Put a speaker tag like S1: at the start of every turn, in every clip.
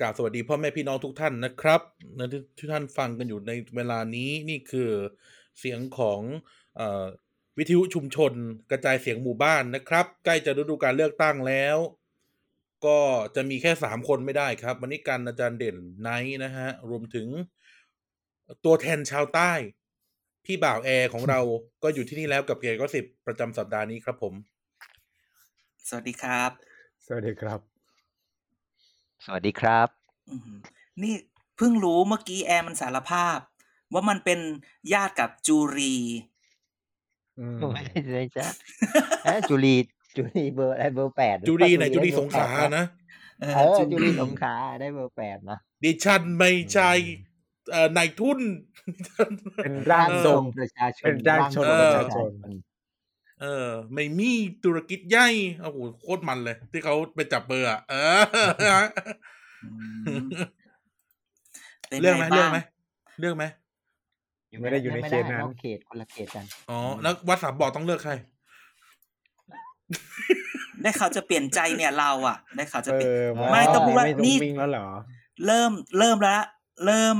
S1: กราบสวัสดีพ่อแม่พี่น้องทุกท่านนะครับและที่ที่ท่านฟังกันอยู่ในเวลานี้นี่คือเสียงของเออวิทยุชุมชนกระจายเสียงหมู่บ้านนะครับ ใกล้จะฤดูการเลือกตั้งแล้ว ก็จะมีแค่สามคนไม่ได้ครับ วันนี้กันอาจารย์เด่นไนท์นะฮะ รวมถึงตัวแทนชาวใต้ พี่บ่าวแอร์ของเรา ก็อยู่ที่นี่แล้วกับเกยร์ก็สิบประจำสัปดาห์นี้ครับผม
S2: สวัสดีครับ
S3: สวัสดีครับ
S4: สวัสดีครับ
S2: อืมนี่เพิ่งรู้เมื่อกี้แอร์มันสารภาพ ว่ามันเป็นญาติกับจูรี
S3: อืม
S4: ไม่ใช่เลยจ้ะ เอ๊ะจุลีจุลีเบอร์อะไรเบอร์แปดรือ
S1: จุรีไหน
S4: เปล่า
S1: จุรีสงขลา
S4: ได้เบอร์แปด
S1: นะ
S2: เอ
S4: เออ
S2: อ
S4: จุลีสงขลาได้เบอร์แปดนะ
S1: ดิฉันไม่ใช่เอ่อนายทุน
S3: เป็นร่างทรง
S4: ประชาชน
S3: เป็นร่างทรง
S1: เอ
S3: ป
S1: อ
S3: ระชาชน
S1: เออ ไม่มีธุรกิจใหญ่โอ้โหโคตรมันเลย ที่เขาไปจับเบอร์อะเออ
S2: อืมป็ น
S1: เรื่องไหม
S2: บ้า
S1: เรื่องไหมเรื่องไหม
S3: ไม่ได้อยู่ในเขตนั้น
S4: นอกเขตคนละเขตกัน
S1: อ๋อแล้ววัดสามบ่อต้องเลือกใคร
S2: ได้เขาวจะเปลี่ยนใจเนี่ยเราอ่ะ ได้เขาวจะ
S3: เอ
S2: เปลี่ยน
S3: อ
S2: ไม่ต้องพูดว่า
S3: ไม่
S2: นี่
S3: วิ่งแล้วเหรอ
S2: เริ่มเริ่มแล้วละเริ่ม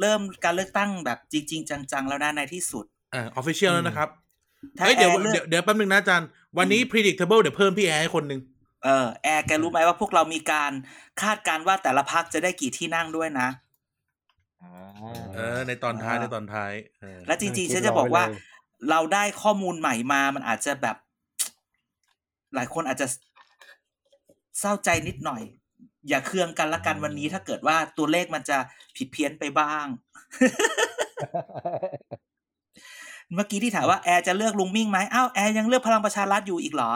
S2: เริ่มการเลือกตั้งแบบจริง ๆ จัง ๆ แล้วนะในที่สุด
S1: อ่าออฟฟิเชียล
S3: อืม
S1: แล้วนะครับ
S2: ถ้า
S1: เฮ้ย
S2: แอ
S1: เดี๋ยว
S2: ร์เลื
S1: เดี๋ย
S2: อ
S1: ว
S2: ก
S1: เดี๋ยวแป๊บนึงนะอาจารย์ วันนี้ predictable เดี๋ยวเพิ่มพี่แอร์ให้คนหนึ่ง
S2: เออแอร์แกรู้ไหมว่าพวกเรามีการคาดการณ์ว่าแต่ละพักจะได้กี่ที่นั่งด้วยนะ
S4: อ่า
S1: เออในตอนท้าย
S2: อ่า
S1: ในตอนท้ายเออ
S2: และจริง
S3: เออ
S2: ๆ
S3: คิด
S2: ฉันจะบอกว่า
S3: รอไว้เลย
S2: เราได้ข้อมูลใหม่มามันอาจจะแบบ หลายคนอาจจะเศร้าใจนิดหน่อย อย่าเคืองกันละกันวันนี้ถ้าเกิดว่าตัวเลขมันจะผิดเพี้ยนไปบ้าง เมื่อกี้ที่ถามว่าแอร์จะเลือกลุงมิ่งไหมอ้าวแอร์ยังเลือกพลังประชารัฐอยู่อีกเหรอ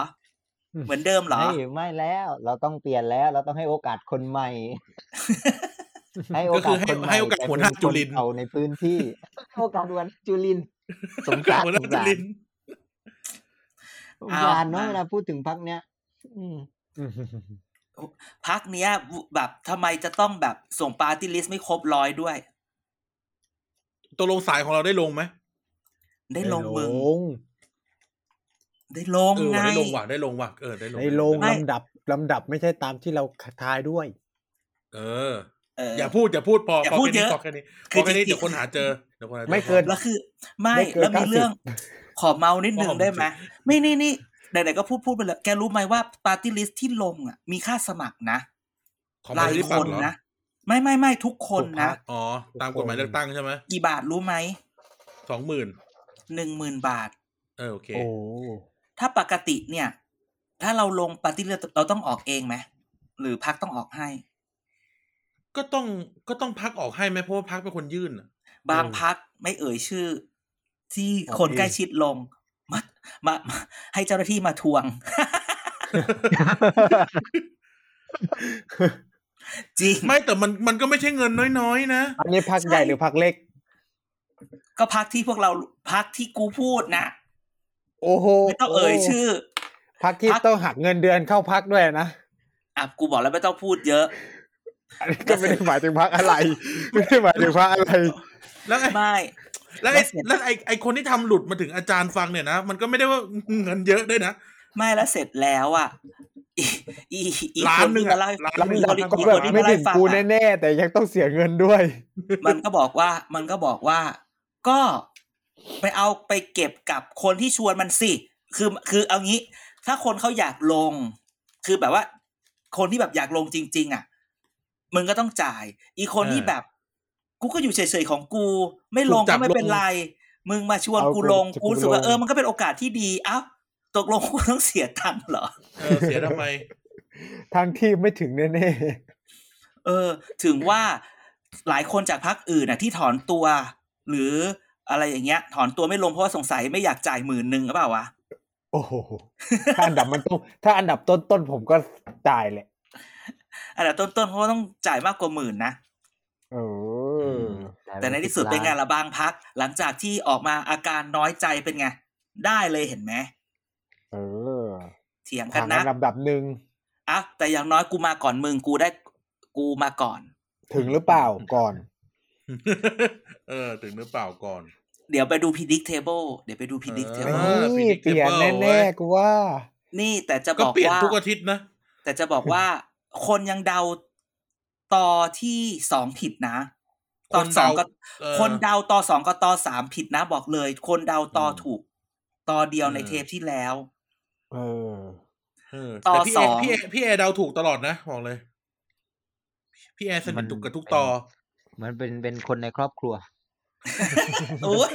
S3: อืม
S2: เหมือนเดิมเหรอ
S4: ไม่ไม่แล้ว เราต้องเปลี่ยนแล้ว เราต้องให้โอกาสคนใหม่ ให้โอ
S1: ก็
S4: กา
S1: คือให้
S4: สคนใหม่
S1: ให้โอกาสหัวหน้า
S4: แต่เป็
S1: จุลิน
S4: คเอาในพื้นที่ให้โอกาสหัวหน้าจุลินสงสาร
S1: หัวห
S4: ส
S1: น้าง จุ
S4: สาร
S1: ลิน
S4: สงสารเนาะ
S2: เอา
S4: เวลาพูดถึงพักเนี้ยอืม
S3: อืม
S2: พักเนี้ยแบบทำไมจะต้องแบบส่งปาร์ตี้ลิสต์ไม่ครบร้อยด้วย
S1: ตกลงสายของเราได้ลงไหม
S2: ได้ลงมึ
S3: ง
S2: งได้ลง
S1: เออ
S2: ไง
S1: ว่ะได้ลงว่ะได้ลงว่ะเออได้ลง
S3: ในลง
S2: ไม่
S3: ลำดับลำดับไม่ใช่ตามที่เราทายด้วย
S1: เออ
S2: เออ
S1: อย่าพูดอย่าพูดพออย่
S2: อาพูดเยอะ
S1: พอแค่นี้พ
S2: คือ อ
S1: แค่นี้
S2: จริงๆ
S1: เดี๋ยวคนหาเจอเดี๋ยวคนหาจอ
S3: ไม่เกิน
S2: แล้วคือไม่
S3: ไม่เกิน
S2: แล้ว
S3: 90
S2: มีเรื่องขอเมานิดนึงได้ไหม
S1: ขอเมาสิ
S2: ไม่นี่นี่ไหนๆก็พูดพูดไปเลยแกรู้ไหมว่าปาร์ตี้ลิสที่ลงอ่ะ มีค่าสมัครนะ
S1: ของ
S2: หลาย
S1: ปฏิ
S2: ค
S1: บัติเห
S2: น
S1: รอ
S2: นะ ไม่ไม่ไม่ทุกคน
S3: ทุกพร
S2: นะ
S3: รค
S1: อ๋อ ตามกฎหมายเลือกตั้งใช่ไหม
S2: กี่บาทรู้ไหม
S1: สองหมื่น
S2: หนึ่งหมื่นบาท
S1: เออโอเค
S3: โอ้
S2: ถ้าปกติเนี่ย ถ้าเราลงปาร์ตี้ลิสเราต้องออกเองไหมหรือพักต้องออกให้
S1: ก็ต้องก็ต้องพักออกให้ไหมเพราะว่าพักเป็นคนยื่นน่ะ
S2: บางพักไม่เอ่ยชื่อ ที่คนใกล้ชิดลงมามามาให้เจ้าหน้าที่มาทวง จริง
S1: ไม่แต่มันมันก็ไม่ใช่เงินน้อยๆนะ
S3: อันนี้พักใหญ่หรือพักเล็ก
S2: ก็พักที่พวกเราพักที่กูพูดนะ
S3: โอ้โห
S2: ไม่ต้องเอ่ยชื่อ
S3: พักที่
S2: พรรค
S3: ต้องหักเงินเดือนเข้าพักด้วยนะ
S2: อ่ะกูบอกแล้วไม่ต้องพูดเยอะ
S3: อันนี้ก็ไม่ได้หมายถึงพักอะไร ไม่ได้หมายถึงพักอะไร
S1: แล้วไอ้
S2: ไม่
S1: แล้วไอ้
S2: แล้วเสร็จ
S1: แล้วไอ้ไอ้คนที่ทำหลุดมาถึงอาจารย์ฟังเนี่ยนะ มันก็ไม่ได้ว่าเงินเยอะด้วยนะ
S2: ไม่แล้วเสร็จแล้วอ่ะอีอีอี
S1: ล้า
S2: คน น
S1: หนึ่ง
S2: ที่
S1: อะ
S2: มาเล่าให้ฟัง
S1: ล้านหนึ่
S2: อี
S1: ง
S2: คนที่
S3: ก็แบ
S2: อีค
S3: บ
S2: นที่
S3: ไม่
S2: มาเล่า
S3: ถึง
S2: ให้ฟัง
S3: กู
S2: อะ
S3: แน่ๆแต่ยังต้องเสียเงินด้วย
S2: มันก็บอกว่า มันก็บอกว่า ก็ไปเอาไปเก็บกับคนที่ชวนมันสิคือคือเอางี้ ถ้าคนเขาอยากลง คือแบบว่า คนที่แบบอยากลงจริง ๆ อ่ะมึงก็ต้องจ่าย อีคนที่
S1: เออ
S2: แบบ กูก็อยู่เฉยๆของกู ไม่ลงก็ไม่เป็นไร มึงมาชวน
S3: เอากู
S2: กูลง
S3: จะ
S2: กู
S3: กู
S2: รู้สึกว่า
S3: ลง
S2: เออมันก็เป็นโอกาสที่ดีเอ้าตกลงกูต้องเสียตังค์เหรอ
S1: เออเสียทำไม
S3: ทั้งที่ไม่ถึงแน่
S2: เออ ถึงว่าหลายคนจากพรรคอื่นน่ะที่ถอนตัว หรืออะไรอย่างเงี้ย ถอนตัวไม่ลงเพราะว่าสงสัยไม่อยากจ่ายหมื่นหนึ่งหรือเปล่าวะ
S3: ๆ โอ้โหถ้าอันดับมันต้องถ้าอันดับต้นๆผมก็จ่ายแหละ
S2: อันดับต้นๆเขาก็ต้องจ่ายมากกว่าหมื่นนะ
S3: เออ
S1: ม
S2: แต่ในที่สุดเป็นไงละบางพัก หลังจากที่ออกมาอาการน้อยใจเป็นไง ได้เลยเห็นไหม
S3: เออ
S2: เถียงกั
S3: ห่าน ง
S2: นะ
S3: อันดับดับหนึ่ง
S2: อ่ะแต่อย่างน้อยกูมาก่อนมึงกูได้กูมาก่อน
S3: ถึงหรือเปล่าก่อน
S1: เออ ถึงหรือเปล่าก่อน
S2: เดี๋ยวไปดู predict table เดี๋ยวไปดู predict
S1: เอ
S2: table
S1: อ
S3: นี่
S1: predictable
S3: เปลี่ยน
S1: เว้
S3: แน่
S1: ย
S3: ๆกูว่า
S2: นี่แต่จะ
S1: ก็
S2: บอก
S1: เปลี่ยน
S2: ว่า
S1: ทุกอาทิตย์นะ
S2: แต่จะบอกว่า คนยังเดา ต่อที่สองผิดนะตอนสองก็
S1: เอ่อ
S2: คนเดาต่อสองก็ต่อสามผิดนะบอกเลย คนเดาต่ออ
S1: ม
S2: ถูกต่อเดียวใน
S1: อืม
S2: เทปที่แล้ว
S3: เออ
S1: เออ
S2: ต่อ
S1: แต่พี่
S2: ส
S1: เอ
S2: อง
S1: พี่เอพี่เอเดาถูกตลอดนะบอกเลย พี่แอร์สนิทถูกกับทุกต่อ
S4: มันเป็นเป็นคนในครอบครัว
S2: โอ้ย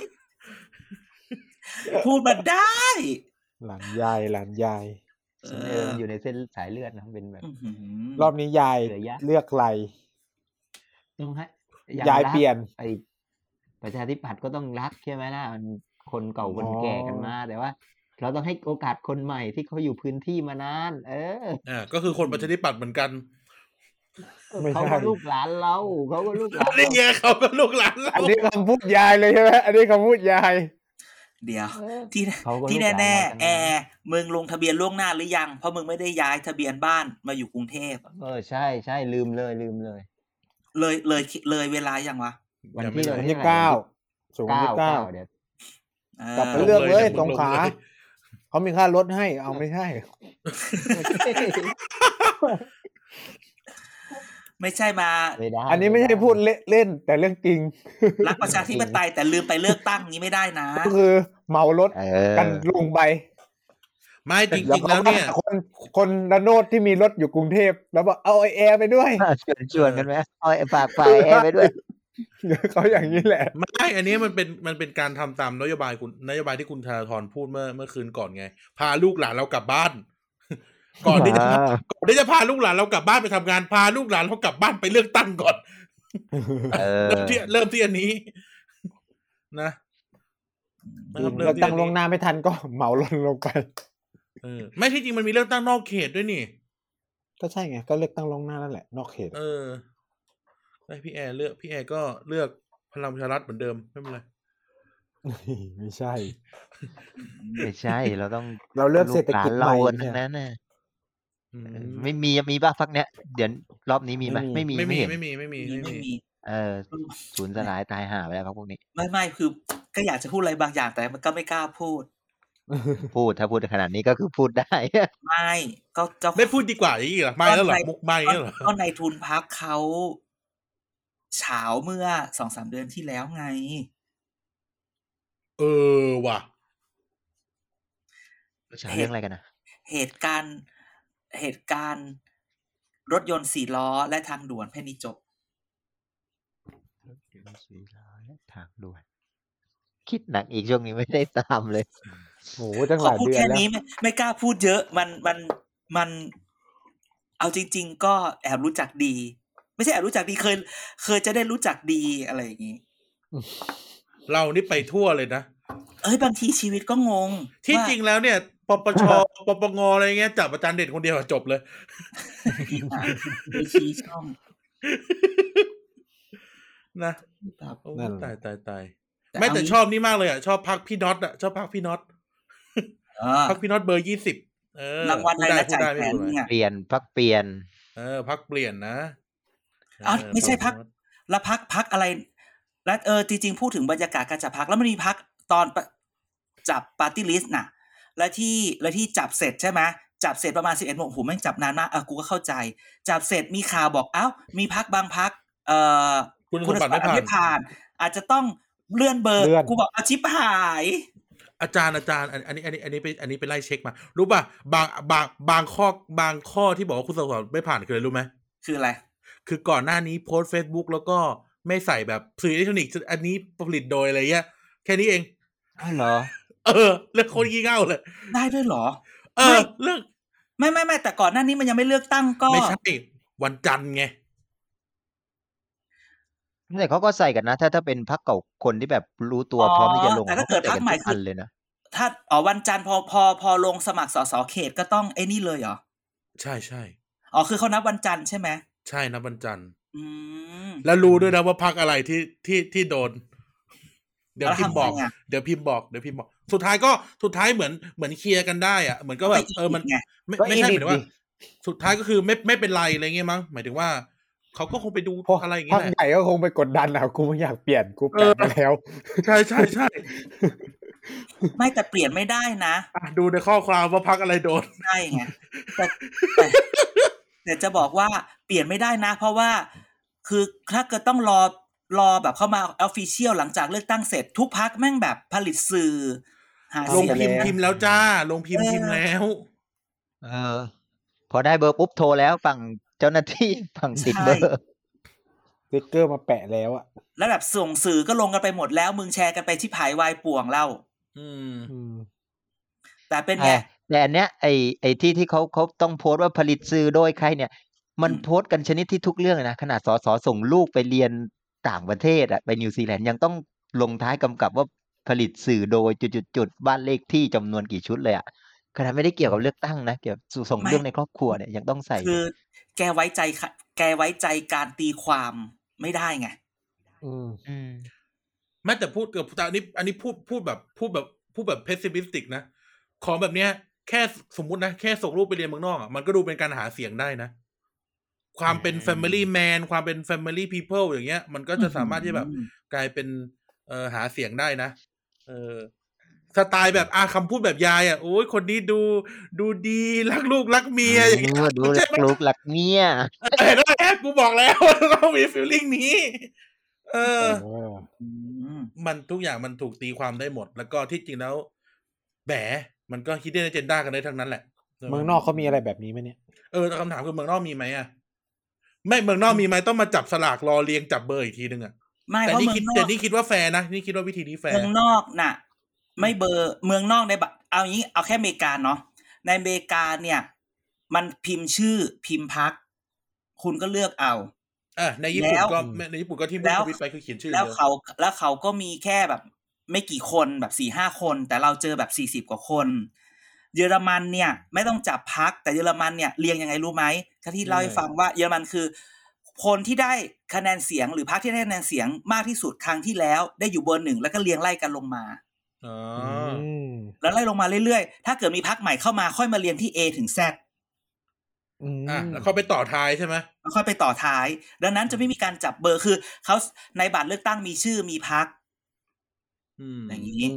S2: พูดมาได้
S3: หลานยายหลานยาย
S2: เอ
S4: เออ
S2: อ
S4: มันอยู่ในเส้นสายเลือดนะเป็นแบบ
S2: อื้อหือ
S3: รอบนี้ยาย
S4: เหลือยะ
S3: เลือกไร
S4: ต้องให้
S3: ยาย
S4: รัก
S3: เปลี่ยน
S4: ไอประชาธิปัตย์ก็ต้องรักใช่ไหมล่ะมันคนเก่าคนแก่กันมา แต่ว่า เราต้องให้โอกาสคนใหม่ที่เขาอยู่พื้นที่มานาน เออ
S1: อ่า ก็คือคนประชาธิปัตย์เหมือนกัน
S3: ไม่ใช่
S4: เขาก็ลูกหลานเราเขาก็ลูกหลาน
S1: นี่
S4: เรา
S1: ไงเขาเป็นลูกหลานเรา
S3: อันนี้คำพูดยายเลยใช่ไหมอันนี้คำพูดยาย
S2: เดี๋ยว
S4: เออ
S2: ที่
S4: เขาก็
S2: ที่
S4: ลูกหลาน
S2: แน่
S4: เราทั้งนั้น
S2: ๆแอร์มึงลงทะเบียนล่วงหน้าหรือยัง เพราะมึงไม่ได้ย้ายทะเบียนบ้านมาอยู่กรุงเทพ
S4: เออใช่ใช่ลืมเลยลืมเลย
S2: เลยเลยเลยเวลายังวะ
S4: วัน
S1: ยัง
S4: ที่
S1: ไม่
S4: เรา
S1: ได้
S3: วันที่เก้าสูงวัน
S4: เก้า
S3: ที่เก้
S4: เก้า
S3: า
S4: เดี๋ยว
S2: ออก
S3: ลับไปเลือกเลยสงขลา
S1: เย
S3: เขามีค่ารถให้ เอาไม่ใช่
S2: ไม่ใช่มา
S4: ไม่ได้
S3: อันนี้ไม่ใช่พูด
S4: ไ
S3: เล่นเล่นแต่เรื่องจริง
S2: รักประชาธิปไตยแต่ลืมไปเลือกตั้งนี้ไม่ได้นะ
S3: ก็คือเหมารถ
S4: เอ
S3: กัน
S4: อ
S3: ลงไป
S1: ไม่จริง
S3: แล้ว
S1: ๆ
S3: ก็
S1: แล้วเนี่ย
S3: คนคนระโนดที่มีรถอยู่กรุงเทพแล้วบอกเอาไอแอร์ไปด้วย
S4: ชวนชวนกันไหมเอาไอ้ฝากฝ่ายแอร์ไปด้วย
S3: เขาอย่างนี้แหละ
S1: ไม่อันนี้มันเป็นมันเป็นการทำตามนโยบายคุณนโยบายที่คุณธนาธรพูดเมื่อเมื่อคืนก่อนไง พาลูกหลานเรากลับบ้าน ก่อนที่จะก่อนที่จะพาลูกหลานเรากลับบ้านไปทำงานพาลูกหลานเรากลับบ้านไปเลือกตั้งก่อน
S4: เออ
S1: เริ่มที่เริ่มที่อันนี้ นะนะครับ
S3: เรา
S1: เริ่มที่
S3: ตั้
S1: อั
S3: ง
S1: น
S3: ลวง
S1: นี้
S3: หน้าไม่ทันก็เหมารถลงไป
S1: เออไม่ที่จริงมันมีเลือกตั้งนอกเขตด้วยนี่
S3: ก็ใช่ไง ก็เลือกตั้งลวงหน้านั่นแหละนอกเขต
S1: เออไอพี่แอร์เลือกพี่แอร์ก็เลือกพลังประชารัฐเหมือนเดิมไม่เป็นไร
S3: ไม่ใช่
S4: ไม่ใช่เราต้อง
S3: เราเลือกเศรษฐกิจ
S4: ลูหลาน
S3: ใหม่
S4: เราทั้ง
S3: เนี่ย
S4: นั้นน่ะ
S1: อืม
S4: ไม่มีมีบ้าพักเนี้ยเดี๋ยวรอบนี้มีไหม
S3: ไม่
S4: ไม่
S3: มี
S4: มี
S1: ไม่มี
S4: เห็น
S1: ไม่มีไม่มี
S2: ไม่
S1: ไม่มี
S2: มี
S4: เออศูนย์สลายตายห่าไปแล้วพักพวกนี้
S2: ไม่ไม่คือก็อยากจะพูดอะไรบางอย่างแต่มันก็ไม่กล้าพูด
S4: พูดถ้าพูดขนาดนี้ก็คือพูดได้
S2: ไม่ก็ก็
S1: ไม่พูดดีกว่าอย่างนี้เหรอไม่แล้วเหรอมุกไม่
S2: ก็
S1: แล้วเหรอ
S2: ก็ในทุนพักเขาเฉาเมื่อสองสามเดือนที่แล้วไง
S1: เออว่ะ
S4: จะหาเรื่องอะไรกันนะ
S2: เหตุการณ์เหตุการณ์รถยนต์สี่ล้อและทางด่วนแค่นี้จบ
S4: สี่ร้อยทางด่วนคิดหนักอีกช่วงนี้ไม่ได้ตามเลย
S3: โอ้โหตั้ง
S2: ข
S3: ห
S2: อ
S3: ลาย
S2: พูด
S3: เดือน
S2: แค่
S3: แล้ว
S2: นี้ไม่ไม่กล้าพูดเยอะมันมันมัน เอาจริง ๆ ก็แอบรู้จักดี ไม่ใช่แอบรู้จักดีเคย เคยจะได้รู้จักดีอะไรอย่างนี้
S1: เรานี่ไปทั่วเลยนะ
S2: เอ้ยบางทีชีวิตก็งง
S1: ที่
S2: ว่า
S1: จริงแล้วเนี่ยปปชปปงอะไรเงี้ยจับอาจารย์เด่นคนเดียวอะจบเลย
S2: อ่ะไปชี้ช่อง
S1: นะ
S2: แบบ
S1: โอ้ยตายตายตาย
S2: เอา
S1: ไม่แต่ชอบนี่มากเลยอ่ะชอบพักพี่น็อตอ่ะชอบพักพี่น็อต
S2: เออ
S1: พักพี่น็อตเบอร์ยี่สิบเออ
S2: รางวัลอะไรนะ
S1: พูด
S2: จ่าย
S1: ด้
S2: แผน
S1: พูดได้
S2: เนี่ย
S4: เปลี่ยนพักเปลี่ยน
S1: เออพักเปลี่ยนนะ
S2: อ้าว
S1: เออ
S2: ไม่ใช่พรรค
S1: พี่น็อต
S2: แล้วพักพักอะไร แล้วเออจริงๆพูดถึงบรรยากาศการจับพักแล้วมันมีพักตอนปะจับปาร์ตี้ลิสต์น่ะ และที่และที่จับเสร็จใช่ไหมจับเสร็จประมาณสิบเอ็ดโมงโอ้โหแม่งจับนานมากเออกูก็เข้าใจ จับเสร็จมีข่าวบอกเอ้ามีพักบางพักเอ่อ
S1: คุณสมบัติไม่ผ่าน
S2: ไม่ผ่าน อาจจะต้องเลื่อนเบอร์กูบอกอาชิบหาย
S1: อาจารย์อาจารย์อันอันนี้อันนี้อันนี้ไปอันนี้ไปไล่เช็คมา รู้ป่ะบางบางบางข้อบางข้อที่บอกว่าคุณสมบัติไม่ผ่านคืออะไรรู้ไหม
S2: คืออะไร
S1: คือก่อนหน้านี้โพสต์เฟซบุ๊กแล้วก็ไม่ใส่แบบสื่ออิเล็กทรอนิกส์อันนี้ผลิตโดยอะไรเงี้ยแค่นี้เอง
S4: อ้าวเหรอ
S1: เออเรื่องโคตรงี่เง่าเลย
S2: ได้ด้วยเหรอ
S1: เออ
S2: ไม่
S1: เรื่อง
S2: ไม่ไม่ไม่แต่ก่อนหน้านี้มันยังไม่เลือกตั้งก็
S1: ไม่ใช่วันจันทร์ไง
S4: แต่เขาก็ใส่กันนะ ถ้าถ้าเป็นพักเก่าคนที่แบบรู้ตัวพร้อมที่จะลง
S2: แต่ถ้าเกิดพักใหม่
S4: ขาใส่นทุ
S2: คือ
S4: อันเลยนะ
S2: ถ้าอ๋อวันจันทร์พอพอพอลงสมัครสสเขตก็ต้องไอ้นี่เลยเหรอ
S1: ใช่ใช่
S2: อ๋อคือเขานับวันจันทร์ใช่ไหม
S1: ใช่นะวันจันทร์
S2: อืม
S1: แล้วรู้ด้วยนะว่าพักอะไรที่ที่ที่โดน เดี๋ยว
S2: แล้ว
S1: พิ
S2: ทำ
S1: มพ์บอก
S2: ไงอะ
S1: เดี๋ยวพิมพ์บอกเดี๋ยวพิมพ์บอก สุดท้ายก็สุดท้ายเหมือนเหมือนเคลียร์กันได้อะเหมือนก็แบบเออมัน
S2: ไง
S1: ไม่
S3: ก็
S1: ไม่
S3: อี
S1: ใช่ห
S3: ดิท
S1: มายถึง
S3: ดิ
S1: ว่า สุดท้ายก็คือไม่ไม่เป็นไรอะไรเงี้ยมั้งหมายถึงว่าเขาก็คงไปดู
S3: พวก
S1: อะไรอย่าง
S3: พัก
S1: เงี้ยแห
S3: ให
S1: ละ
S3: ญ่ก็คงไปกดดันอ่ะกูไม่อยากเปลี่ยนกูเปลี่ยน
S1: เออ
S3: ไปแล้ว
S1: ใช่ใช่ใช่
S2: ไม่แต่เปลี่ยนไม่ได้นะ
S1: อ่ะดูในข้อความว่าพักอะไรโดน
S2: ใช่ไงแต่แต่แต่จะบอกว่าเปลี่ยนไม่ได้นะ เพราะว่า คือถ้าเกิดต้องรอรอแบบเข้ามาออฟฟิเชียลหลังจากเลือกตั้งเสร็จทุกพักแม่งแบบผลิตสื่อ หา
S1: ลง
S2: เสี
S1: พิ
S2: ยง
S1: มพ์พิมพ์แล้วจ้า ลงพิมพ์
S2: เออ
S1: พิมพ์แล้ว
S4: เออ พอได้เบอร์ปุ๊บโทรแล้วฝั่งเจ้าหน้าที่ ฝั่งติดเบอร์
S3: สติ๊กเกอร์มาแปะแล้วอะ
S2: แล้วแบบส่งสื่อก็ลงกันไปหมดแล้ว มึงแชร์กันไปที่ผายวายป่วงเรา
S1: อืม
S2: แต่เป็นไง
S4: แต่แต่อันเนี้ยไอไอที่ที่เขาเขาต้องโพสต์ว่าผลิตสื่อโดยใครเนี่ย มัน
S2: อืม
S4: โพสต์กันชนิดที่ทุกเรื่องเลยนะขนาดสอสอส่งลูกไปเรียนต่างประเทศอะไปนิวซีแลนด์ยังต้องลงท้ายกำกับว่าผลิตสื่อโดยจุดๆๆบ้านเลขที่จำนวนกี่ชุดเลยอะขนาดไม่ได้เกี่ยวกับเลือกตั้งนะเกี่ยวกับส่งเรื่องในครอบครัวเนี่ยยังต้องใส่
S2: คือ แกไว้ใจค่ะแกไว้ใจการตีความไม่ได้ไง
S3: อืม
S4: ม
S1: แม้แต่พูดเกือบแต่อันนี้ อันนี้พูดพูดแบบพูดแบบพูดแบบเพสซิมิสติกนะ ของแบบเนี้ย แค่สมมุตินะ แค่ส่งรูปไปเรียนเมืองนอกอะมันก็ดูเป็นการหาเสียงได้นะ ความเป็น
S4: อืม
S1: Family Man ความเป็น Family People อย่างเงี้ย มันก็จะสามารถที่แบบ กลายเป็นเออหาเสียงได้นะ เออสไตล์แบบอาคำพูดแบบยายอ่ะโอ้ยคนนี้ดูดูดีรักลูกรักเมียอย่างเงี้ย
S4: เออดูหลักลูกหลักเมีย
S1: เห็นไหมกูบอกแล้ว เรามีฟีลลิ่งนี้ เออ
S2: อืม
S1: มันทุกอย่างมันถูกตีความได้หมด แล้วก็ที่จริงแล้วแหมมันก็คิดได้ในเจนด้ากันได้ทั้งนั้นแหละ
S3: เมืองนอกเขามีอะไรแบบนี้ไหมเนี่ย
S1: เออแต่คำถามคือเมืองนอกมีไหมอ่ะไม่เมืองนอกมีไหมต้องมาจับสลากรอเรียงจับเบอร์อีกทีนึงอ่ะ
S2: ไม่
S1: แต่
S2: เพราะ
S1: นี่
S2: เมือ
S1: คิด
S2: งนอ
S1: แต่
S2: ก
S1: นี่คิดว่าแฟร์นะนี่คิดว่าวิธีนี้แฟร์
S2: เมืองนอกน่ะ ไม่เบอร์เมืองนอกในแบบเอาอย่างนี้เอาแค่อเมริกาเนาะในอเมริกาเนี่ย มันพิมพ์ชื่อพิมพ์พัก คุณก็เลือกเอา
S1: อ่ะในญี่ปุ่นก็
S3: แล้ว
S1: ในญี่ปุ่นก็ที่พูด
S2: แล้ว
S1: ทวิตไปคือเขียนชื่อ
S2: แล้ว
S1: เลย
S2: เขาแล้วเขาก็มีแค่แบบไม่กี่คนแบบสี่ห้าคน แต่เราเจอแบบสี่สิบ40 กว่าคน เยอรมันเนี่ย ไม่ต้องจับพัก แต่เยอรมันเนี่ยเรียงยังไงรู้ไหมก็ที่เล่าให้ฟังว่าเยอรมันคือ คนที่ได้คะแนนเสียงหรือพักที่ได้คะแนนเสียงมากที่สุดครั้งที่แล้ว ได้อยู่เบอร์หนึ่งแล้วก็เรียงไล่กันลงมา
S1: อ๋อ
S3: อืม
S2: แล้วไล่ลงมาเรื่อยๆ ถ้าเกิดมีพักใหม่เข้ามาค่อยมาเรียงที่ A ถึง Z
S3: อืม
S1: อ่ะแล้วเขาไปต่อท้ายใช่ไหม
S2: แล้วค่อยไปต่อท้าย ดังนั้นจะไม่มีการจับเบอร์คือเขาในบัตรเลือกตั้งมีชื่อมีพัก
S1: อืม
S2: อย่าง
S3: อื
S2: นี้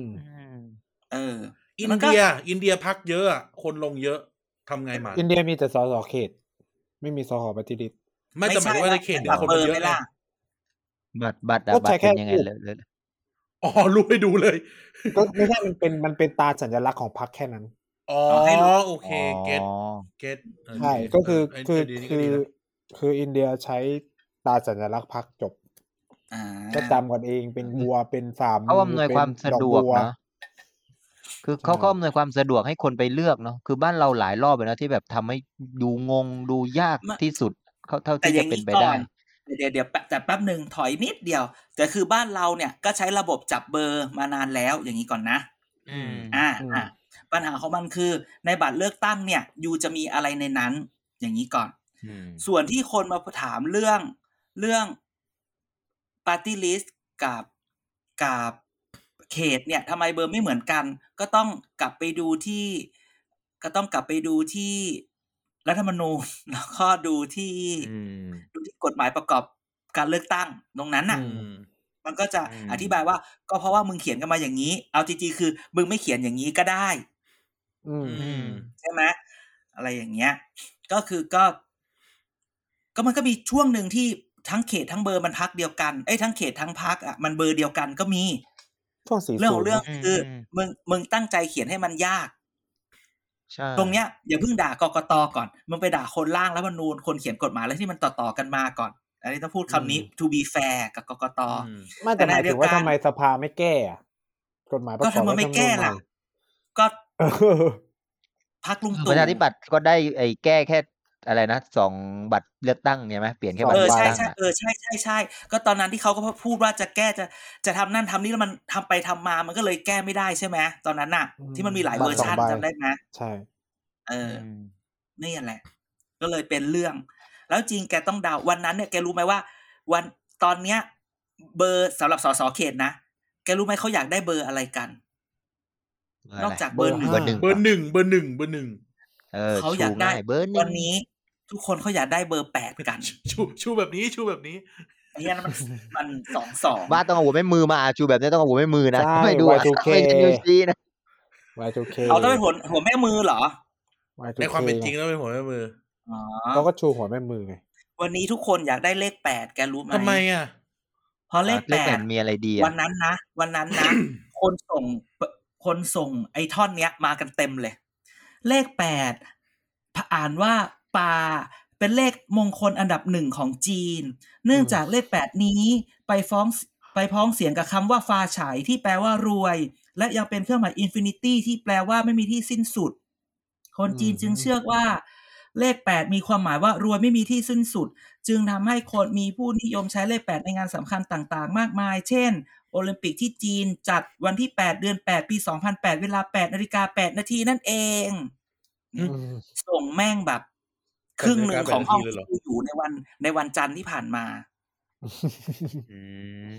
S3: ม
S2: เออ
S1: อิ
S2: มัน นก็
S1: เดีย อินเดียพักเยอะอะคนลงเยอะทำไงหมา
S3: อินเดียมีแต่สอสอเขต ไม่มีสอสอปฏิริษ
S1: ไม่จะหมายถึงว่าในเขตเดีย
S2: จั
S1: ว
S2: บ
S1: คน
S2: เบ
S1: มั
S2: อน ร์
S1: เยอะ
S2: ไม่ล่ะ
S1: ไง
S4: บัตรบัตรอะ
S3: ก็
S4: บั
S3: ใช้
S4: ตร
S3: แค่
S4: เป็นยังไง
S3: รูป
S4: เลยเลย
S1: อ๋อรู้ให้ดูเลย
S3: ก็ไม่ใช่มันเป็นมันเป็นตาสัญลักษณ์ของพรรคแค่นั้น
S1: อ๋อ
S2: ให้รู้
S1: โอเค เก็ต
S4: อ๋อ
S1: เก็ตเออ
S3: ใช่
S1: โเ
S3: ก็คือ
S1: เ
S3: คือ
S1: เดีนี่ก็
S3: คือ
S1: ดีนะ
S3: คืออินเดียใช้ตาสัญลักษณ์พรรคจบ
S2: อ่า
S3: ก็จำกันเองเป็นวัวเป็นสาม
S4: เขาอำนวยความสะดวก
S3: เป็
S4: เนอะคือเขาก็อำนวยความสะดวกให้คนไปเลือกเนาะคือบ้านเราหลายรอบเลยนะที่แบบทำให้ดูงงดูยากที่สุดเขาเท่า
S2: แต่
S4: ที่
S2: อ
S4: จะ
S2: ย่าง
S4: เป็น
S2: นี้
S4: ไป
S2: ก่อ
S4: ได้
S2: นเดี๋ยวเดี๋ยวแป๊บแต่แป๊บหนึ่งถอยนิดเดียว แต่คือบ้านเราเนี่ยก็ใช้ระบบจับเบอร์มานานแล้วอย่างนี้ก่อนนะ
S4: อืม
S2: อ่าอ่าปัญหาของมันคือในบัตรเลือกตั้งเนี่ยยูจะมีอะไรในนั้น อย่างนี้ก่อน ส่วนที่คนมาถามเรื่องเรื่องปาร์ตี้ลิสต์กับกับเขตเนี่ยทำไมเบอร์ไม่เหมือนกัน ก็ต้องกลับไปดูที่ ก็ต้องกลับไปดูที่รัฐธรรมนูญ แล้วก็ดูที่
S4: อืม
S2: ดูที่กฎหมายประกอบการเลือกตั้งตรงนั้นน่ะ
S1: อืม
S2: มันก็จะ
S4: อืม
S2: อธิบายว่า ก็เพราะว่ามึงเขียนกันมาอย่างนี้ เอาจริงๆคือ มึงไม่เขียนอย่างนี้ก็ได้
S3: อืม
S1: อืม
S2: ใช่ไหมอะไรอย่างเงี้ย ก็คือก็ ก็มันก็มีช่วงหนึ่งที่ทั้งเขตทั้งเบอร์มันพักเดียวกันเอ้ยทั้งเขตทั้งพักอ่ะมันเบอร์เดียวกันก็มี
S3: ช่วงสี
S2: เรื่องของเรื่อง
S4: อืม
S2: คืออ
S4: ม
S2: มึงมึงตั้งใจเขียนให้มันยาก
S4: ใช่
S2: ตรงเนี้ยอย่าเพิ่งด่ากกตก่อน มึงไปด่าคนร่างแล้วมนูญคนเขียนกฎหมายแล้วที่มันต่อต่อๆกันมาก่อน อันนี้ต้องพูดคำนี้ to be fair กับกกต
S3: ไม่แต่หมายถึงว่าทำ
S2: แต่ในเดียวกัน
S3: ไมสภาไม่แก้อะกฎหมายประก
S2: ก็
S3: อบ
S2: ทำไมไม่แก้ล่ะ ก็
S3: รัฐธรรมนูญใหม่
S2: พักลุง
S4: ป
S2: ตู่
S4: ระชาธิปัตย์ก็ได้ไอ้แก้แค่อะไรนะสองบัตรเลือกตั้งเนี่ยไหมเปลี่ยนแค่บัต
S2: เออ
S4: รเลือก
S2: ใช่ใช่
S4: ตั้งอะ
S2: เออใช่ใช่ใช่ก็ตอนนั้นที่เขาก็พูดว่าจะแก้จะจะทำนั่นทำนี่แล้วมันทำไปทำมามันก็เลยแก้ไม่ได้ใช่ไหมตอนนั้นน่ะ
S3: อืม
S2: ที่มันมีหลาย
S3: บั
S2: เว
S3: ต
S2: อ
S3: ร
S2: ร์
S3: สองใบ
S2: ชันจำได้ไหม
S3: ใช่
S2: เอออ
S4: ม
S2: นี่แหละ ก็เลยเป็นเรื่อง แล้วจริงแกต้องเดาวันนั้นเนี่ยแกรู้ไหมว่า วันตอนเนี้ย เบอร์สำหรับสสเขตนะแกรู้ไหมเขาอยากได้เบอร์อะไรกัน นอกจากเบอร์หนึ่ง
S4: เบอร์หนึ่ง
S1: เบอร์หนึ่งเบอร์หนึ่งเบอร์หนึ่ง
S4: เออ
S2: เขา
S4: เขาอ
S2: อาย
S4: ยาก ก
S2: ได้
S4: ได้เบอร์ห
S2: วั
S4: นึ่
S2: น
S4: ง
S2: นี้ ทุกคนเขาอยากได้เบอร์แปดกัน
S1: ชูชูแบบนี้ชูแบบนี้
S2: ไอ้เนี่ยมันมันสองสอง
S4: บ้านต้องเอาหัวไม่มือมาอ่ะจูแบบนี้ต้องเอาหัวไม่มือนะ
S3: ใช่
S4: ไม่ดูอ่ะ
S3: Y2K
S4: ไม่ดูนิวซีนะ
S3: วายจูเค
S2: เขาต้องเป็นหัวหัวแม่มือเหรอ
S1: ในความเป็นจริงแล้วเป็นหัวแม่มือ
S2: อ๋อ
S3: เขาก็ชูหัวแม่มือไง
S2: วันนี้ทุกคนอยากได้เลขแปดแกรู้ไหม
S1: ทำไมอ่ะ
S2: เพราะเลข
S4: เล
S2: แป
S4: ขแป
S2: ด
S4: ดมีอะไรดีอ่ะ
S2: วันนั้นนะ วันนั้นนะ คนส่งคนส่งไอ้ท่อนเนี้ย มากันเต็มเลย เลขแปดอ่านว่าปาเป็นเลขมงคลอันดับหนึ่งของจีน เนื่องจากเลขแปดนี้ไปฟ้องไปพ้องเสียงกับคำว่าฟาฉายที่แปลว่ารวย และยังเป็นเครื่องหมายอินฟินิตี้ที่แปลว่าไม่มีที่สิ้นสุด คนจีนจึงเชื่อว่า เลขแปดมีความหมายว่ารวยไม่มีที่สิ้นสุด จึงทำให้คนมีผู้นิยมใช้เลข 8 ในงานสำคัญต่างๆ มากมาย เช่น โอลิมปิกที่จีนจัดวันที่ 8 เดือน 8 ปี 2008 เวลา 8นาฬิกา8นาทีนั่นเอง
S1: อืม
S2: ส่งแม่งแบบ ครึ่งหนึ่งของห้อง
S1: 8นาฬิกา8นาทีเลยเหรอ
S2: ที่อยู่ในวันในวันจันทร์ที่ผ่านมา
S4: อืม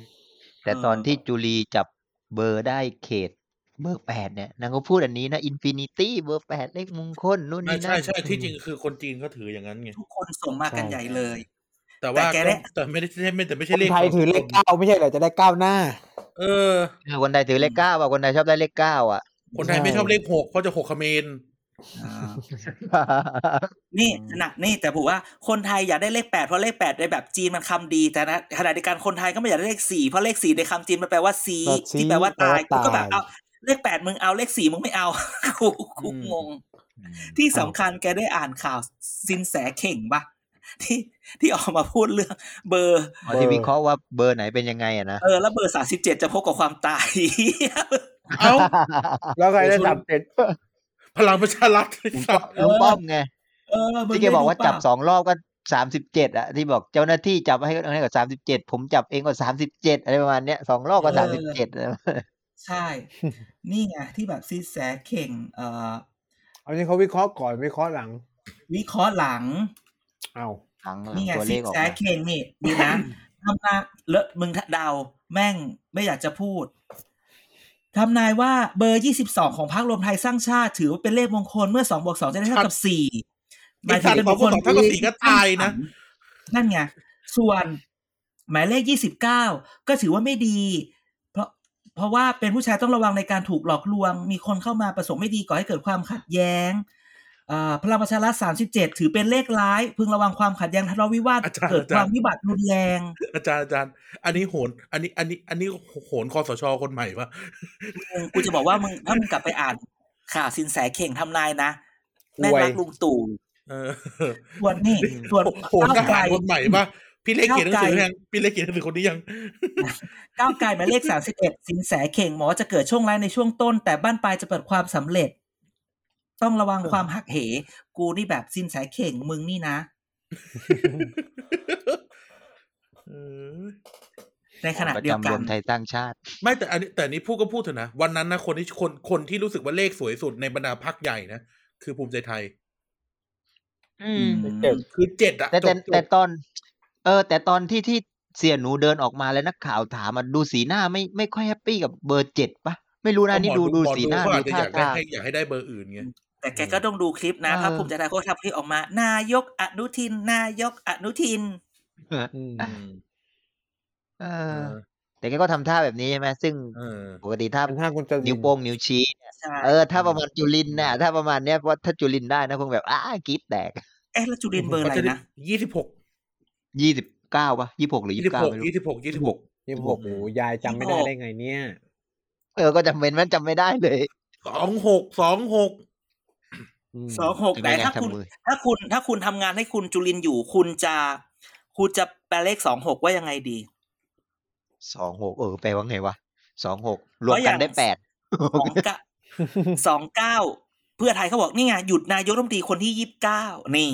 S4: แต่ตอนที่จุลีจับเบอร์ได้เขตเบอร์แปดเนี่ยนางก็พูดอันนี้นะอินฟินิตี้เบอร์แปดเลขมงคลนู่น
S1: ใช่
S4: นี่นั่
S1: ใช่
S4: น
S1: ใช่ที่จริงคือคนจีนเขาถืออย่างนั้นไง
S2: ทุกคนส่งมากัน
S3: ใช่
S2: ใหญ่เลย
S1: แต่ว่า
S2: แต่แก
S1: ก็
S2: ได้
S1: แต่ไม่ได้ไม่แต่ไม่
S3: ค
S1: ใช่
S3: น
S1: เลข
S3: ไทยถือเลขเก้าไม่ใช่เหรอจะได้ก้าวหน้า
S1: เออ
S4: เออคนใดถือเลขเก้าอ่ะคนใดชอบได้เลขเก้าอ่ะ
S1: คนไทยไม่ชอบเลขหกเพราะจะหกเขมร
S2: นี่หนักนี่แต่ผมว่าคนไทยอยากได้เลข 8 เพราะเลข 8 ในแบบจีนมันคำดีแต่นะขณะเดียวกันคนไทยก็ไม่อยากได้เลข 4 เพราะเลข 4 ในคำจีนมันแปลว่าซี
S3: แปลว่าซี
S2: ที่แปลว่าตาย
S3: แปลว่าตาย
S2: ก็แบบเอาเลข 8 มึงเอาเลข 4 มึงไม่เอา กูกูงง ที่สำคัญแกได้อ่านข่าวสินแสเข่งปะที่ที่ออกมาพูดเรื่องเบอร์
S4: อ๋อที่วิเคราะห์ว่าเบอร์ไหนเป็นยังไงอะนะ
S2: เออ แล้วเบอร์ 37 จะพบกับความตาย
S1: เอ้า
S3: แล้วใครได้สามเจ็ด
S1: พลังประชารัฐไอ้สัส
S4: ลุงป้อมไง
S2: เออมึง
S4: ที่แกบอกว่าจับ
S2: ไม่รู้
S4: ส
S2: ปะ
S4: องรอบก็สามสิบเจ็ดอะที่บอกเจ้าหน้าที่จับให้ให้กับสามสิบเจ็ดผมจับเองก็สามสิบเจ็ดอะไรประมาณเนี้ยสองรอบก็สามสิบเจ็ด
S2: ใช่ นี่ไงที่แบบสินแสเข่ง เอ่อ
S3: เอาจริงเขาวิเคราะห์ก่อนวิเคราะห์หลัง
S2: วิเคราะห์หลัง
S3: เอา
S4: ครั้งหลัง
S2: นี่ไง
S4: ตัวเล
S2: ซิ
S4: ข
S2: ก
S4: ออก
S2: แซ
S4: มาก
S2: เคงนี่นี่นะ ทำนายเลอะมึงเดาแม่งไม่อยากจะพูดทำนายว่าเบอร์ 22 ของพรรครวมไทยสร้างชาติ ถือว่าเป็นเลขมงคลเมื่อ2บวก2จะได้เท่ากับ4
S1: ไอ้สัตว์สองคนสองเท่ากับสี่ก็ตายนะ
S2: นั่นไง ส่วนหมายเลข 29 ก็ถือว่าไม่ดี เพราะเพราะว่าเป็นผู้ชายต้องระวังในการถูกหลอกลวง มีคนเข้ามาประสงค์ไม่ดีก่อให้เกิดความขัดแย้งอ่าพลังประชารัฐ37 ถือเป็นเลขร้าย พึงระวังความขัดแย้งทะเลาะวิวาท
S1: อาจารย์
S2: เกิดความวิบัติรุนแรง
S1: อาจารย์อาจารย์ อันนี้โหน อันนี้ อันนี้ อันนี้โหนคอสชคนใหม่ปะ
S2: มึงกูจะบอกว่ามึงถ้ามึงกลับไปอ่านข่าวสินแสเข่งทำนายนะแม่ง
S3: ห่วย
S2: รักลุงตู่
S1: เออ
S2: ส่วนนี่ส่วน
S1: โหนท
S2: ก้าวไกล
S1: หารคนใหม่ปะพี่เล็กเขียนหนังสือยังพี่เล็กเขียนหนังสือคนนี้ยัง
S2: ก้าวไกลหมายเลขสามสิบเอ็ดสินแสเข่งหมอจะเกิดช่วงร้ายในช่วงต้น แต่บ้านปลายจะเปิดความสำเร็จ ต้องระวังความหักเห กูนี่แบบสินแสเข่งมึงนี่นะ
S1: เออ
S2: ในขณะ
S4: ประ
S2: เดียว
S4: จำร
S2: กั
S4: วน มไทยสร้างชาติ
S1: ไม่แต่อันนี้แต่อันนี้พูดก็พูดเถอะนะ วันนั้นนะคนที่คนคนที่รู้สึกว่าเลขสวยสุดในบรรดาพักใหญ่นะ คือภูมิใจไทย
S4: อื
S2: อื
S4: ม
S2: ม
S3: เจ็ด
S1: คือเจ็ดอะ
S4: แต่แต่
S1: จบจบ
S4: แต่ตอน เออ แต่ตอนที่ที่เสียหนูเดินออกมาแล้วนักข่าวถามมาดูสีหน้าไม่ไม่ค่อยแฮปปี้กับเบอร์เจ็ดปะไม่รู้นะนี่ดู
S1: หมอ
S4: ดู
S1: หมอ
S4: สีหน้า
S1: ก็
S4: ดู
S1: อาจจะอยา
S4: ท่า
S1: กได้
S4: ทาง
S1: ให้อยากให้ได้เบอร์อื่นไง
S2: แต่แกก็ต้องดูคลิปนะ
S4: เออ
S2: พรรคภูมิใจไทยเขาก็ทำคลิปออกมา นายกอนุทิน นายกอนุทิน
S3: อืม
S1: อืม
S4: เอ
S1: เอ
S4: อ
S1: อ
S4: แต่แกก็ทำท่าแบบนี้ใช่ไหมซึ่ง
S1: เออ
S4: ปกติท่า
S3: เป็นท่าคุณจริญ
S4: นิ้วโป้งนิ้วชี้
S2: ใช่
S4: เออถ้าประมาณจุลินน่ะถ้าประมาณเนี้ยเพราะถ้าจุลินได้นะคงแบบอ้ากรีดแตก
S2: เอ๊ะแล้วจุลินเบอร์อะไรนะ
S1: ยี่สิบหก
S4: ยี่สิบเก้าปะยี่หกหรือ
S1: ยี่สิ
S4: ยี่
S1: บ
S4: สิ
S1: บ
S4: เก้า
S1: หก
S4: ไม่รู้
S1: ยี่สิบหกยี่สิบหก
S3: ยี่สิบหกโอ้ยายจำไม่ได้ได้ไงเนี่ย
S4: เออก็จำเป็นมันจำไม่ได้เลย
S1: สองหกสองหก
S3: อืม
S2: สองหกแต่ถ้าคุณ
S4: ทำไงทำมือ
S2: ถ้าคุณถ้าคุณทำงานให้คุณจุลินอยู่ คุณจะคุณจะแปลเลขสองหกว่ายังไงดี
S4: สองหกเออแปลว่าไงวะสองหกรวมกันได้
S2: เพราะอย่าง
S4: แปด
S2: สองเก้าสองเก้าเพื่อไทยเขาบอกนี่ไงหยุดนายกรัฐมนตรีคนที่ยี่สิบเก้านี่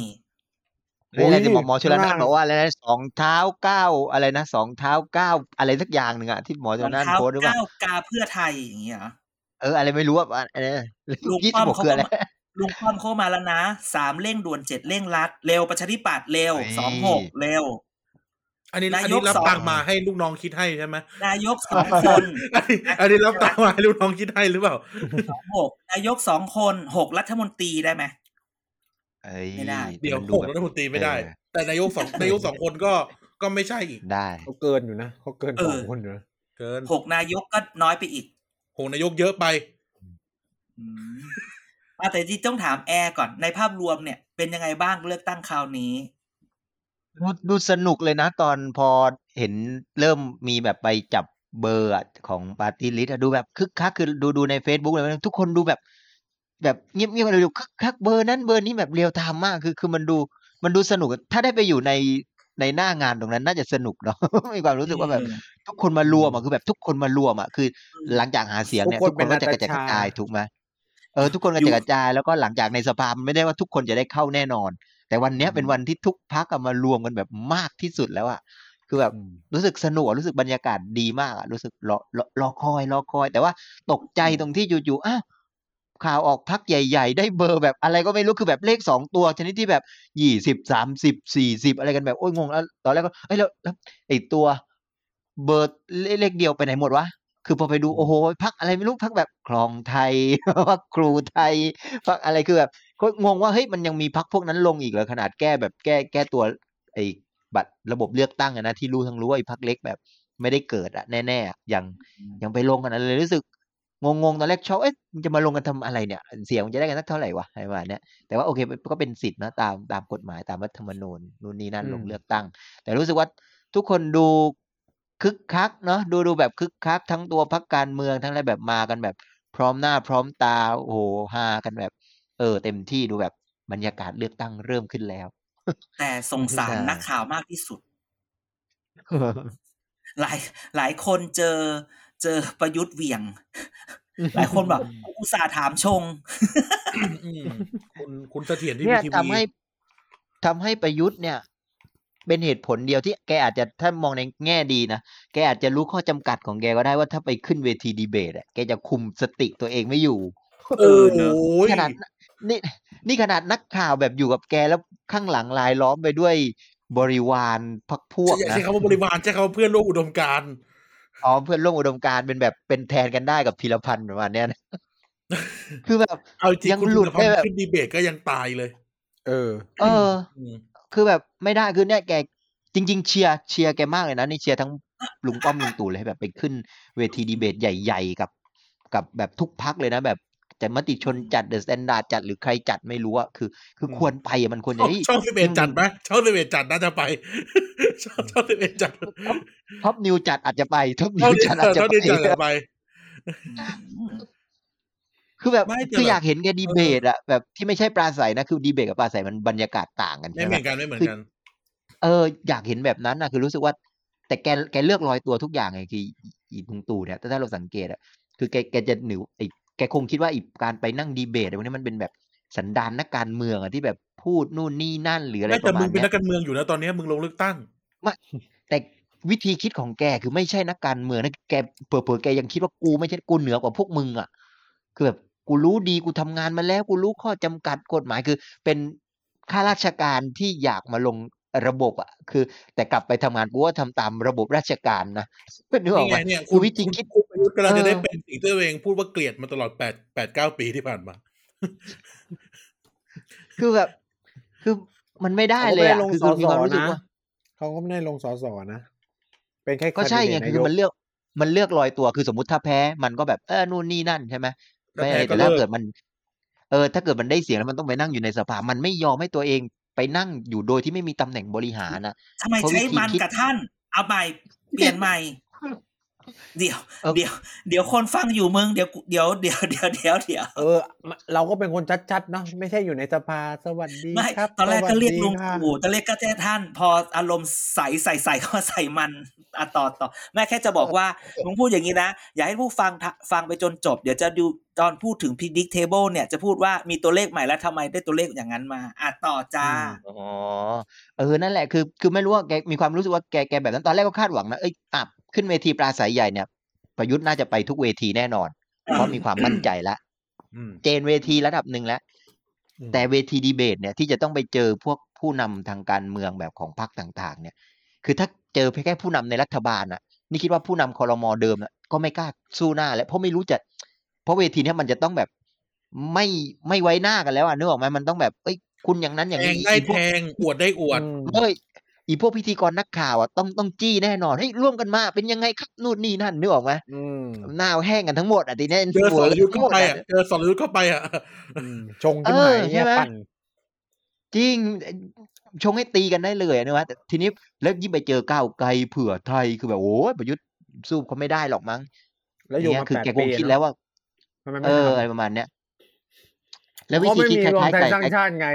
S4: เฮ้ยอะไรที่หมอหมอชลนานบอกว่าอะไรนะสองเท้าเก้าอะไรนะสองเท้าเก้าอะไรสักอย่างหนึ่งอะที่หมอช
S2: ร
S4: ล
S2: อง
S4: นาน
S2: เท้า
S4: โพสต์หรือเปล่า
S2: เก้ากาเพื่อไทยอย่างเงี้ยเหรอ
S4: เอออะไรไม่รู้อะอันนี้
S2: ลูก
S4: ยี่
S2: ป้อ
S4: สิ
S2: บ ม
S4: หก
S2: เขา
S4: คืออะไร
S2: ก็ ลุงป้อมเข้ามาแล้วนะสามเร่งด่วนเจ็ดเร่งรัด เร็วประชาธิปัตย์เร็วสองหกเร็ว
S1: อันนี้
S2: นายก
S1: อันนี้รับ
S2: สอง
S1: ตังค์มาให้ลูกน้องคิดให้ใช่ไหม
S2: นายกสองคน
S1: อันนี้อันนี้รับตังค์มาให้ลูกน้องคิดให้หรือเปล่า
S2: สองหกนายกสองคนหกรัฐมนตรีได้ไหม
S4: เอ้ย
S2: ไม่ได้
S1: เดี๋ยว
S4: มัน
S1: หก
S4: แบบ
S1: รัฐมนตรีไม่ได้ แต่นายกสองนายกสองคนก็ก็ไม่ใช่อีก
S4: ได้
S3: เขาเกินอยู่นะเขาเกิน
S2: เออ
S3: สองคนอยู่นะ
S1: เกิน
S2: หกนายกก็น้อยไปอีก
S1: หกนายกเยอะไป
S2: อืมอ่ะแต่จริงๆต้องถามแอร์ก่อนในภาพรวมเนี่ย เป็นยังไงบ้างเลือกตั้งคราวนี้
S4: ดูดูสนุกเลยนะตอนพอเห็นเริ่มมีแบบไปจับเบอร์อะของปาร์ตี้ลิสดูแบบคึกคักคือดูดูใน Facebook เลยนะทุกคนดูแบบ แบบเงียบเงียบเลยดูคึกคักเบอร์นั้นเบอร์นี้แบบเรียวไทม์มากคือคือมันดูมันดูสนุกอะถ้าได้ไปอยู่ในในหน้างานตรงนั้นน่าจะสนุกเนาะ มีความรู้สึกว่าแบบ ทุกคนมารวมอ่ะคือแบบทุกคนมารวมอ่ะคือ หลังจากหาเสียงเนี่ย
S3: ทุ
S4: ทุ
S3: ก
S4: ก
S3: ค
S4: คน น
S3: เป็น
S4: ก็จะกระจายกระจาย
S3: Natasha
S4: ถูกไหมเออทุกคนกระจายกระจายแล้วก็หลังจากในสภาไม่ได้ว่าทุกคนจะได้เข้าแน่นอน แต่วันเนี้ยเป็นวันที่ทุกพักมารวมกันแบบมากที่สุดแล้วอ่ะคือแบบรู้สึกสนุกอะรู้สึกบรรยากาศดีมากอ่ะรู้สึกรอรอรอคอยรอคอย แต่ว่าตกใจตรงที่อยู่ๆอ้าวข่าวออกพักใหญ่ ๆ ได้เบอร์แบบอะไรก็ไม่รู้คือแบบเลขสองตัวชนิดที่แบบยี่สิบสามสิบสี่สิบอะไรกันแบบโอ้ยงงแล้วตอนแรกก็เอ้ยแล้วแล้วไอตัว เบอร์เลเลขเดียวไปไหนหมดวะ คือพอไปดูโอ้โหพักอะไรไม่รู้พักแบบคลองไทย พักครูไทยพักอะไรคือแบบก็งงว่าเฮ้ยมันยังมีพักพวกนั้นลงอีกเหรอขนาดแก้แบบแก้แก้ตัวไอ้บัตรระบบเลือกตั้งอะนะที่รู้ทั้งรู้ว่าไอ้พักเล็กแบบ ไม่ได้เกิดอะแน่ๆอะยังยังไปลงกันอะไรเลยรู้สึกงงๆตอนแรกชอบเอ๊ะมันจะมาลงกันทำอะไรเนี่ย เสียงมันจะได้กันสักเท่าไหร่วะอะไรประมาณเนี้ยแต่ว่าโอเคมันก็เป็นสิทธินะตามตามกฎหมายตามรัฐธรรมนูญนู่นนี่นั่น
S3: อืม
S4: ลงเลือกตั้ง แต่รู้สึกว่าทุกคนดูคึกคักเนาะดูดูแบบคึกคัก ทั้งตัวพักการเมืองทั้งอะไรแบบมากันแบบ พร้อมหน้าพร้อมตาโอ้โหฮากันแบบ เออ เต็มที่ดูแบบบรรยากาศเลือกตั้งเริ่มขึ้นแล้ว
S2: แต่สงสารนักข่าวมากที่สุด หลายหลายคนเจอเจอประยุทธ์เหวี่ยง หลายคนแบบอุตส่าห์ถามชง
S1: อืมคุณคุณเสถียรที่
S4: เนี่ย
S1: ที
S4: ทำ
S1: วี
S4: ให้ทำให้ประยุทธ์เนี่ย เป็นเหตุผลเดียวที่แกอาจจะถ้ามองในแง่ดีนะแกอาจจะรู้ข้อจำกัดของแกก็ได้ว่าถ้าไปขึ้นเวทีดีเบตอะแกจะคุมสติตัวเองไม่อยู่
S1: โอ้โห
S4: ขนาดนนี่นี่ขนาดนักข่าวแบบอยู่กับแกแล้วข้างหลังลายล้อมไปด้วยบริวารพักพวก
S1: อย่า
S4: นะ
S1: ใช้คำว่าบริวารใช้คำว่าเพื่อนร่วมอุดมการณ์
S4: อ๋อเพื่อนร่วมอุดมการณ์เป็นแบบเป็นแทนกันได้กับพีรพันธ์ประมาณเนี้ ยนะ คือแบบ
S1: เอาจริง
S4: ยัง
S1: คุณ
S4: หลุด
S1: คุณภาพ
S4: ได้แบบ
S1: ขึ้นดีเบตก็ยังตายเลย
S3: เออ
S4: เออ
S1: อืม
S4: คือแบบไม่ได้คือเนี่ยแกจริง ๆ เชียร์เชียร์แกมากเลยนะนี่เชียร์ทั้งลุงป้อมลุงตู่เลยให้แบบไปขึ้นเวทีดีเบตใหญ่ๆ กับ กับแบบทุกพักเลยนะ แบบจะมติชนจัดเดอะสแตนดาร์ดจัดหรือใครจัดไม่รู้อะคือ คือ
S3: อืม
S4: ควรไปอะมันควรจะ
S1: ช่อง
S4: เฮ้ย
S1: ช่องสิบเอ็ดจัดไหมช่องสิบเอ็ดจัดน่าจะไป ช่องช่องสิบเอ็ดจัด
S4: ท็อปนิวจัดอาจจะไปท็อปนิ
S1: ช่อง
S4: ว
S1: นี้
S4: จัดอา
S1: จัด
S4: จจะ
S1: ช่องนี้จัดไ
S4: ไป
S1: ป
S4: คือแบบ
S1: ไม่แต่
S4: คือ
S1: แบบ
S4: อยากเห็นแกดีเบตอะแบบที่ไม่ใช่ปราศัยนะคือดีเบตกับปราศัยมันบรรยากาศต่างกัน
S1: ไม่
S4: ใช่
S1: เห
S4: ไห
S1: มือนกัน
S4: ม
S1: ไม่เหมือนกัน
S4: เอออยากเห็นแบบนั้นนะคือรู้สึกว่า แต่แกแกเลือกลอยตัวทุกอย่างไงคืออีลุงตู่เนี่ยถ้าเราสังเกตอะคือแกแกจะหนิวไอแกคงคิดว่าอีการไปนั่งดีเบตวันนี้มันเป็นแบบสันดานนักการเมืองอะที่แบบพูดนู่นนี่นั่นหรืออะไร
S1: ไม่
S4: ป
S1: แต่
S4: ระมา
S1: มึ
S4: ณ
S1: งเป็น
S4: เนี้ย
S1: นักการเมืองอยู่นะตอนเนี้ยมึงลงเลือกตั้ง
S4: แต่วิธีคิดของแกคือไม่ใช่นักการเมืองนะแกเผลอๆแกยังคิดว่ากูไม่ใช่กูเหนือกว่าพวกมึงอ่ะคือแบบกูรู้ดีกูทำงานมาแล้ว กูรู้ข้อจำกัดกฎหมายคือ เป็นข้าราชการที่อยากมาลงระบบอ่ะ คือ แต่กลับไปทำงานกูว่าทำตามระบบราชการนะ นึกออก
S1: นี่
S4: ไห
S1: ไง
S4: ม
S1: เนี่ย
S4: คือ
S1: คุณ
S4: วิธีคิด
S1: คุณประยุทธ์กำลังจะได้
S4: เออ
S1: เป็นสิ่งที่ตัวเองพูดว่าเกลียดมาตลอดแปดแปดเก้าปีที่ผ่านมา
S4: คือแบบ คือมันไม่ได้
S3: เขาก็
S4: เล
S3: ไม่
S4: ย
S3: ได้
S4: อ่ะ
S3: ลง
S4: คือ
S3: สอ
S4: คือมี
S3: สอ
S4: ความรู้สึก
S3: นะ
S4: ว่า
S3: เขาก็ไม่ได้ลงสอสอนะ เป็นแค่
S4: ก็ใช่ไง
S3: แดด
S4: คือมันเลือกมันเลือกลอยตัวคือสมมติถ้าแพ้มันก็แบบเออนู่นนี่นั่นใช่ไหมไม่อะไร
S1: พ้
S4: แต่
S1: ลิ
S4: ถ้าเกิดมัน เออ ถ้าเกิดมันได้เสียงแล้วมันต้องไปนั่งอยู่ในสภามันไม่ยอมให้ตัวเองไปนั่งอยู่โดยที่ไม่มีตำแหน่งบริหารนะ
S2: ทำไมใช้มันกับท่าน เอาใหม่เปลี่ยนใหม่ เดี๋ยว
S4: เออ
S2: เดี๋ยว เดี๋ยวคนฟังอยู่มึงเดี๋ยวกูเดี๋ยวเดี๋ยวเดี๋ยวเดี๋ยวเดี๋ยว
S3: เออ เราก็เป็นคนชัดๆเนาะไม่ใช่อยู่ในสภาสวัสดี
S2: ไม่
S3: ครับ
S2: ตอนแรกก็เรียกลุง
S3: สวัสดีค่ะ
S2: ปู่ตอนแรกก็แจ้ท่าน พออารมณ์ใสใสใสก็ใส่มันอะต่อต่อแม่แค่จะบอกว่ามึงพูดอย่างนี้นะ อย่าให้ผู้ฟังทะฟังไปจนจบ เดี๋ยวจะดูตอนพูดถึง predict table เนี่ยจะพูดว่ามีตัวเลขใหม่แล้วทำไมได้ตัวเลขอย่างนั้นมาอะต่อจ้า
S4: อ๋อเออนั่นแหละคือ คือไม่รู้ว่าแกมีความรู้สึกว่าแกแกแบบนั้นตอนแรกก็คาดหวังนะเอ้ยอับขึ้นเวทีปราศัยใหญ่เนี่ยประยุทธ์น่าจะไปทุกเวทีแน่นอน เพราะมีความมั่นใจละ
S1: อืม
S4: เจนเวทีระดับหนึ่งแล้ว แต่เวทีดีเบตเนี่ยที่จะต้องไปเจอพวกผู้นำทางการเมืองแบบของพรรคต่างๆ เนี่ย คือถ้าเจอเพียงแค่ผู้นำในรัฐบาลน่ะ นี่คิดว่าผู้นำคอรมอเดิมน่ะก็ไม่กล้าสู้หน้าแล้วเพราะไม่รู้จะ เพราะเวทีเนี้ยมันจะต้องแบบไม่ไม่ไว้หน้ากันแล้วอ่ะนึกออกไหมมันต้องแบบเอ้ยคุณอย่างนั้นอย่าง
S1: แท
S4: นี้
S1: งได้
S4: อีพ
S1: แท
S4: วก
S1: งอวดได้อวด
S3: อืม
S4: เอ้ยอีพวกพิธีกรนักข่าวอ่ะต้องต้องจี้แน่นอนเฮ้ยร่วมกันมาเป็นยังไงครับนู่นนี่นั่นนึกออกไหม
S3: อืม
S4: หน้าแห้งกันทั้งหมดอ่ะทีเนี้ย
S1: เจอสรยุทธ์
S4: ทั้
S1: เข้าง
S4: หมด
S1: ไป
S4: อ่ะ
S1: อ่ะเจอสรยุทธ์เข้าไปอ่ะ
S3: ชงขึ้นมา
S4: เออ
S3: เนี่ย
S4: ใช่ไหม
S3: ปั่น
S4: จริง ชงให้ตีกันได้เลยนะวะแต่ทีนี้แล้วยิ่งไปเจอก้าวไกลเผื่อไทยคือแบบโอ้ยประยุทธ์สู้เขาไม่ได้หรอกมั้ง
S5: แล้วอยู่
S4: เนี่
S5: มาย
S4: คือ
S5: แปด
S4: แกค
S5: ปี
S4: งคิด
S5: เนอะ
S4: แล้วว่า
S5: ทำไมไม่
S4: เออ
S5: ทำ
S4: อะไรประมาณเนี้ยแล้ว
S5: เพ
S4: วิ
S5: ราะ
S4: ธี
S5: ไม่
S4: คิด
S5: มี
S4: ค
S5: รวม
S4: ล้าย
S5: ไท
S4: ๆ
S5: ย
S4: กัน
S5: สร้างชาติไง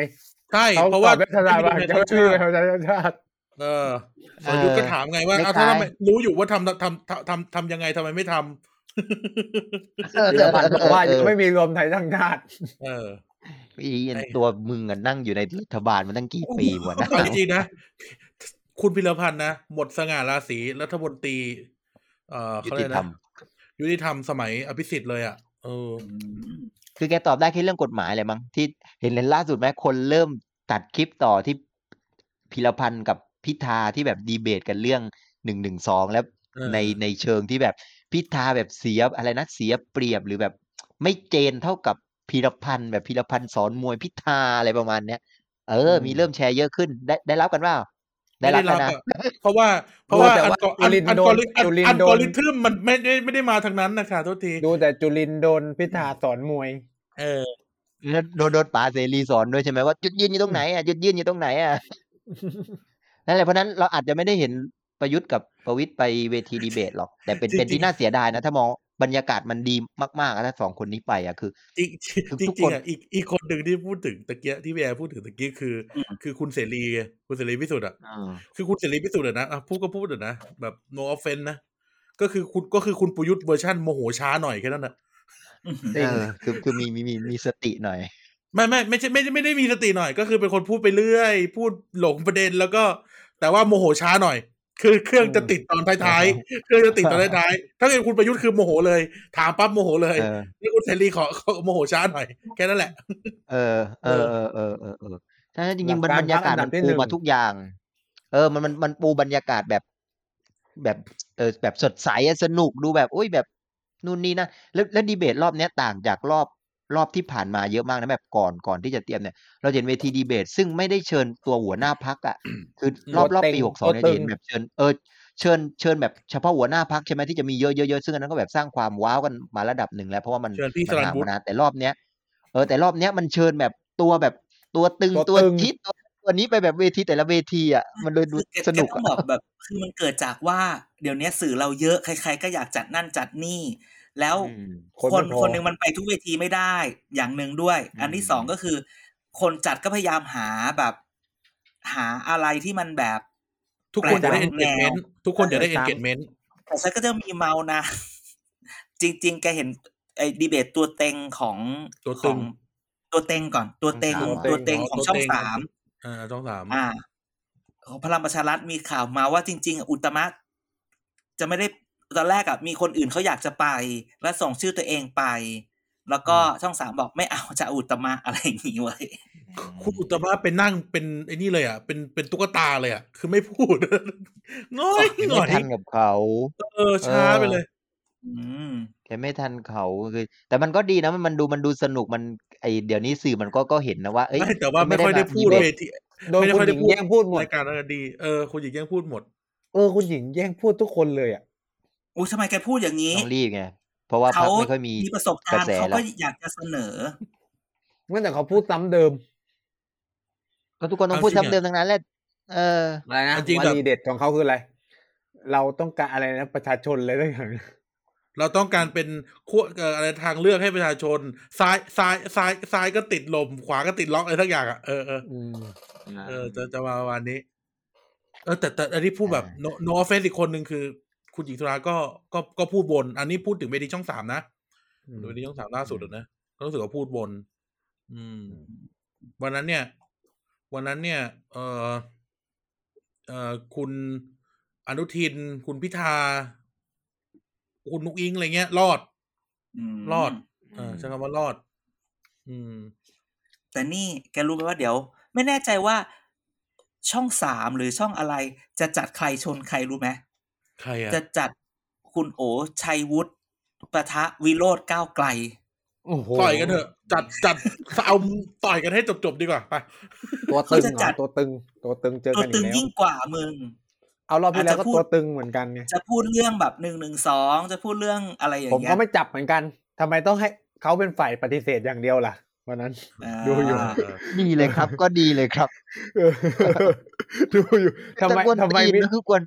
S1: ใช่
S5: เขา
S1: เพราะว่า
S5: ตอบรัฐบาลว่า
S1: ไม่
S5: จะ
S1: มี
S5: ไม่
S1: เงิน
S5: มี
S1: ทั้งชาติ
S5: รวมไทยสร้างชาติ
S1: เออส
S4: เอ
S1: รยุท
S4: อ
S1: ธ์ก็ถามไงว่า
S4: ไม่
S1: เอาถ้าทำไม
S4: คล้าย
S1: รู้อยู่ว่าทำทำทำทำทำยังไงทำไม ไม่ท
S4: เออ
S5: เยอรมันบอกว่ายังไม่มีรวมไทยสร้างชาติ
S1: ำเออ
S4: ไอ้ตัวมึงอะนั่งอยู่ในรัฐบาลมาตั้งกี่ปีวะนะ
S1: เอาจริงๆนะ คุณพิรพันธ์นะ หมดสง่าราศีรัฐมนตรี เอ่อเขาเรียก
S4: ยุติธ
S1: นะ
S4: รรม
S1: ยุติธรรมสมัยอภิสิทธิ์เลยอ่ะเออ
S4: คือแกตอบได้แค่เรื่องกฎหมายอะไรมั้งที่เห็นเห็นล่าสุดไหมคนเริ่มตัดคลิปต่อที่พิรพันธ์กับพิธาที่แบบดีเบตกันเรื่องหนึ่งหนึ่งสองแล้ว
S1: เออ
S4: ในในเชิงที่แบบพิธาแบบเสียอะไรนะเสียเปรียบหรือแบบ ไม่เจนเท่ากับพิรพันธ์แบบพิรพันธ์สอนมวยพิธาอะไรประมาณเนี้ยเออ มีเริ่มแชร์เยอะขึ้นได้ได้รับกันว่าได้รับกันนะ
S1: อะเพราะว่า เพราะว่า
S5: แต่
S1: อัน
S5: ว่า
S1: ก่อนอัน
S5: จุลิน
S1: อัน
S5: โด
S1: กอน ริอันอันก
S5: จุลินโด
S1: อน ริทึมมันไม่ได้ไม่ได้มาทางนั้นนะคะโทษที
S5: ดูแต่จุลินโดนพิธาสอนมวย
S1: เออ
S4: แล้วโดนโดนป๋าเสรีสอนด้วยใช่ไหมว่าจุดยืนอยู่ตรงไหนอ่ะจุดยืนอยู่ตรงไหนอ่ะ นั่นแหละเพราะฉะนั้นเราอาจจะไม่ได้เห็นประยุทธ์กับประวิทย์ไปเวทีดีเบตหรอก แต่เป็น
S1: จริงๆ
S4: เป็นที่น่าเสียดายนะ ถ้ามองบรรยากาศมันดีมากๆอะถ้าสองคนนี้ไปอ่ะคือ
S1: จริงจริง
S4: ทุก
S1: จริ
S4: ค
S1: ง
S4: น
S1: อ่ะอีกอีกคนหนึ่งที่พูดถึงตะเกียะที่พี่แอร์พูดถึงตะเกียะคือ
S2: อืม
S1: คือคุณเสรีไงคุณเสรีพิสุทธิ์อ่ะ
S4: อ
S1: คือคุณเสรีพิสุทธิ์อะนะอ่ะพูดก็พูดอะนะแบบ no offense นะก็คือคุณก็คือคุณประยุทธ์เวอร์ชันโมโหช้าหน่อยแค่นั้นอะ
S4: เออคือคือมีมีมีมีสติหน่อย
S1: ไม่ไม่ไม่ใช่ไม่ไม่ไม่ได้มีสติหน่อยก็คือเป็นคนพูดไปเรื่อย พูดหลงประเด็นแล้วก็ แต่ว่าโมโหช้าหน่อย คือเครื่องจะติดตอนท้ายๆเครื่องจะติดตอนท้ายๆถ้าเกิดคุณประยุทธ์คือโมโหเลย ถามปั๊บโมโหเลย
S4: เออ
S1: นี่คุณเสรีขอขอโมโหช้าหน่อยแค่นั้นแหละ
S4: เออเออเออเออเออเออใช่จริงๆมัน
S5: หลักการ
S4: บรรยากาศ
S5: อันดับ
S4: มัน
S5: ที่ห
S4: ปู
S5: นึ่ง
S4: มาทุกอย่าง เออ มันมันมันปูบรรยากาศแบบ แบบเออแบบสดใสอะสนุกดูแบบอุ้ยแบบนู่นนี่นะแล้วแล้วดีเบตรอบเนี้ยต่างจากรอบรอบที่ผ่านมาเยอะมากนะแบบก่อนก่อนที่จะเตรียมเนี่ย เราเห็นเวทีดีเบต ซึ่งไม่ได้เชิญตัวหัวหน้าพักอ่ะ คือรอบรอบปี
S5: ตัวเต็ง
S4: หกสองเนี่ย
S5: ตัว
S4: จะ
S5: ตึง
S4: เห็นแบบเชิญเออเชิญเชิญแบบเฉพาะหัวหน้าพักใช่ไหมที่จะมีเยอะเยอะเยอะซึ่งอันนั้นก็แบบสร้างความว้าวกันมาระดับหนึ่งแล้วเพราะว่ามัน
S1: เชิญพี่ส
S4: มัน
S1: รัน
S4: หา
S1: วุ
S4: มา
S1: ฒิ
S4: นานแต่รอบเนี้ยเออแต่รอบเนี้ยมันเชิญแบบตัวแบบตัวตึง
S5: ตัว
S4: ตัว
S5: ตึง
S4: คิดตัวตัวนี้ไปแบบเวทีแต่ละเวทีอ่ะมันเลยดู
S2: คือแก
S4: สนุก
S2: แกต้อ
S4: อ่ะ
S2: งบอกแบบคือมันเกิดจากว่าเดี๋ยวนี้สื่อเราเยอะใคร ๆ ก็อยากจัดนั่นจัดนี่ แล้ว
S4: อืม
S5: ค
S2: คน
S5: นไม่พอ
S2: คนหนึ่งมันไปทุกเวทีไม่ได้อย่างหนึ่งด้วย
S4: อืม
S2: อันที่สองก็คือ คนจัดก็พยายามหาแบบ หาอะไรที่มันแบบ
S1: ทุกคนจะได้
S2: แปลกแปลก
S1: engagement ทุกคนจะได้ engagement
S2: แต่ฉันก็จะมีเมานะ จริง ๆ แกเห็นไอ้ดีเบตตัวเต็งของ
S1: ตัว
S2: ข
S1: ตึ
S2: อง งตัวเต็งก่อน ตัวเต็ง
S4: ของสาม
S2: ตัวเต็งของช่อง
S1: ตัวเต็ง
S2: สาม
S1: อ่าช่องสาม
S2: อ่า ของพลังประชารัฐมีข่าวมาว่าจริง ๆอ่ะอุตมะจะไม่ได้ตอนแรกอะมีคนอื่นเขาอยากจะไป และส่งชื่อตัวเองไป แล้วก็ช่องสามบอกไม่เอาจะเอาอุตมะอะไรอย่างนี้ไว้
S1: คุณอุตมะเป็นนั่งเป็นไอ้นี่เลยอ่ะเป็นเป็นตุ๊กตาเลยอ่ะคือไม่พูด น้อยห
S4: แกไม่
S1: น่อย
S4: ทันกับเขา
S1: เออช้าไปเลย
S2: อืม
S4: แกไม่ทันเขาคือแต่มันก็ดีนะมันมันดูมันดูสนุกมันไอเดี๋ยวนี้สื่อมันก็ก็เห็นนะว่าเอ้ย
S1: ไม่แต่ว่าไม่ค่อยได้พูด
S4: ไม่ได้มา
S1: เวที
S5: โดน
S1: ไม่ได้
S5: คุ
S1: ค่
S5: ณ
S1: อย
S5: ห
S1: ได้พูด
S5: ญิงแย่งพูดหมด
S1: รายการอะไรดีเออคุณหญิงแย่งพูดหมด
S5: เออคุณหญิงแย่งพูดทุกคนเลยอ่ะ
S2: อุ้ยทำไมแกพูดอย่างนี้
S4: ต้องรีบไงเพราะว่าพั
S2: เขา
S4: กไม่ค่อยมี
S2: มีประสบการ
S4: กระ
S2: ณ์
S4: แส
S2: เขา
S4: หรอก
S2: ก็อยากจะเสนอ
S5: เมื่อแต่เขาพูดซ้ำเดิม
S4: ก็ทุกคนต้อง
S1: เอา
S4: พูด
S1: จริง
S4: ซ้ำ
S1: อะ
S4: เดิมทั้งนั้นแหละเออ
S5: อะไรนะ
S1: จริงๆ
S5: ว
S1: แบบ
S5: ลีเด็ดของเขาคืออะไร เราต้องการอะไรนะประชาชนเลยทั้งอย่าง
S1: เราต้องการเป็นขั้วเอ่ออะไรทางเลือกให้ประชาชน ซ้ายซ้ายซ้ายซ้ายก็ติดลม ขวาก็ติดล็อกอะไรทั้งอย่างอ่ะเออเออ
S5: อืม
S1: เออจะจะมาวันนี้ เออแต่แต่อันนี้พูดแบบ no no offense อีกคนหนึ่งคือ คุณหญิงสุราก็ก็ก็พูดบน อันนี้พูดถึงเวทีช่องสามนะ
S5: อืม
S1: เวทีช่องสามล่าสุดอะนะก็รู้สึกว่าพูดบน อืม วันนั้นเนี่ย วันนั้นเนี่ย เออเออคุณอนุทิน คุณพิธา คุณนุกอิงอะไรเงี้ย รอด
S2: ม
S1: รอด เออใช้คำว่ารอด อืม
S2: แต่นี่แกรู้ไหมว่าเดี๋ยว ไม่แน่ใจว่าช่องสามหรือช่องอะไร จะจัดใครชนใครรู้ไหม
S1: ใครอ่ะ
S2: จะจัดคุณโอชัยวุฒิประทะวิโรธก้าวไกล
S5: โอ้โห
S1: ต่อยกันเถอะ จัดจัดเอาต่อยกันให้จบๆดีกว่าไป
S5: ตัว
S2: เขา
S5: ตึง
S2: จะจั
S5: อ่ะ
S2: ด
S5: ตัวตึง ตัวตึงเจอ
S2: ตัว
S5: กันอี
S2: ตึ
S5: ก
S2: ง
S5: แล้ว
S2: ยิ่งกว่ามึง
S5: เอารอบที่แล้ว
S2: อาจ
S5: ก็
S2: จะพูด
S5: ตัวตึงเหมือนกันไง
S2: จะพูดเรื่องแบบหนึ่งหนึ่งสองจะพูดเรื่องอะไรอย่าง
S5: ผม
S2: เงี้
S5: ก็
S2: ย
S5: ไม่จับเหมือนกันทำไมต้องให้เขาเป็นฝ่ายปฏิเสธอย่างเดียวล่ะ วันนั้น
S2: า
S5: ดูอยู่
S1: อ่า
S4: ดีเลยครับ ก็ดีเลยครับ
S5: เออดูอยู่ทำไม
S4: แต่กวน
S5: ทำไม
S4: ตีน
S5: ไม่
S4: นะคือกวน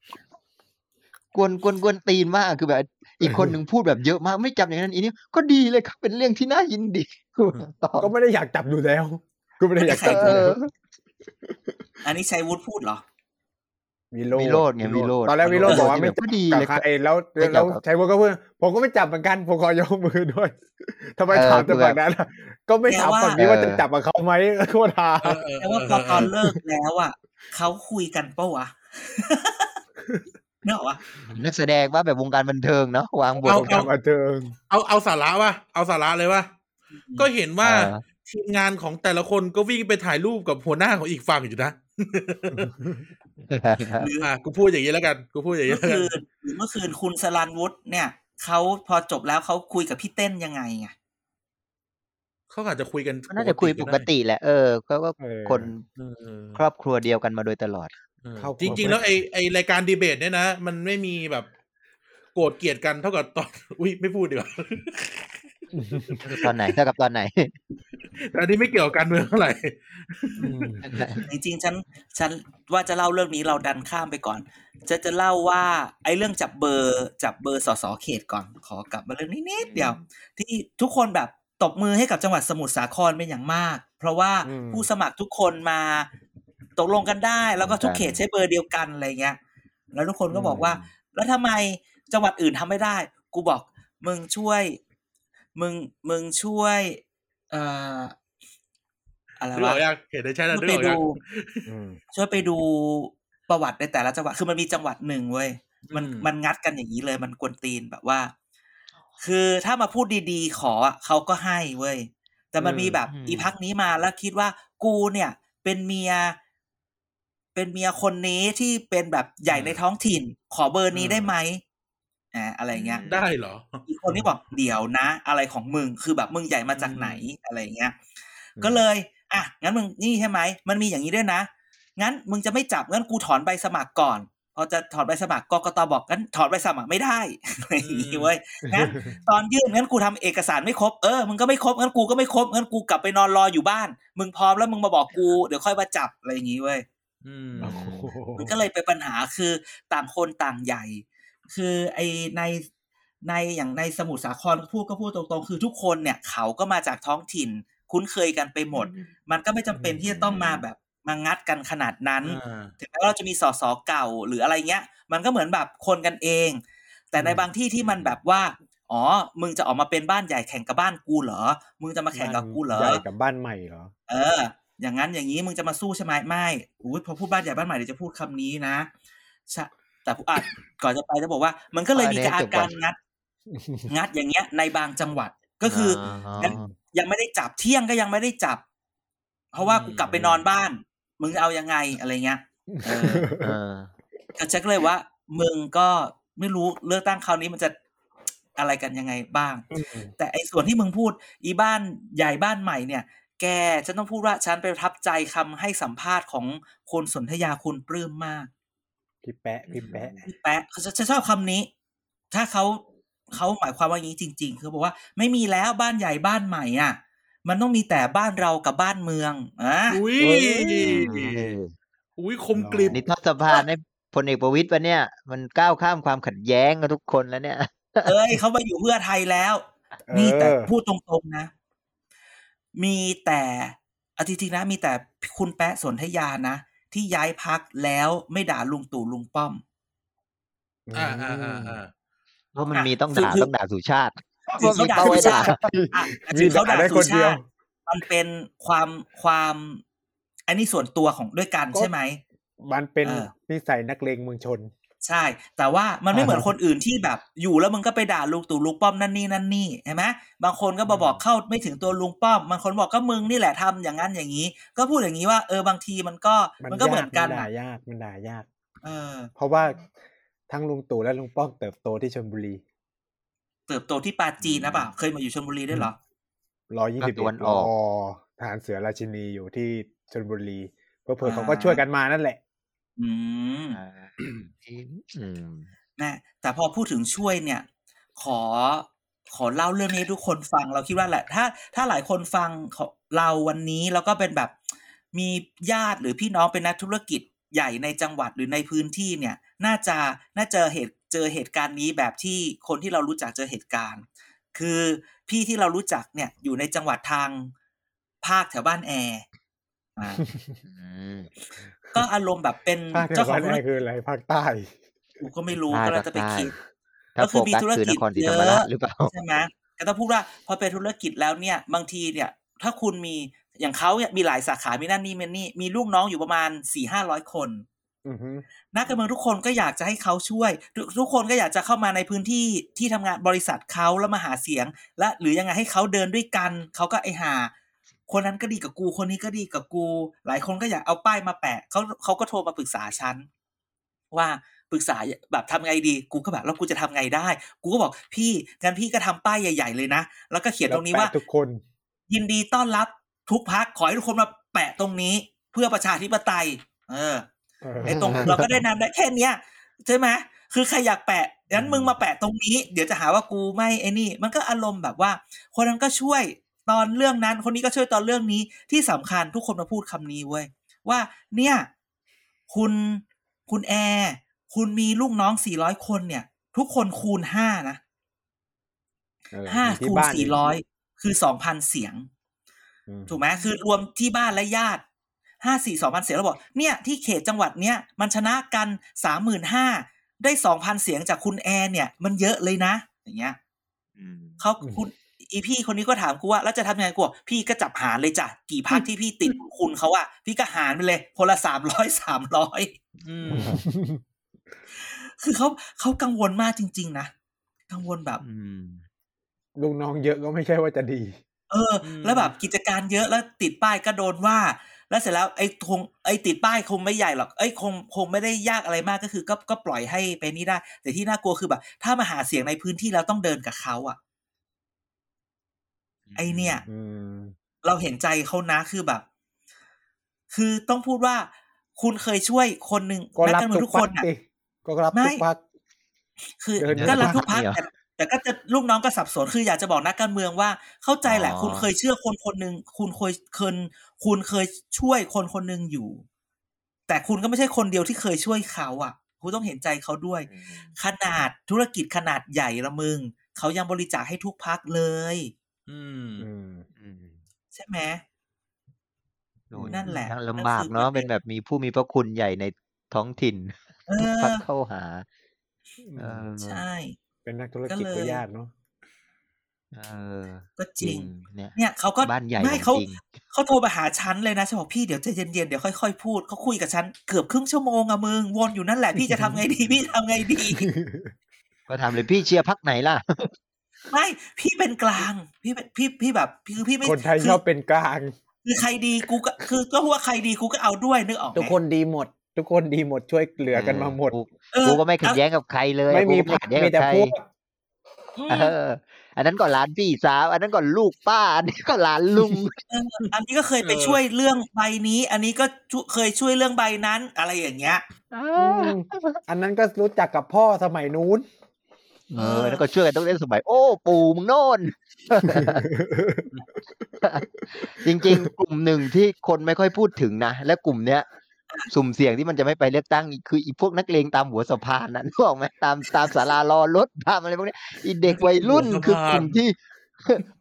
S4: กวนกวนกวนตีนมากอะคือแบบ อีกคนหนึ่งพูดแบบเยอะมากไม่จำอย่างนั้นอีนี่ก็ดีเลยครับ เป็นเรื่องที่น่ายินดีคือตอบ
S5: ก็ไม่ได้อยากจับอยู่แล้ว ก็ไม่ได้อยากจับอ
S4: เอยู่
S5: แล้
S4: อ
S5: ว
S2: อันนี้ชัยวุฒิพูดเหรอ
S5: วิโรจน์
S4: วิโรจน์ไงวิโรจน์
S5: ตอนแรกวิโรจน์บอกว่าไม่จับ
S4: ก็ดี
S5: กับ
S4: เลย
S5: ใครแล้ว
S4: ไม่จับ
S5: แล้ว
S4: ครับ
S5: ใช้วุฒิก็เพื่อนผมก็ไม่จับเหมือนกันผมขอยกมือด้วย ทำไม
S4: เออ
S5: ถามแต่
S4: คือ
S5: ฝั่งนั้นอะก็ไม่ถามฝั่งนี้
S4: แปลว่า
S5: ว่าจะจับกับเขาไหมก็ถาม
S1: เออเออเออ
S2: แต่ว่าพอตอนเลิกแล้วอ่ะเขาคุยกันปะวะ เนกอะวะ
S4: นักแสดงว่าแบบวงการบันเทิงเนาะวางบท
S5: ผมถามอาเจิง
S1: เอาเอาสาระวะเอาสาระเลยวะก็เห็นว่า
S4: เออ
S1: ทีมงานของแต่ละคนก็วิ่งไปถ่ายรูปกับหัวหน้าของอีกฝั่งอยู่นะ
S2: หรือ
S1: อ่ะกูพูดอย่างนี้แล้วกันกูพูดอย่างนี้แล้
S2: เมื่อ
S1: วกัน
S2: คืนหรือเมื่อคืนคุณสรันวุฒิเนี่ย เขาพอจบแล้วเขาคุยกับพี่เต้นยังไงไง
S1: เขาอาจจะคุยกัน
S4: น่าจะคุยปกติแหละ เออก็ก็
S5: เออ
S4: คน
S1: เออ
S4: ครอบครัวเดียวกันมาโดยตลอด
S5: เข้าครัว
S1: จริง ๆ
S5: ไป
S1: แล้วไอไอรายการดีเบตเนี่ยนะ มันไม่มีแบบโกรธเกลียดกันเท่ากับตอน อุ้ยไม่พูดดีกว่า
S4: ตอนไหนเท่ากับตอนไหน
S1: แต่อันนี้ไม่เกี่ยวกับการเมืองเท่าไหร่
S2: จริงๆฉันฉันว่าจะเล่าเรื่องนี้เราดันข้ามไปก่อน จะจะเล่าว่า ไอ้เรื่องจับเบอร์จับเบอร์สสเขตก่อน ขอกลับมาเรื่องนี้นิดเดียว ที่ทุกคนแบบตบมือให้กับจังหวัดสมุทรสาครเป็นอย่างมาก เพราะว่า
S5: อืม
S2: ผู้สมัครทุกคนมาตกลงกันได้ แล้วก็ทุก
S4: ครับ
S2: เขตใช้เบอร์เดียวกันอะไรเงี้ย แล้วทุกคนก็บอกว่า แล้วทำไมจังหวัดอื่นทำไม่ได้ กูบอก มึงช่วย มึงมึงช่วย เอ่ออะไร
S1: นึกอ
S2: วะ
S1: อกยังเห็นได้ใช่แล้ว
S2: ช่
S1: นึ
S2: วย
S1: กออก
S2: ไปดู
S1: ยัง
S5: อืม
S2: ช่วยไปดูประวัติในแต่ละจังหวัด คือมันมีจังหวัดหนึ่งเว้ย มัน
S1: อื
S2: มันงัดกันอย่างนี้เลย มันกวนตีนแบบว่า คือถ้ามาพูดดีๆ ขออะเขาก็ให้เว้ย แต่มัน
S5: อืม
S2: มีแบบ
S4: อืม
S2: อีพักนี้มาแล้วคิดว่ากูเนี่ย เป็นเมีย เป็นเมียคนนี้ที่เป็นแบบใหญ่ในท้องถิ่น ขอเบอร์นี้ได้ไหมอ่าอะไรเงี้ย
S1: ได้เหรอ
S2: อีกคนที่บอกเดี๋ยวนะ อะไรของมึงคือแบบมึงใหญ่มาจากไหนอะไรอย่างเงี้ย ก็เลย อ่ะงั้นมึงนี่ใช่ไหมมันมีอย่างนี้ด้วยนะ งั้นมึงจะไม่จับงั้นกูถอนใบสมัครก่อนพอจะถอนใบสมัครกกตบอกงั้นถอนใบสมัครไม่ได้ อะไรอย่างงี้เว้ยงั้นตอนยื่นงั้นกูทำเอกสารไม่ครบเออมึงก็ไม่ครบงั้นกูก็ไม่ครบงั้นกูกลับไปนอนรออยู่บ้าน มึงพร้อมแล้วมึงมาบอกกูเดี๋ยวค่อยมาจับอะไรอย่างงี้เว้ย
S1: อืม
S5: โอ้โห
S2: มันก็เลยเป็นปัญหาคือต่างคนต่างใหญ่ คือไอในในอย่างในสมุทรสาครพูดก็พูดตรงๆ คือทุกคนเนี่ยเขาก็มาจากท้องถิ่น คุ้นเคยกันไปหมด มันก็ไม่จำเป็นที่จะต้องมาแบบมางัดกันขนาดนั้น
S1: อ่า
S2: ถึงแม้ว่าเราจะมีสสเก่าหรืออะไรเงี้ย มันก็เหมือนแบบคนกันเอง แต่ในบางที่ที่มันแบบว่า อ๋อ มึงจะออกมาเป็นบ้านใหญ่แข่งกับบ้านกูเหรอ มึงจะมาแข่งกับกูเหรอ
S5: ใหญ่กับบ้านใหม่เหรอ
S2: เออ อย่างนั้นอย่างนี้มึงจะมาสู้ใช่ไหมไม่อุ้ยพอพูดบ้านใหญ่บ้านใหม่เดี๋ยวจะพูดคำนี้นะชะแต่ผู้อ่ะ ก่อนจะไปจะบอกว่า มันก็เลยมีการอาการ งัด งัดอย่างเงี้ย ในบางจังหวัดก็คือองั้นยังไม่ได้จับเที่ยงก็ยังไม่ได้จับ เพราะว่ากูกลับไปนอนบ้าน มึงจะเอายังไงอะไรเงี้ยเออ
S4: เออ
S2: ก็เช็คเลยว่ามึงก็ไม่รู้เลือกตั้งคราวนี้มันจะอะไรกันยังไงบ้าง แต่ไอ้ส่วนที่มึงพูด อีบ้านใหญ่บ้านใหม่เนี่ย แกฉันต้องพูดว่าฉันไปประทับใจคำให้สัมภาษณ์ของคนสนธยาคุณปลื้มมาก
S5: พี่แปะพี่แปะ
S2: พี่แปะเขาฉันชอบคำนี้ ถ้าเขาเขาหมายความว่าอย่างนี้จริง ๆ คือบอกว่าไม่มีแล้วบ้านใหญ่บ้านใหม่อ่ะ มันต้องมีแต่บ้านเรากับบ้านเมืองอ่ะ
S1: อุ้ย อุ้ยคมกริบ
S4: นี่ทอดสะพานให้พลเอกประวิตยปะเนี่ย มันก้าวข้ามความขัดแย้งกันทุกคนแล้วเนี่ย
S2: เอ้ยเขามาอยู่เพื่อไทยแล้ว
S5: เออ
S2: นี่แต่พูดตรงๆนะ มีแต่เอาจริงๆนะ มีแต่คุณแปะสนธยานะ ที่ย้ายพักแล้วไม่ด่าลุงตู่ลุงป้อม
S1: อ่าอ่าอ่าอ่า
S4: เพราะมัน
S2: อ่ะ
S4: มีต้อง
S2: คือ
S4: ด่า
S2: คือ
S4: ต้องด่าสุชาติ
S2: คือเขาด่าสุชาติ อ่ะ
S5: มีด่าได้คนเดียว
S2: มันเป็นความความ อันนี้ส่วนตัวของด้วยกันใช่ไหม
S5: มันเป็น
S2: เออ
S5: นิสัยนักเลงเมืองชน
S2: ใช่ แต่ว่ามันไม่เหมือนคนอื่นที่แบบ อยู่แล้วมึงก็ไปด่าลุงตู่ลุงป้อมนั่นนี่นั่นนี่ใช่ไหมบางคนก็มาบอกเข้าไม่ถึงตัวลุงป้อมบางคนบอกก็มึงนี่แหละทำอย่างนั้นอย่างนี้ ก็พูดอย่างนี้ว่าเออบางทีมันก็
S5: มัน
S2: มันก็เหมือนกัน
S5: ยามั
S2: อะ
S5: ด่ายากมันด่ายาก
S2: เออ
S5: เพราะว่าทั้งลุงตู่และลุงป้อมเติบโตที่ชลบุรี
S2: เติบโตที่ปาจีนนะเปล่าเคยมาอยู่ชลบุรีด้วยเหรอ
S5: ร้อยยี่สิบ
S4: ตะวันออก
S5: ทหารเสือราชินีอยู่ที่ชลบุรีเพื่อๆ
S2: อ่า
S5: เขาก็ช่วยกันมานั่นแหละ
S2: อืม
S4: อ่าอืม
S2: นะแต่พอพูดถึงช่วยเนี่ย ขอ ขอเล่าเรื่องนี้ให้ทุกคนฟังเราคิดว่าแหละ ถ้าถ้าหลายคนฟังของเราวันนี้แล้วก็เป็นแบบมีญาติหรือพี่น้องเป็นนักธุรกิจใหญ่ในจังหวัดหรือในพื้นที่เนี่ย น่าจะน่าเจอเหตุเจอเหตุการณ์นี้แบบที่คนที่เรารู้จักเจอเหตุการณ์ คือพี่ที่เรารู้จักเนี่ยอยู่ในจังหวัดทางภาคแถวบ้านแอร์อ่า
S4: อืม
S2: ก็อารมณ์แบบเป็น
S5: ภาคแถ
S2: เจ้าว ขอ
S5: บ้าง
S2: ธุร
S5: นแอร์
S2: กิจ
S5: คืออะไรภาคใต้
S2: กูก็ไม่รู้
S4: ได้
S2: ก็แล้ว
S4: ครับ
S2: จะไป
S4: ได้
S2: คิด
S4: ถ้า
S2: ก็คื
S4: โฟ
S2: อมี
S4: กัส
S2: ธุร
S4: คือ
S2: กิ
S4: น
S2: จ
S4: ครศรีธรรมรา
S2: เย
S4: ช
S2: อะ
S4: หรือเปล่า
S2: ใช่ไหมแต่ต้องพูดว่าพอเป็นธุรกิจแล้วเนี่ย บางทีเนี่ย ถ้าคุณมีอย่างเขาเนี่ยมีหลายสาขา มีนั่นนี่มีนี่ มีลูกน้องอยู่ประมาณสี่ห้าร้อยคน
S5: อือฮึ
S2: นักการเมืองทุกคนก็อยากจะให้เขาช่วยทุกทุกคนก็อยากจะเข้ามาในพื้นที่ที่ทำงานบริษัทเขาแล้วมาหาเสียง และหรือยังไงให้เขาเดินด้วยกันเขาก็ไอหา คนนั้นก็ดีกับกู คนนี้ก็ดีกับกู หลายคนก็อยากเอาป้ายมาแปะเขาเขาก็โทรมาปรึกษาฉันว่าปรึกษาแบบทำไงดี กูก็แบบแล้วกูจะทำไงได้ กูก็บอกพี่งั้นพี่ก็ทำป้ายใหญ่ ๆ เลยนะแล้วก็เขียนตรงนี้ว่า
S5: แปะทุกคน
S2: ยินดีต้อนรับทุกพักขอให้ทุกคนมาแปะตรงนี้ เพื่อประชาธิปไตย เออ
S5: เออ
S2: ไอ้ตรงเราก็ได้นำได้แค่เนี้ยใช่ไหมคือใครอยากแปะงั้นมึงมาแปะตรงนี้ เดี๋ยวจะหาว่ากูไม่ไอ้นี่ มันก็อารมณ์แบบว่า คนนั้นก็ช่วยตอนเรื่องนั้น คนนี้ก็ช่วยตอนเรื่องนี้ที่สำคัญทุกคนมาพูดคำนี้เว้ยว่าเนี่ย คุณคุณแอร์คุณมีลูกน้องสี่ร้อยคนเนี่ย ทุกคนคูณห้านะ
S5: เออ
S2: ห้า
S5: ที่
S2: คูณ
S5: บ้าน
S2: สี่ร้อยคือสองพันเสียง
S5: อืม
S2: ถูกไหมคือรวมที่บ้านและญาติห้าสี่สองพันเสียงแล้วบอก เนี่ยที่เขตจังหวัดเนี่ยมันชนะกันสามหมื่นห้าได้สองพันเสียงจากคุณแอร์เนี่ย มันเยอะเลยนะ อย่างเงี้ยเขาคุณอีพี่คนนี้ก็ถามกูว่าแล้วจะทำยังไงกูบอกพี่ก็จับหารเลยจ้ะกี่พักที่พี่ติดของคุณเขาอะพี่ก็หารไปเลยคนละสามร้อยสามร้อย
S1: อืม
S2: คือเขาเขากังวลมากจริง ๆ นะกังวลแบบ
S5: ลูกน้องเยอะก็ไม่ใช่ว่าจะดี
S2: เออ แล้วแบบกิจการเยอะแล้วติดป้ายก็โดนว่า แล้วเสร็จแล้วไอ้คงไอ้ติดป้ายคงไม่ใหญ่หรอกไอ้ยคงคงไม่ได้ยากอะไรมากก็คือ ก็ก็ปล่อยให้ไปนี่ได้ แต่ที่น่ากลัวคือแบบ ถ้ามาหาเสียงในพื้นที่แล้วต้องเดินกับเขาอ่ะ ไอเนี่ย
S5: อืม
S2: เราเห็นใจเขานะคือแบบ คือต้องพูดว่า คุณเคยช่วยคนหนึ่ง
S5: ก็
S2: นั
S5: รับ
S2: การเมือ
S5: ทุ
S2: งทุก
S5: ก
S2: ค
S5: พัก
S2: นอ่ะ
S5: ดิก็รับ
S2: ไม่
S5: ทุกพัก
S2: คือ
S5: เดิน
S2: ก็รัก
S5: เดิน
S2: ทุกพัก
S4: เหรอ
S2: แต่แต่ก็จะลูกน้องก็สับสนคืออยากจะบอกนักการเมืองว่าเข้าใจแหละ
S4: อ๋อ
S2: คุณเคยเชื่อคนคนหนึ่งคุณเคยเคยคุณเคยช่วยคนคนหนึ่งอยู่ แต่คุณก็ไม่ใช่คนเดียวที่เคยช่วยเขาอ่ะ คุณต้องเห็นใจเขาด้วย ขนาดธุรกิจขนาดใหญ่ละมึงเขายังบริจาคให้ทุกพักเลย
S1: อืม
S5: อืม
S2: ใช่ไหม
S4: โอ้ย
S2: นั่นแหละ
S4: ยาก
S2: นั่น
S4: ลำบาก
S2: คือ
S4: เนาะ
S2: ประเด็น
S4: เป็นแบบมีผู้มีพระคุณใหญ่ในท้องถิ่น
S2: เออ
S4: พักเข้าหาเออ
S2: ใช่
S5: เป็นนักธุรกิจ
S2: ก็เลย
S5: ก็ยากเนาะ
S4: เออ
S2: ก็จริง
S4: เนี่ย
S2: เนี่ยเขาก็
S4: บ้านใหญ่
S2: ไม่
S4: ขอ
S2: เขา
S4: งจริง
S2: เขาโทรมาหาฉันเลยนะฉันบอกพี่เดี๋ยวใจเย็นๆเดี๋ยวค่อยๆพูดเขาคุยกับฉันเกือบครึ่งชั่วโมงอะมึงวนอยู่นั่ นแหละพี่จะทำไงดีพี่จะทำไงดี
S4: ก็ทำเลยพี่เชียร์พักไหนล่ะ
S2: ไม่พี่เป็นกลาง พี่เป็นพี่พี่แบบคือพี่ไม่
S5: คนไทยชอบเป็นกลาง
S2: คือใครดีกูก็คือก็ว่าใครดีกูก็เอาด้วยนึกออกไหม
S5: ทุกคนดีหมด ทุกคนดีหมดช่วยเหลือกันมาหมด
S4: กู
S2: เออ
S4: กูก็ไม่ขัดแย้งกับใครเลย
S5: ไม่มี
S4: กู
S5: พร
S4: ก็
S5: รค
S4: ขัดแย้ง
S5: มี
S4: กับ
S5: แต่
S4: ใคร
S5: พวก
S2: อืม
S4: เออ อันนั้นก็หลานพี่สาว อันนั้นก็ลูกป้า อันนี้ก็หลานลุง
S2: อันนี้ก็เคยไป
S1: เออ
S2: ช่วยเรื่องใบนี้ อันนี้ก็ช่วยเคยช่วยเรื่องใบนั้น อะไรอย่างเงี้ย
S5: อืมอันนั้นก็รู้จักกับพ่อสมัยนู้น
S4: เออแล้วก็ช่วยกันต้องเล่นสมัย โอ้ ปู่มึงโน่น จริงๆ กลุ่มหนึ่งที่คนไม่ค่อยพูดถึงนะ และกลุ่มเนี้ย สุ่มเสี่ยงที่มันจะไม่ไปเลือกตั้งนี่คืออีพวกนักเลงตามหัวสะพานนะนึกออกไหมตามตามสารารอรถ ตามอะไรพวกเนี้ยอีเด็กวัยรุ่น
S1: หัวสะพาน
S4: คือกลุ่ม ที่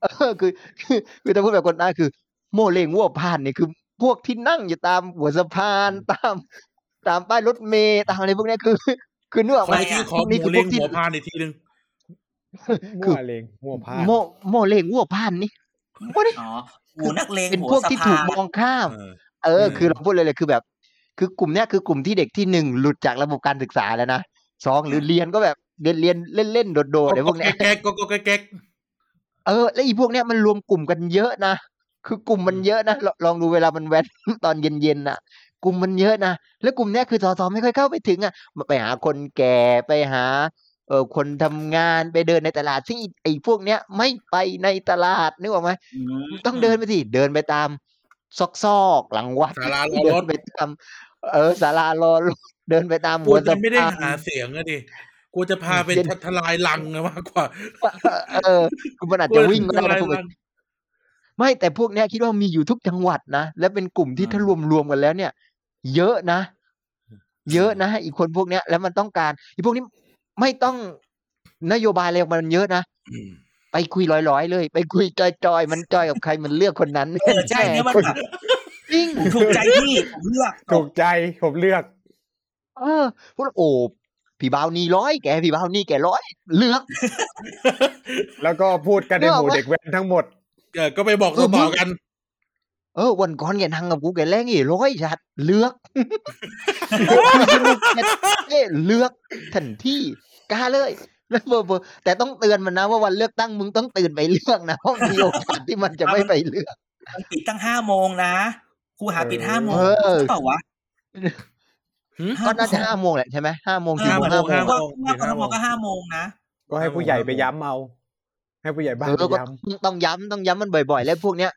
S4: เออคือคือคือถ้าพูดแบบคนน้าคือ โม่เลงวัวพานเนี่ยคือพวกที่นั่งอยู่ตามหัวสะพานตาม ตามป้ายรถเมล์ตามอะไรพวกเนี้ยคือ คือนึกออก
S1: ข
S4: ไห
S1: อ
S4: ม
S1: อีกทีขอ
S4: พวก
S1: ห
S4: นี้
S1: มู
S4: คือ
S1: เล็
S4: พ
S1: ง
S4: วกที่
S1: หัวพานอีกทีหนึ่ง
S4: คื
S5: มั่
S4: อ
S5: วเลงมั่วพลาด
S4: โมโมเลงวัวพานนี่โมเล
S2: อ๋อหมูนักเลง
S4: เป็น
S2: หั
S4: พ
S2: ว
S4: วก
S2: สะ
S4: ที่
S2: พา
S4: ถูก
S2: น
S4: มองข้าม
S1: เออ
S4: เออ
S1: อืม
S4: คือเราพูดเลยเลยคือแบบ คือกลุ่มเนี้ยคือกลุ่มที่เด็กที่หนึ่งหลุดจากระบบการศึกษาแล้วนะสองหรือเรียนก็แบบเรียนเรียนเล่นเล่นๆโดดโดดๆอะไรพวกเนี้ย
S1: แก๊กก็แก๊ก
S4: เออแล้วอีพวกเนี้ยมันรวมกลุ่มกันเยอะนะคือกลุ่มมันเยอะนะลองลองดูเวลามันแวน ตอนเย็นเย็นๆน่ะ กลุ่มมันเยอะนะแล้วกลุ่มเนี้ยคือสอสอไม่ค่อยเข้าไปถึงอ่ะไปหาคนแก่ไปหา เออคนทำงานไปเดินในตลาดซึ่งอีไอ้พวกเนี้ยไม่ไปในตลาดนึกออกไหม
S2: ม
S4: ต้องเดินไปสิเดินไปตาม ซอกซอกๆหลังวัด
S1: ศาลารอรถ
S4: เดินไปตาม เออศาลารอรถเดินไปตาม
S1: ป
S4: หั
S1: ว
S4: ว
S1: ด
S4: สะ
S1: ไม่ได้
S4: พา
S1: หาน เสียงอะดิ กลัวจะพาเป็นทลายลังนะมากกว่า
S4: เออคือมันอาจจะวิ่งก็ได้นะพวกมันไม่แต่พวกเนี้ยคิดว่ามีอยู่ทุกจังหวัดนะ และเป็นกลุ่มที่ถ้ารวมรวมๆกันแล้วเนี่ย เยอะนะ เยอะนะอีกคนพวกเนี้ย แล้วมันต้องการอีพวกนี้ไม่ต้องนโยบายอะไรออกมามันเยอะนะ
S1: อืม
S4: ไปคุยลอยๆเลย ไปคุยจอยๆมันจอยกับใครมันเลือกคนนั้น
S2: เออใช่เนี่ยมันแบบ
S4: จริง
S2: ผมถูกใจพี่ผมเลือก
S5: ถูกใจผมเลือก
S4: เออพูดโอ้พี่บ่าวนี่ร้อยแกพี่บ่าวนี่แกร้อยเลือก
S5: แล้วก็พูดกันใน
S4: เลือ
S5: ห
S4: ก
S5: มู่
S4: ว่า
S5: เด็กแว้นทั้งหมด
S1: เออก็ไปบอกต่อๆกัน
S4: เออวันก่อนแกนั่งกับกูแกแรงอีร้อยชัดเลือก เอ้ยเลือกทันที่กล้า เลยแล้วเบอร์เบอร์แต่ต้องเตือนมันนะว่าวันเลือกตั้งมึงต้องตื่นไปเลือกนะ เพราะมีโอกาสที่มันจะไม่ไปเลือก
S2: มันปิดตั้งห้าโมงนะครูหาปิด
S5: เออ
S2: ห้าโมง
S4: เออ
S2: ใช่เปล่าวะ
S1: หืม
S4: ก็น่าจะห้าโมงแหละใช่ไหมห้าโมงสี่
S2: ห้า
S4: โม
S2: โม
S4: ง
S2: ง
S4: ห้าโม
S2: ห้าง โมงว่ากทมก็ห้าโมงนะ
S5: ก็ให้ผู้ใหญ่ไปย้ำเมา ให้ผู้ใหญ่บ้าน
S4: เออ
S5: ไป
S4: ก็
S5: ย้ำ
S4: ต้องย้ำต้องย้ำมันบ่อยๆ แล้วพวกเนี้ย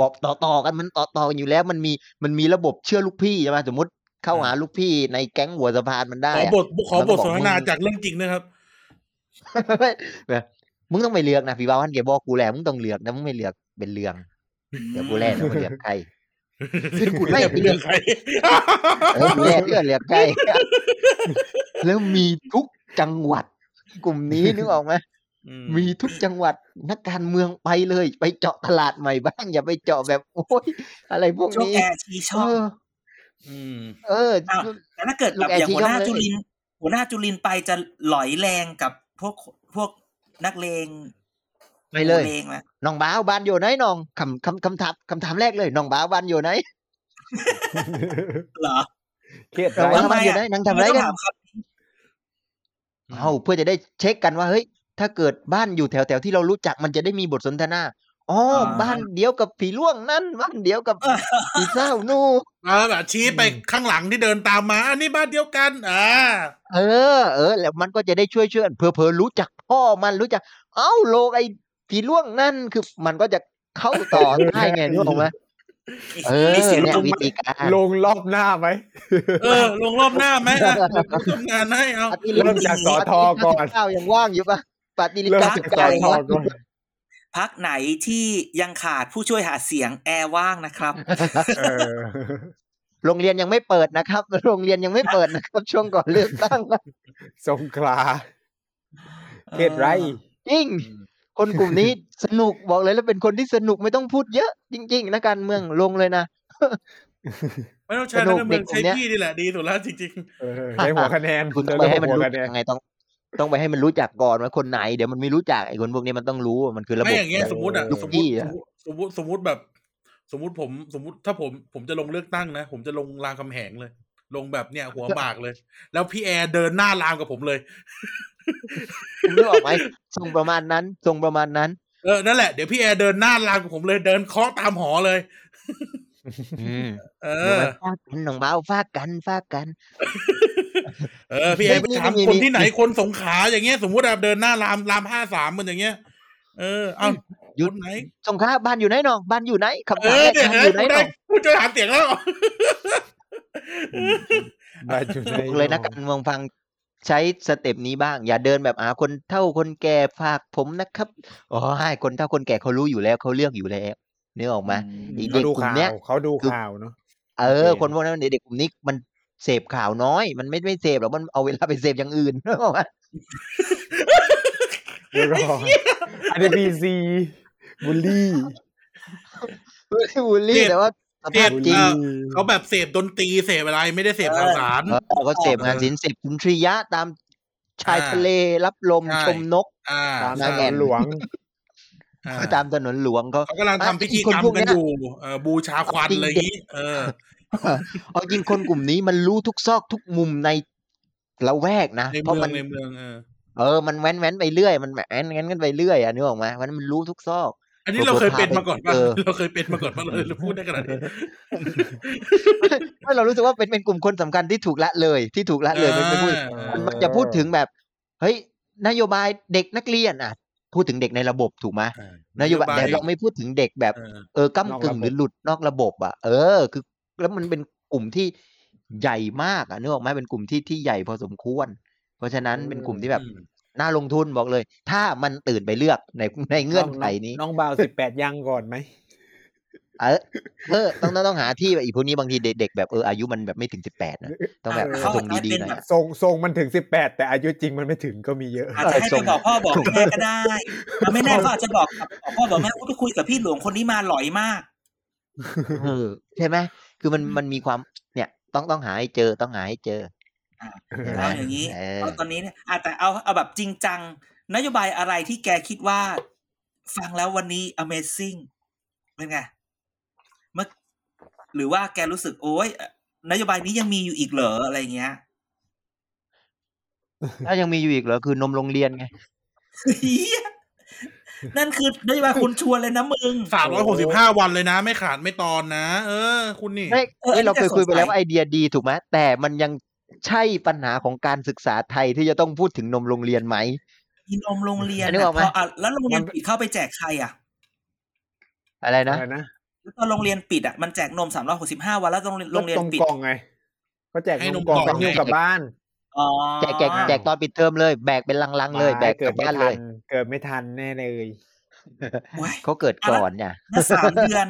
S4: บอกต่อๆกันมันต่อๆกันอยู่แล้วมันมีมันมีระบบเชื่อลูกพี่ใช่ไหมสมมติเข้าหาลูกพี่ในแก๊งหัวสะพานมันได้
S1: ขอ
S4: อะ
S1: บทขอบทสนทนา
S4: แล้วก็บอก
S1: จากเรื่องจริงนะครับ
S4: แบบมึงต้องไปเลือกนะพี่บ้าวันเกียบอกกูแหละมึงต้องเลือกนะมึงไม่เลือกเป็นเรื่องเดี๋ยวกูแลกนะมึงเลือก ใคร
S1: ซึ่งคุณ
S4: ไม่
S1: จะไปเลือกใคร
S4: เออกูแลกเลือกเลือกใคร แล้วมีทุกจังหวัด กลุ่มนี้นึกออกไหม มีทุกจังหวัดนักการเมืองไปเลย ไปเจาะตลาดใหม่บ้าง อย่าไปเจาะแบบโอ้ยอะไรพวก
S2: ช่วง
S4: นี้
S2: แอร์ชีช่
S4: เอ
S2: อง
S4: อ
S1: อืม
S4: เออ
S2: อ้าว แต่ถ้าเกิด
S4: ลู
S2: แบบ
S4: กแอร์
S2: อย่าง
S4: ชี้
S2: หัวหน้า
S4: ช่องเลย
S2: จุลินหัวหน้าจุลินไปจะหลอยแรงกับพวกพวกนักเลง
S4: ไปเลย
S2: นักเลงนะ
S4: น้องบ้าวบ้านอยู่ไหนน้องคำคำคำถามคำถามแรกเลยน้องบ้าวบ้านอยู่ไหน
S2: เหรอ
S5: เครียด
S4: น้อง
S5: ไร
S4: บ้า
S2: ทำไม
S4: วบ้านอยู่
S2: อะ
S4: ไหนนังทำอะไร
S2: ม่ต้ง
S4: กัน
S2: ถามครับ
S4: เอาเพื่อจะได้เช็คกันว่าเฮ้ยถ้าเกิดบ้านอยู่แถวแถวๆที่เรารู้จักมันจะได้มีบทสนทนาอ๋ออา บ้านเดียวกับผีล่วงนั่นบ้านเดียว กับผีเศร้านู่น
S1: แล้วแบบชี้ไปข้างหลังที่เดินตามมา อันนี้บ้านเดียวกัน อ่า
S4: เออ เออ แล้วมันก็จะได้ช่วยช่วยกันเผื่อเผื่อรู้จักพ่อมันรู้จัก เอ้าโลกไอ้ผีล่วงนั่นคือมันก็จะเข้าต่อได้ไงนึกออกไหมเออ
S2: มีเสียง
S4: เนี่ย
S2: ลม
S4: วิ
S2: มา
S4: ธีการ
S5: ลงรอบหน้าไหม
S1: เออ ลงรอบหน้า ไหมอ่ะทำงานให้เอา
S4: ปฏิ
S5: เริ่มจากสอทอก่อน
S4: ปฏิริษีเก้ายังว่างอยู่ปะปฏิริษี
S5: เริ่ม
S4: เก้า
S5: จาก
S4: สิบ
S5: ส
S4: เก้า
S5: อ
S4: ยัง
S5: ทอ
S4: ว่าง
S5: ก่อน
S2: พักไหนที่ยังขาดผู้ช่วยหาเสียงแอร์ว่างนะครับ
S5: เออ
S4: โรงเรียนยังไม่เปิดนะครับ โรงเรียนยังไม่เปิดนะครับ ช่วงก่อนเลือกตั้ง
S5: สงขลาเครียดไร
S4: จริง คนกลุ่มนี้สนุกบอกเลยแล้วเป็นคนที่สนุกไม่ต้องพูดเยอะ จริงๆนะการเมืองลงเลยนะ
S1: ไม่ต้องใช้
S4: สนุ
S1: นัก
S4: ก
S1: การเมือง
S4: เด็กผม
S1: ใช้
S4: เนี่ย
S1: พี่นี่แหละดีสุดแล้วจริง
S5: เออใช้หัวคะแนน
S4: คุณต้องไปให้มัน
S5: หัว
S4: รู้
S5: คะแน
S4: จัก
S5: น
S4: ไงต้อง ต้องไปให้มันรู้จักก่อนว่าคนไหนเดี๋ยวมันไม่รู้จักไอ้คนพวกนี้มันต้องรู้ว่ามันคือ
S1: ๆ
S4: ระบบ
S1: ไม่อย่างเงี้ย
S4: แบบ
S1: สมมติอ่ะ
S4: ลูก
S1: สมม
S4: พี่
S1: ติ
S4: อะ
S1: สมมติสมมติแบบ สมมติผม สมมติถ้าผม ผมจะลงเลือกตั้งนะ ผมจะลงรามคำแหงเลย ลงแบบเนี่ยหัวหมากเลย แล้วพี่แอร์เดินหน้ารามกับผมเลย
S4: คุณนึกออกไหมทรงประมาณนั้นทรงประมาณนั้น
S1: เออ นั่นแหละ เดี๋ยวพี่แอร์เดินหน้ารามกับผมเลย เดินเคาะตามหอเลย
S4: อืม
S1: เอ
S4: เดี๋ยว
S1: อ
S4: มันฟาดกันหนองเบาฟาดกันฟาดกัน
S1: เออพี่แอร์ไปถาม
S4: นี่
S1: คน
S4: นี่นี่
S1: ที่ไหนคนสงขลาอย่างเงี้ย สมมุติแบบเดินหน้ารามรามห้าสามมันอย่างเงี้ย เออเอายุดไหน
S4: สงขลาบ้านอยู่ไหนน้องบ้านอยู่ไหนคำ
S1: เอ
S4: ถาม
S1: อ
S4: แรก
S1: เนี่ยเออยู่กู
S4: บ้านอไหนน้
S1: ได้
S4: อง
S1: กูจะถามเสียงแล้ว
S5: บ้านอยู่ไหน
S4: บอกเลยนะการเมืองฟังใช้สเต็ปนี้บ้าง อย่าเดินแบบอาคนเท่าคนแก่ฝากผมนะครับอ๋อให้คนเท่าคนแก่เขารู้อยู่แล้วเขาเลือกอยู่แล้วนึกออกไหม อีกเด็
S5: เขา
S4: ก
S5: ดู
S4: กลุ่ม
S5: ข่า
S4: เนี้ย
S5: วเขาดูข่าวเนาะ
S4: เออ
S5: โอเค
S4: คนพวกนั้นเด็กๆกลุ่มนี้มันเสพข่าวน้อย มันไม่ไม่เสพหรอกมันเอาเวลาไปเสพอย่างอื่น นึกออกไหม
S5: เดี๋ยวรออันนี้บีซีบูลลี่
S4: ไม่ได้บูลลี่แต่ว่าสภาพ
S5: บูล
S4: จริง
S5: ลี่
S1: เขาแบบเสพดนตรีเสพอะไรไม่ได้เสพข่าวสาร
S4: เออก็เสพงานศิลป์เสพสุนทรียะตามชาย
S1: อ่า
S4: ทะเลรับลม
S1: ใช่
S4: ชมนก
S1: อ่า
S5: ตาม
S4: นั่
S5: ถน
S4: นแหละ
S5: นหลวง
S1: อ่า
S4: ตามถนนหลวงก็
S1: เขากำลังทำพิธีกรรมกันอยู่เออบูชาควันอะไรอย่างงี้เออ
S4: เอาจริงคนกลุ่มนี้มันรู้ทุกซอกทุกมุมในละแวกนะ
S1: ใน
S4: เพ
S1: เมื
S4: ราะ
S1: อง
S4: มัน
S1: ในเมืองเออ
S4: เออมันแว้นแว้นๆไปเรื่อยมันแว้นแว้นๆกันไปเรื่อยอ่ะนึกออกไหมมันมันรู้ทุกซอก
S1: อันนี้เราเคยเป็นมาก่อนป่ะ
S4: เออ
S1: เราเคยเป็นมาก่อนป่ะเลยเราพูดได้ขนาดนี้
S4: ไม่เรารู้สึกว่าเป็นเป็นกลุ่มคนสำคัญที่ถูกละเลยที่ถูกละเลยเป็นเป็นผู้ มันมักจะพูดถึงแบบ เฮ้ย นโยบายเด็กนักเรียนอ่ะ พูดถึงเด็กในระบบถูกไหมนโยบายแต่เราไม่พูดถึงเด็กแบบ
S1: เออ
S4: เออก้ากึ่ง
S5: นอกระบบ
S4: หรือหลุดนอกระบบอ่ะ เออ คือ แล้วมันเป็นกลุ่มที่ใหญ่มากอ่ะนึกออกไหมเป็นกลุ่มที่ที่ใหญ่พอสมควร เพ ราะฉะนั้นเป็นกลุ่มที่แบบ
S1: อืม
S4: น่าลงทุนบอกเลย ถ้ามันตื่นไปเลือกในในเงื่อนไขนี้
S5: น้องบาวสิบแปดยังก่อนไหม
S4: เออเออต้องต้องต้องหาที่แบบอีกพวกนี้บางทีเด็กๆแบบเอออายุมันแบบไม่ถึงสิบแปดนะต้องแบบ
S2: เขา
S4: ทรงดี
S2: เป็น
S4: ๆหน่อย
S2: แบบ
S4: อะ
S5: ทรงทรงมันถึงสิบแปดแต่อายุจริงมันไม่ถึงก็มีเยอะ
S2: อาจจะให้ไปบอกพ่อบอกแม่ก็ได้เอาไม่แน่เขาอาจจะบอกกับบอกพ่อบอกแม่ว่าไปคุยกับพี่หลวงคนนี้มาหลอยม าก
S4: เออใช่ไหมคือมันมันมีความเนี่ยต้องต้องหาให้เจอต้องหาให้เจอ
S2: อ่ะ
S4: ห็นไหม
S2: เอาอย่างนี้
S4: เ
S2: เอาตอนนี้เนี่ยอาจจะแต่เอาเอาแบบจริงจัง นโยบายอะไรที่แกคิดว่า ฟังแล้ววันนี้ Amazing เป็นไงเมื่อหรือว่าแกรู้สึกโอ๊ยนโยบายนี้ยังมีอยู่อีกเหรออะไรเงี้ย
S4: ถ้ายังมีอยู่อีกเหรอคือนมโรงเรียนไง
S2: เหี้ยนั่นคือนโยบายคุณชวนเลยนะมึง
S1: สามร้อยหกสิบห้าวันเลยนะ ไม่ขาดไม่ตอนนะ เออ คุณนี่
S4: ไม่
S2: เอออันนี้
S4: เอ้ยเราเคยคุยไปแล้ว
S2: น่าสนใจ
S4: ว่าไอเดียดีถูกไหมแต่มันยังใช่ปัญหาของการศึกษาไทยที่จะต้องพูดถึงนมโรงเรียนไหม
S2: มีนมโรงเรียน
S4: นึกออกไหม
S2: พะะแล้วโรงเรียน
S5: มัน
S2: ปิดเข้าไปแจกใครอ่ะ
S4: อะไรนะ
S5: อะไรนะ
S2: แล้วตอนโรงเรียนปิดอ่ะมันแจกนมสามร้อยหกสิบห้าวันแล้วโรงเรียนโรงเรียน
S5: ตรง
S2: ปิด
S5: กล่องไงก็แจก
S1: ให้
S5: น
S1: น
S5: ม
S1: ม
S5: กล่อง
S1: กล่
S5: กั
S1: อบ ง
S5: นิ้วกลับบ้าน
S2: อ๋อ
S4: แจกแจกแจกตอนปิดเทอมเลยแบกเป็นลังๆเลยแบกก
S5: เกิ
S4: ลั
S5: ด
S4: บ
S5: ไม่
S4: บ้าน
S5: ทั
S4: เล
S5: น
S4: ย
S5: เกิดไม่ทันแน่เลย
S2: โอ้ย
S4: เขาเกิด
S2: อ่ะ
S4: ก่อนเนี่ย
S2: น่าสามเดือน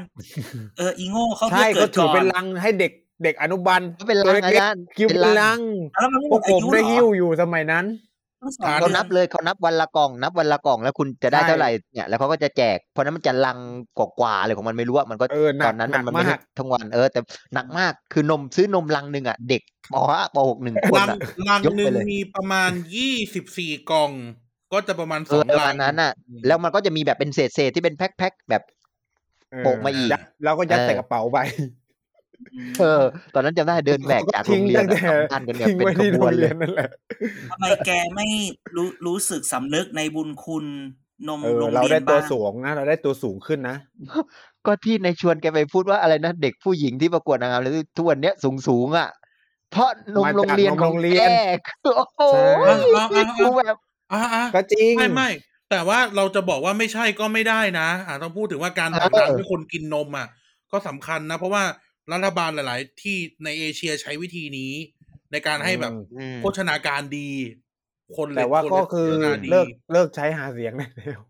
S2: เอออีโง่เขา
S5: ใช่
S2: เพิ่งเกิ
S5: ก็
S2: ด
S5: ถื
S2: ก่
S5: อ
S2: อ
S5: เป็น นลังให้เด็กเด็กอนุบาล
S4: ก็เป็นลังอาจารย์
S5: คิว
S4: เป็
S5: เป็นน
S4: ลั
S5: ลั
S4: ง
S5: ง
S2: อ่ะแล้วมันไม่ห
S5: พ
S2: ม
S5: ว
S2: ด
S5: ก
S2: อา
S5: ผม
S2: ยุ
S5: ได้
S2: เหร
S5: หิ้ว
S2: อ
S5: อยู่สมัยนั้น
S2: ต้องสอง
S1: อ่ะ
S4: เขา
S2: เดือ
S4: นับเลยเขานับวันละกล่อง นับวันละกล่องแล้วคุณจะได้
S5: ใช่
S4: เท่าไหร่เนี่ยแล้วเขาก็จะแจกเพราะนั้นมันจะลังกว่าๆอะไรของมันไม่รู้อะมันก็
S5: เออหนั
S4: ต
S5: ก
S4: อนนั้น
S5: ห
S4: มั
S5: นั
S4: น
S5: ก
S4: มัน
S5: มา
S4: ไม่ได้
S5: ก
S4: ทั้งวันเออ แต่หนักมากคือนมซื้อนมลังหนึ่งอะเด็กปห้าปหกหนึ่งคน
S1: ลัง
S4: อะ
S1: ลัง
S4: ยก
S1: หนึ่
S4: ไป
S1: ง
S4: เลย
S1: มีประมาณยี่สิบสี่กล่อง ก็จะประมาณ
S4: เอ
S1: สอ
S4: อง ประ
S1: ลั
S4: มางณนั้นอ่ะ แล้วมันก็จะมีแบบเป็นเศษเศษๆที่เป็นแพ็คแพ็คๆแบบ
S5: เออ
S4: โปะมาอีก
S5: ยัดเราก็ยัดใส่กระเป๋าไป
S4: เออ ตอนนั้นจำได้เดินแบกจากโรงเรียน
S5: ทิ้งตั้งแต่
S4: ทำบ้านกันแบบ
S5: ทิ้ง
S4: เป็น
S5: ไว้
S4: ข
S5: ที่
S4: บ
S5: โร
S4: วน
S5: ง
S4: เล
S5: เรี
S4: ย
S5: ยนนั่นแหละ
S2: ทำไมแกไม่รู้รู้สึกสำนึกในบุญคุณนม
S5: เออ
S2: โรง
S5: เรา
S2: เรีย
S5: ได้
S2: น
S5: ตัว
S2: บ้าง
S5: สูงนะ เราได้ตัวสูงขึ้นนะ
S4: ก็ที่ในชวนแกไปพูดว่าอะไรนะเด็กผู้หญิงที่ประกวดนางงามเลยทุกวันเนี้ยสูงสูงๆอ่ะ เพราะนม
S5: มาจาก
S4: โรงเรียน
S5: นม
S4: ขอ
S5: โรง งเรี
S4: แก
S5: ยน
S4: คือโอ้โห
S5: ใช่
S1: เอาเอา
S4: กู
S1: เอา
S4: แบบ
S1: อ่ะอ่ะ
S5: ก็จริง
S1: ไม่ไม่ แต่ว่าเราจะบอกว่าไม่ใช่ก็ไม่ได้นะ อ่ะต้องพูดถึงว่าการผลักดันให้คนกินนมอ่ะ ก็สำคัญนะ เพราะว่ารัฐบาลหลาย ๆ ที่ในเอเชียใช้วิธีนี้ ในการให้แบบ
S5: อืม
S4: อืม
S1: โภชนาการดี คนเลย
S5: แต่ว่า
S1: คน
S5: ก็
S1: เลย
S5: คือ
S1: โภชนาดี
S5: เลิกเลิกใช้หาเสียงได้แล้ว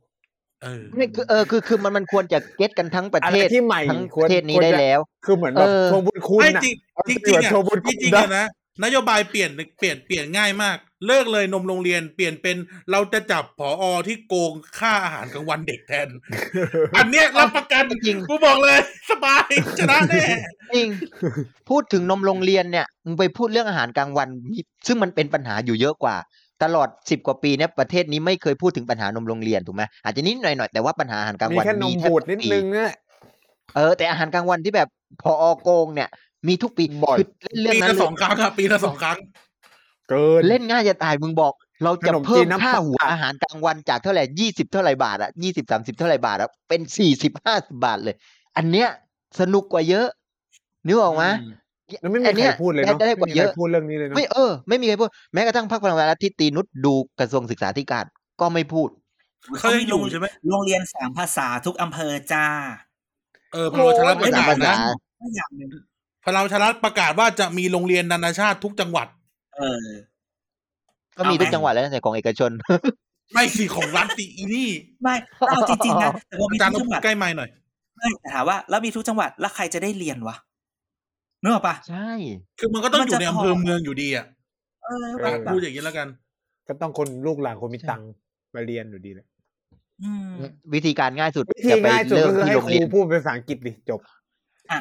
S1: เออ
S4: นี่คือเออคือคือมันมันควรจะเก็ตกันทั้งประ
S5: อะ
S4: เท
S5: ไร
S4: ศ
S5: ที่ใหม่
S4: ทั้ง
S5: ค
S4: ป
S5: วร
S4: ระเทศนี้
S5: ควร
S4: ได้
S5: จะ
S4: แล้ว
S5: คือเหมือนแบบ
S4: เออ
S5: โชว์บุญคุณ
S1: ไม่
S5: นะ
S1: จริง
S5: เอา
S1: จริง
S5: ปแบบ
S1: ๆอะ
S5: โชว์บุญ
S1: จ
S5: คุณ
S1: ริงๆ
S5: นะ
S1: อะนะนโยบายเปลี่ยนเปลี่ยนเปลี่ยนง่ายมาก เลิกเลยนมโรงเรียนเปลี่ยนเป็นเราจะจับผออที่โกงค่าอาหารกลางวันเด็กแท น อันเนี้ยรับประกัน
S4: จริง
S1: กูบอกเลย สบายชนะแน่
S4: จริง พูดถึงนมโรงเรียนเนี่ยมึงไปพูดเรื่องอาหารกลางวันนี่ซึ่งมันเป็นปัญหาอยู่เยอะกว่า ตลอดสิบกว่าปีเนี่ยประเทศนี้ไม่เคยพูดถึงปัญหานมโรงเรียนถูกไหมอาจจะนิดหน่อยหน่อยๆแต่ว่าปัญหาอาหารกลาง
S5: มี
S4: วัน
S5: แค่นม
S4: แท
S5: บูด
S4: ทุก
S5: นิด
S4: ปี
S5: นึงนะ
S4: เออแต่อาหารกลางวันที่แบบพอโกงเนี่ย มีทุกปี
S5: บ่อย
S4: คือเรื่อง
S1: ปี
S4: นั้
S1: ละ
S4: นเล
S1: ส
S4: ย
S1: องครั้งครับปีละสองครั้ง
S5: เกิน
S4: เล่นง่ายจะตายมึงบอก เราจะ
S5: ขนมจีน
S4: เพิ่ม
S5: น้ำ
S4: ค่า
S5: ปลา
S4: หัวอาหารกลางวันจากเท่าไหร่ยี่สิบเท่าไหร่บาทอะยี่สิบสามสิบเท่าไหร่บาทอะเป็นสี่สิบห้าสิบบาทเลย อันเนี้ยสนุกกว่าเยอะนึกออกไหม
S5: แล้วไม่มีใครพูดเลยเนาะ
S4: ได้ก
S5: ไม่
S4: ว่า
S5: มี
S4: เย
S5: ใคร
S4: อะ
S5: พูดเรื่องนี้เลยเนาะ
S4: ไม่เออไม่มีใครพูดแม้กระทั่งพรรคพลังประชารัฐที่ตีนุชดูกระทรวงศึกษาธิการก็ไม่พูด
S1: เขายังอยู่ใช่ไหม
S2: โรงเรียนสามภาษาทุกอำเภอจ้า
S1: เออพลังประชารัฐประกาศ
S4: ภาษา
S1: นะ
S2: ก็อย่างหนึ่ง
S1: พลังประชารัฐประกาศว่าจะมีโรงเรียนนานาชาติทุกจังหวัด
S2: เออ
S4: ก็มี
S2: เอาไหม
S4: ทุกจังหวัดแล้วนะแต่ของเอกชน
S1: ไม่สิของรัฐสิอีนี่
S2: ไม่แล้วเอาจริงๆนะแต่ว่ามี
S1: อาจาร
S2: ทุ
S1: ย์
S2: ก
S1: ต้องพู
S2: จังหวัด
S1: ดใกล้ไมค์หน่อย
S2: ไม่แต่ถามว่า แล้วมีทุกจังหวัดแล้วใครจะได้เรียนวะนึกออกปะ
S4: ใช่
S1: คือมันก็ต้อง
S2: มัน
S1: อ
S2: จะ
S1: ยู่ในอำเภอเมืองอยู่ดีอ่ะ
S2: เออ
S5: เอ
S2: แบบ
S5: อ
S1: พูดอย่างนี้แล้วกัน
S5: ก็ต้องคนลูกหลานคนมีตังค์มาเรียนอยู่ดีแหละ
S2: อืม
S4: วิธีการง่ายสุด
S5: วิธี
S4: จะไป
S5: ง่ายสุด
S4: เลิก
S5: ก็คือ
S4: ที่
S5: ให้
S4: โรง
S5: ค
S4: เรียน
S5: รูพูดเป็นภาษาอังกฤษดิจบ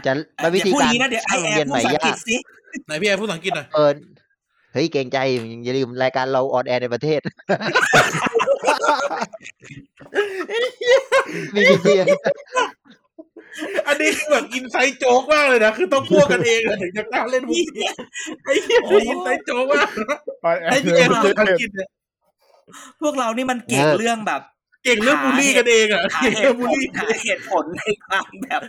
S4: จะ
S2: อ่ะ
S4: วิธี
S2: อย่พูด
S4: กา
S2: อ
S4: ร
S2: ย่งนี้นะเดี๋ยวไอ
S4: สร้าง
S2: แอร์
S4: โรงเรียน
S2: พูด
S4: ให
S2: ภา
S4: ม่
S2: ษาอังกฤ
S4: ยา
S2: ษ
S4: ก
S2: สิ
S1: ไหนพี่แอร์พูดภาษาอังกฤษหน่อย
S4: เออเฮ้ยเกรงใจอย่าลืมรายการเราออนแอร์ในประเทศ มีวิธี
S1: อันนี้คือแบบอินไซต์โจ๊กมากเลยนะ คือต้องพวกกันเองอะถึงจะกล้าเล่นมุกนี้ไอ้เหี้ยคืออินไซต์โจ๊กมากให้พี่เอ็มเจอกันกินเนี่ย
S2: พวกเรานี่มันเก่งเรื่องแบบ
S1: เก่งเรื่องบูลลี่กันเองอ่ะ
S2: หา
S1: เก่ง
S2: เห
S1: เรื่อง
S2: ตุผ
S1: บูล
S2: ล
S1: ลี่
S2: หาเหตุผลในความแบบ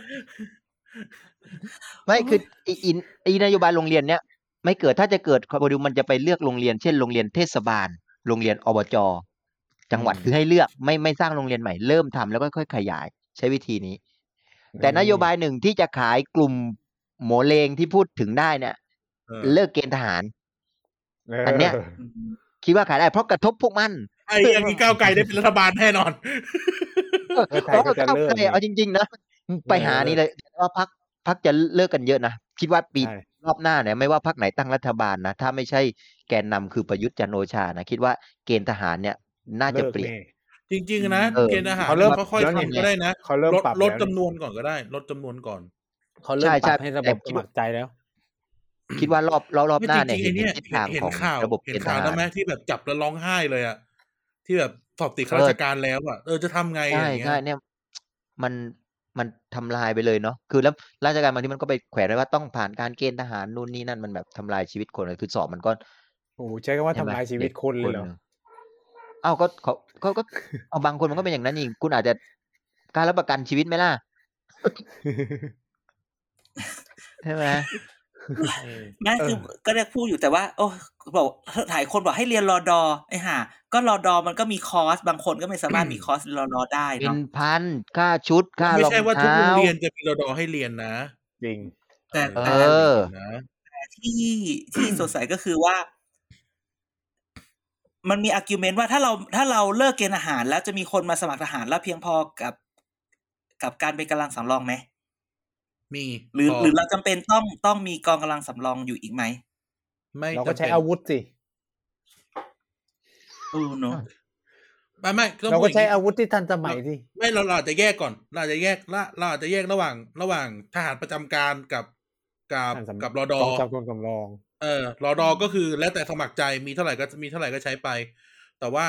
S4: ไม่คือไออินไอนโยบายโรงเรียนเนี้ยไม่เกิดถ้าจะเกิดความดูมันจะไปเลือกโรงเรียน เช่นโรงเรียนเทศบาล โรงเรียนอบจจังหวัดคือให้เลือกไม่ไม่สร้างโรงเรียนใหม่เริ่มทำแล้วก็ค่อยขยาย ใช้วิธีนี้ แต่นโยบายหนึ่งที่จะขายกลุ่มโหมเลงที่พูดถึงได้เนี่ย เลิกเกณฑ์ทหาร อันเนี้ย
S2: อืม
S4: คิดว่าขายได้เพราะกระทบพวกมัน
S1: ไอ้อย่างนี้ก้าวไกลได้เป็นรัฐบาลแน่นอน
S5: เพื่อไทยก็จะเลิก
S4: ออเอาจริงๆนะไปหานี่เลยว่าพักพักจะเลิกกันเยอะนะ คิดว่าปี
S5: ใช่
S4: รอบหน้าเนี่ยไม่ว่าพักไหนตั้งรัฐบาลนะ ถ้าไม่ใช่แกนนำคือประยุทธ์จันทร์โอชานะ คิดว่าเกณฑ์ทหารเนี่ยน่าจะ
S5: เลิก
S4: เปลี่ยน
S5: แ
S1: จริง ๆ นะ
S4: เออ
S1: เกณฑ์อาหาร
S5: เขาเริ่ม
S1: ค่อย
S4: แล้ว
S1: ๆ
S4: เนี่ย
S1: ทำก็ได้นะ
S5: เขาเริ่ม
S1: ลด
S5: ปรับ
S1: ลด
S5: แล้ว
S1: จำนวนก่อนก็ได้ ลดจำนวนก่อน
S5: เขาเริ่ม
S4: ใช่
S5: ป
S4: ใช่
S5: รับให้ระบ
S4: แต่
S5: บส
S4: คิดว่า
S5: มัครใจแล้ว
S4: คิดว่ารอบรอบรอบหน้าเนี่ย
S1: จริ
S4: เห็
S1: งๆไอ้
S4: น
S1: เนี่ย
S4: ทิศทาง
S1: เห็น
S4: ของ
S1: ข่าว
S4: ระบบ
S1: เห็
S4: เก
S1: น
S4: ณฑ์ท
S1: ข่าว
S4: หา
S1: แล้ว
S4: ร
S1: ไหมที่แบบจับแล้วร้องไห้เลยอะที่แบบสอบติดข้า
S4: เออ
S1: ราชการแล้วอะเออจะทำไงอะ
S4: ใช่
S1: อย่างเงี้
S4: ใช่
S1: ย
S4: เนี่ยมันมันทำลายไปเลยเนาะคือแล้วราชการบางทีมันก็ไปแขวนไว้ว่าต้องผ่านการเกณฑ์ทหารนู่นนี่นั่นมันแบบทำลายชีวิตคนเลยคือสอบมันก็
S5: โอ้โหใช้คำว่า
S4: ใช่ไหม
S5: ทำลายชีวิตคนเลยเหรอ
S4: ด็กเอ้าก็เขาเขา ก็ เอาบางคนมันก็เป็นอย่างนั้นนี่คุณอาจจะการรับประกันชีวิตไหมล่ะ ใช่ ไหม
S1: เออ
S2: นั่นคือก็ได้พูดอยู่แต่ว่า โอ้บอกหลายคนบอกให้เรียนรอดอไอ้ห่าก็รอดอมันก็มีคอร์สบางคนก็ไม่สามารถมีคอร์สรอดอได้
S4: เป็
S2: เนาะ
S4: นพันค่าชุดค่า
S1: ไม่
S4: รอง
S1: ใช่ว่าทุก
S4: เท้า
S1: โรงเรียนจะมีรดอให้เรียนนะ
S5: จริง
S2: แต่
S4: เอ
S2: แต่
S4: อ
S1: นะ
S2: ที่ที่สงสัยก็คือว่า มันมีอาร์กิวเมนต์ว่าถ้าเราถ้าเราเลิกเกณฑ์อาหาร แล้วจะมีคนมาสมัครทหารแล้วเพียงพอกับ กับการเป็นกำลังสำรองไหม
S1: มี
S2: หรือ
S1: พ
S2: หรือเราจำเป็นต้องต้องมีกองกำลังสำรองอยู่อีกไหม
S1: ไม่
S5: เราก็ใช้
S1: จำป็น
S5: อาวุธสิ
S2: เออเนอะ
S1: ไม่ไม่ต้อง
S5: เรา
S1: พูด
S5: ก็
S1: ย่ง
S5: ใช้
S1: นี้
S5: อาวุธที่ทันสมัยสิ
S1: ไม่เราเราอาจจะแยกก่อนเราอาจจะแยกละเราอาจจะแยกระหว่างระหว่างทหารประจำการกับกับ
S5: ทหารสำ
S1: กับรอดอก
S5: องจับกองสำรอง
S1: เออรอดอก็คือแล้วแต่สมัครใจมีเท่าไหร่ก็มีเท่าไหร่ก็ใช้ไป แต่ว่า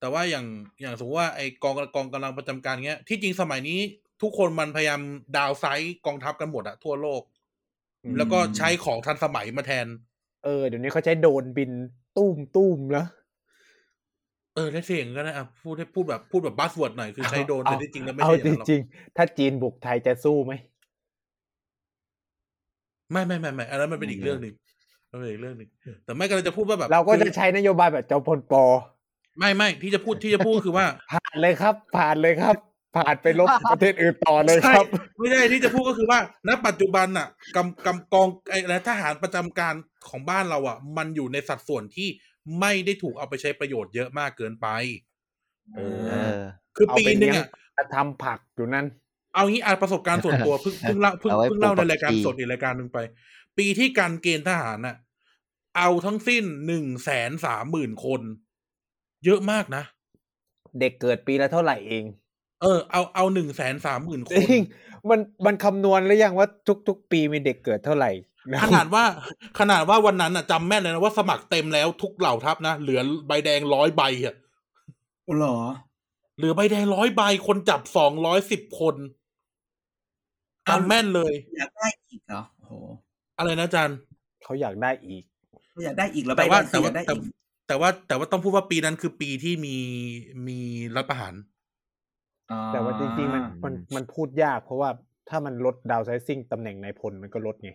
S1: แต่ว่าอย่างอย่างสมมติว่าไอกองกองกำลังประจำการเงี้ยที่จริงสมัยนี้ทุกคนมันพยายามดาวไซส์กองทัพกันหมดอะทั่วโลก
S5: อืม
S1: แล้วก็ใช้ของทันสมัยมาแทน
S5: เออ เดี๋ยวนี้เขาใช้โดรนบินตุ้มตุ้มแล้ว
S1: เออได้เสียงก็ได้อะพูดให้พูดแบบพูดแบบบัสเวิร์ดหน่อยคือใช้โดรน
S5: เอา
S1: แต่ที่จริงแล้วไม่
S5: เอา
S1: ใช่อย่า
S5: จ
S1: งนั้นหรอก
S5: ริงๆ ถ้าจีนบุกไทยจะสู้ไหม
S1: ไม่ไม่ไม่ไม่อันนั้นมันเป็นอีกเรื่องหนึ่งมันเป็นอีกเรื่องหนึ่งแต่ไม่กำลังจะพูดว่าแบบ
S5: เราก็จะใช้นโยบายแบบจอมพลปอ
S1: ไม่ไม่ที่จะพูดที่จะพูดคือว่า
S5: ผ่านเลยครับ ผ่านเลยครับ ผ่านไป ลบ ประเทศอื่นต่อเลย
S1: ใช่
S5: ครับ
S1: ไม่ได้ที่จะพูดก็คือว่า ณ ปัจจุบันน่ะกำกำกองไอ้อะไรทหารประจำการของบ้านเราอ่ะ มันอยู่ในสัดส่วนที่ไม่ได้ถูกเอาไปใช้ประโยชน์เยอะมากเกินไป เอ
S4: เอ
S1: อ
S4: อ
S1: คือ
S5: เอา
S1: ปี
S5: ไป
S1: หนึ่ง
S5: เลี้ยง
S1: อ่ะ
S5: ทำผักอยู่นั่น
S1: เอางี้อาจประสบการณ์ส่วนตัวเพิ่งเพิ่งเล่าเพิ่ง
S4: เอาไว้
S1: เพิ่งเล่า
S4: ปลู
S1: ใน
S4: ก
S1: รายการ
S4: ผักชี
S1: สดอีกรายการหนึ่งไป ปีที่การเกณฑ์ทหารน่ะ เอาทั้งสิ้นหนึ่งแสนสามหมื่นคน เยอะมากนะ
S5: เด็กเกิดปีละเท่าไหร่เอง
S1: เออเอาเอาหนึ่งแสนสามหมื่นค
S5: จ
S1: น
S5: ริง มันมันคำนวณหรือยังว่าทุก ๆ ปีมีเด็กเกิดเท่าไหร่นะ
S1: ขนาดว่าขนาดว่าวันนั้นน่ะจำแม่นเลยนะว่าสมัครเต็มแล้วทุกเหล่าทัพนะ เหลือใบแดงร้อยใบอะ
S2: อ๋อเหรอ
S1: เหลือใบแดงร้อยใบคนจับสองร้อยสิบคนจำแม่นเลย
S2: อยากได้อีกเหรอโอ้โห
S1: อะไรนะอาจารย์
S5: เขาอยากได้อีก
S2: อยากได้อีกเหรอ
S1: แต่ว่า
S2: ใบ
S1: แต่ว่าย
S2: แดงคืออากได้
S1: แต่
S2: อีก
S1: แต่ว่าแต่ว่าต้องพูดว่าปีนั้นคือปีที่มีมีรัฐประหาร
S5: แต่ว่าจริงๆมัน
S2: อ่า
S5: มันมันพูดยาก เพราะว่าถ้ามันลดดาวไซซิ่งตำแหน่งนายพลมันก็ลดไง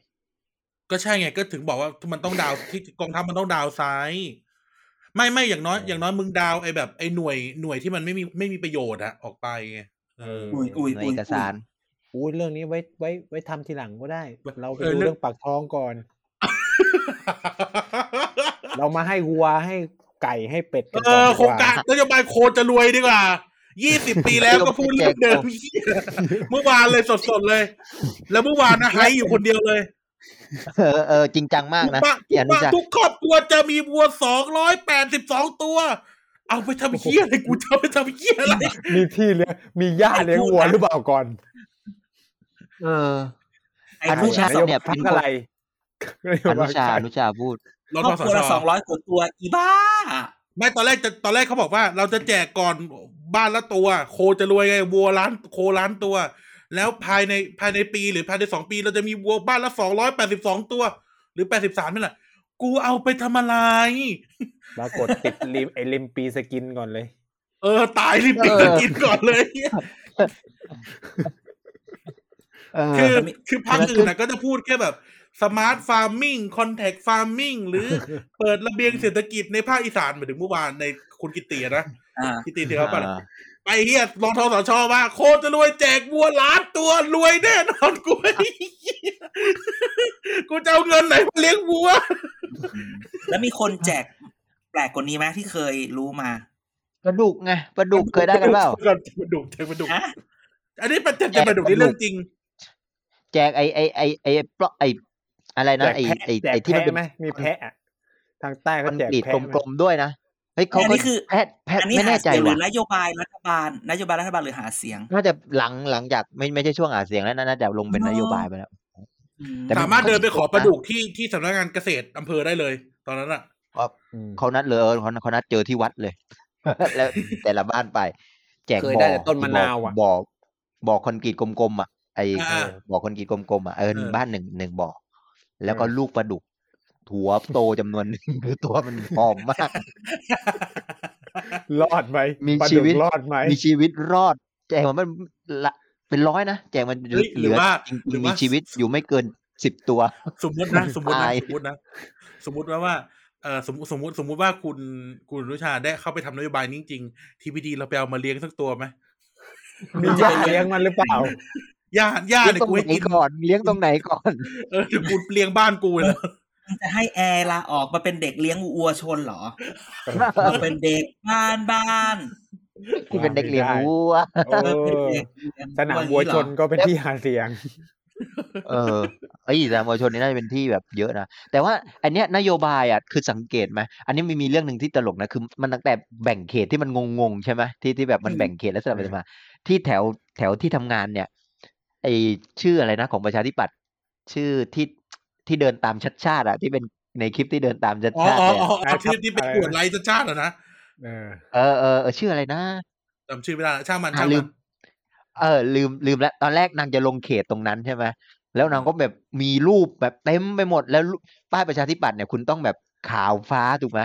S1: ก็ใช่ไงก็ถึงบอกว่ามันต้องดาวที่กองทัพมันต้องดาวซ้าย ไม่ไม่อย่างน้อย อย่างน้อยมึงดาวไอ้แบบไอ้หน่วยหน่วยที่มันไม่มีไม่มีประโยชน์อะออกไปไงเออ
S2: อุ้ยอุ้ย
S4: ใน
S2: อุ้
S4: เอย กสาร
S5: อุ้ยเรื่องนี้ไว้ไว้ไว้ทำทีหลังก็ได้ เราไป
S1: เออ
S5: ดู
S1: เรื่อง
S5: เรื่องปากท้องก่อน เรามาให้วัวให้ไก่ให้เป็ดกัน
S1: เอ
S5: ก่อ
S1: อ
S5: นดี
S1: โครง
S5: ว่า
S1: การนโยบายโคจะรวยดีกว่า ยี่สิบ ปีแล้วก็พูดเรื่องเดิม เหี้ยเมื่อวานเลยสดๆเลย แล้วเมื่อวานนะไฮอยู่คนเดียวเลย
S4: เออเออจริงจังมาก
S1: ทุก
S4: นะ
S1: บ้าน
S4: อย่า
S1: ทุก
S4: นุ
S1: บ้าน
S4: จัก
S1: ทุกครอบครัวจะมีวัวสองร้อยแปดสิบสองตัว เอาไปทำเหี้ยอะไรกูจะเอาไปทำเหี้ยอะไร
S5: มีที่เลี้ยงมีหญ้าเลี้ยงวัวหรือเปล่าก่อน
S4: เออ
S2: ไอ้
S4: อนุ
S2: ผู้
S4: ชา
S2: ชาย
S5: โบ
S4: เนี่ยเป็น
S5: พักอะไร
S4: อนุชา
S5: โย
S4: อ
S5: บย
S4: นุชาพูด
S1: รถ
S2: ครอ
S1: ม
S2: บครัวละ
S1: ส
S2: สองร้อยกว่าตัวอีบ้า
S1: ไม่ตอนแรกจะตอนแรกเขาบอกว่า เราจะแจกก่อนบ้านละตัว โคจะรวยไงวัวล้านโคล้านตัว แล้วภายในภายในปีหรือภายในสองปี เราจะมีวัวบ้านละสองร้อยแปดสิบสองตัว หรือแปดสิบสามนี่แหละกูเอาไปทำอะไร
S5: ปรากฏติดลิมไอ้ลิมปีสกินก่อนเลย
S1: เออ ตายรีบปิด
S4: เออ
S1: ตะกินก่อนเลย
S4: เออ
S1: คือ
S2: แต่ไม่
S1: คือพักอื่นน่ะก็จะพูดแค่แบบสมาร์ทฟาร์มิงคอนแทคฟาร์มิงหรือ เปิดระเบียงเศรษฐกิจในภาคอีสานเหมือนถึงเมื่อวานในคุณกิตติอะนะ
S2: อ่า
S1: กิตติเดียวกัน ไปเฮียรองทสชว่าโคตรจะรวยแจกวัวล้านตัวรวยแน่นอนกูไอ้เหี้ยกูจะเอาเงินไหนมาเลี้ยงวัว
S2: แล้วมีคนแจก ลกๆกว่านี้ไหมที่เคยรู้มา
S4: ปลาดุกไงปลาดุกเคยได้กันเปล่า
S1: ปลาดุกเจอปลาดุก
S2: ฮะ
S1: อันนี้เป็นเจอปลาดุกนี่เรื่องจริง
S4: แจกไอไอไอไอปลอกไออะไรนะไอไอ
S5: แจก
S4: ไอที่มัน
S5: แพะ
S4: เป็น
S5: ไหมมีแพะอะทางใต้
S4: มั
S5: เขา
S4: น
S5: แจก
S4: บีด
S5: แพะไห
S4: กลมๆด้วยนะเฮ้ยเขา
S2: อัน
S4: ก็
S2: นี้คือ
S4: แพทย์แพทย์
S2: อันนี้
S4: ไม่
S2: หา
S4: แน่ใจ
S2: เสียงหรื
S4: ว่ะ
S2: อนโยบายรัฐบาลนโยบายรัฐบาลหรือหาเสียง
S4: น่าจะหลังหลังจากไม่ไม่ใช่ช่วงหาเสียงแล้วนะน่าจะลงเป็นนโยบายไปแล้ว แต่
S1: สามารถเดินไปขอปลาดุกที่ที่สำนักงานเกษตรอำเภอได้เลย ตอนนั้นอ่ะ
S5: อืม
S4: เขานัดเลยเออเขาเขานัดเจอที่วัดเลย แล้วแต่ละบ้านไป แจก
S5: เคย
S4: บ่อ
S5: ได้แต่ต้นมะนาวอ่ะ
S4: บ่อบ่อคอนกรีตกลมๆอ่ะไอ
S1: อ่า
S4: เออบ่อคอนกรีตกลมๆอ่ะเออ
S1: เออ
S4: บ้านหนึ่งหนึ่งบ่อแล้วก็
S5: เออ
S4: ลูกปลาดุกหัวโตจำนวนหนึ่งคือตัวมันหอมมาก
S5: รอดไหม
S4: มี
S5: ปลา
S4: ชี
S5: ดุก
S4: วิต
S5: รอดไหม
S4: มีชีวิตรอด แจกมันละเป็นร้อยนะแจกมัน
S1: เฮ้ยหรือว่า
S4: จริงๆ
S1: หรือ
S4: มี
S1: ว่า
S4: ชีวิตอยู่ไม่เกินสิบตัว
S1: สมม ตินะสมมตินะ
S4: ตาย
S1: สมมตินะสมมติว่าว่าเออสมมติสมมติสมมติว่าคุณคุณอนุชาได้เข้าไปทำนโยบายนี้จริงทีพีดีเราไปเอามาเลี้ยงสักตัวไหม
S5: มีญาติเลี้ยงมันหรือเปล่า
S1: ย่าย่าเนี่
S4: เลี้ยง
S1: ย
S4: ตรง
S1: กู
S4: ไห
S1: ให้
S4: น
S1: กิน
S4: ก่อนเลี้ยงตรงไหนก่อน
S1: เออเดี๋ยวกูเลี้ยงบ้านกูเลย
S2: จะให้แอร์ลาออกมาเป็นเด็กเลี้ยงวัวชนเหรอ มาเป็นเด็กบ้านบ้าน
S4: ที่เป็นเด็กเลี้ยง
S5: ไม่ได้
S4: วัว
S5: โอ้
S2: มาเป็นเด็กเลี้ยง
S5: สนามวัวชน
S2: อย่งเหรอ
S5: ก็เป็นที่หาเสียง
S4: เออไอ้สนามมวยชนนี่น่าจะเป็นที่แบบเยอะนะ แต่ว่าอันเนี้ยนโยบายอ่ะคือสังเกตไหมอันนี้มีมีเรื่องหนึ่งที่ตลกนะคือมันตั้งแต่แบ่งเขตที่มันงงๆใช่ไหมที่ที่แบบมันแบ่งเขตแล้วสลับไปสลับมา ที่แถวแถวที่ทำงานเนี่ยไอชื่ออะไรนะของประชาธิปัตย์ชื่อที่ที่เดินตามชัดชาติอะที่เป็นในคลิปที่เดินตามชัด
S1: อ๋อ
S4: ชาติ
S1: อ๋อ
S4: เลย
S1: อ๋
S4: อะ
S1: ออ๋อที่ที่ไป
S5: อะไรนะ
S1: ปวดไร้ชาติชาติเหรอนะ
S5: เออ
S4: เออเออเออชื่ออะไรนะ
S1: จำชื่อไม่ได้ละช่างมัน
S4: อ่า
S1: ช่าง
S4: ลื
S1: มั
S4: ม
S1: น
S4: เออลืมลืมแล้วตอนแรกนางจะลงเขตตรงนั้นใช่ไหมแล้วนางก็แบบมีรูปแบบเต็มไปหมดแล้วรูปป้ายประชาธิปัตย์เนี่ยคุณต้องแบบขาวฟ้าถูกไหม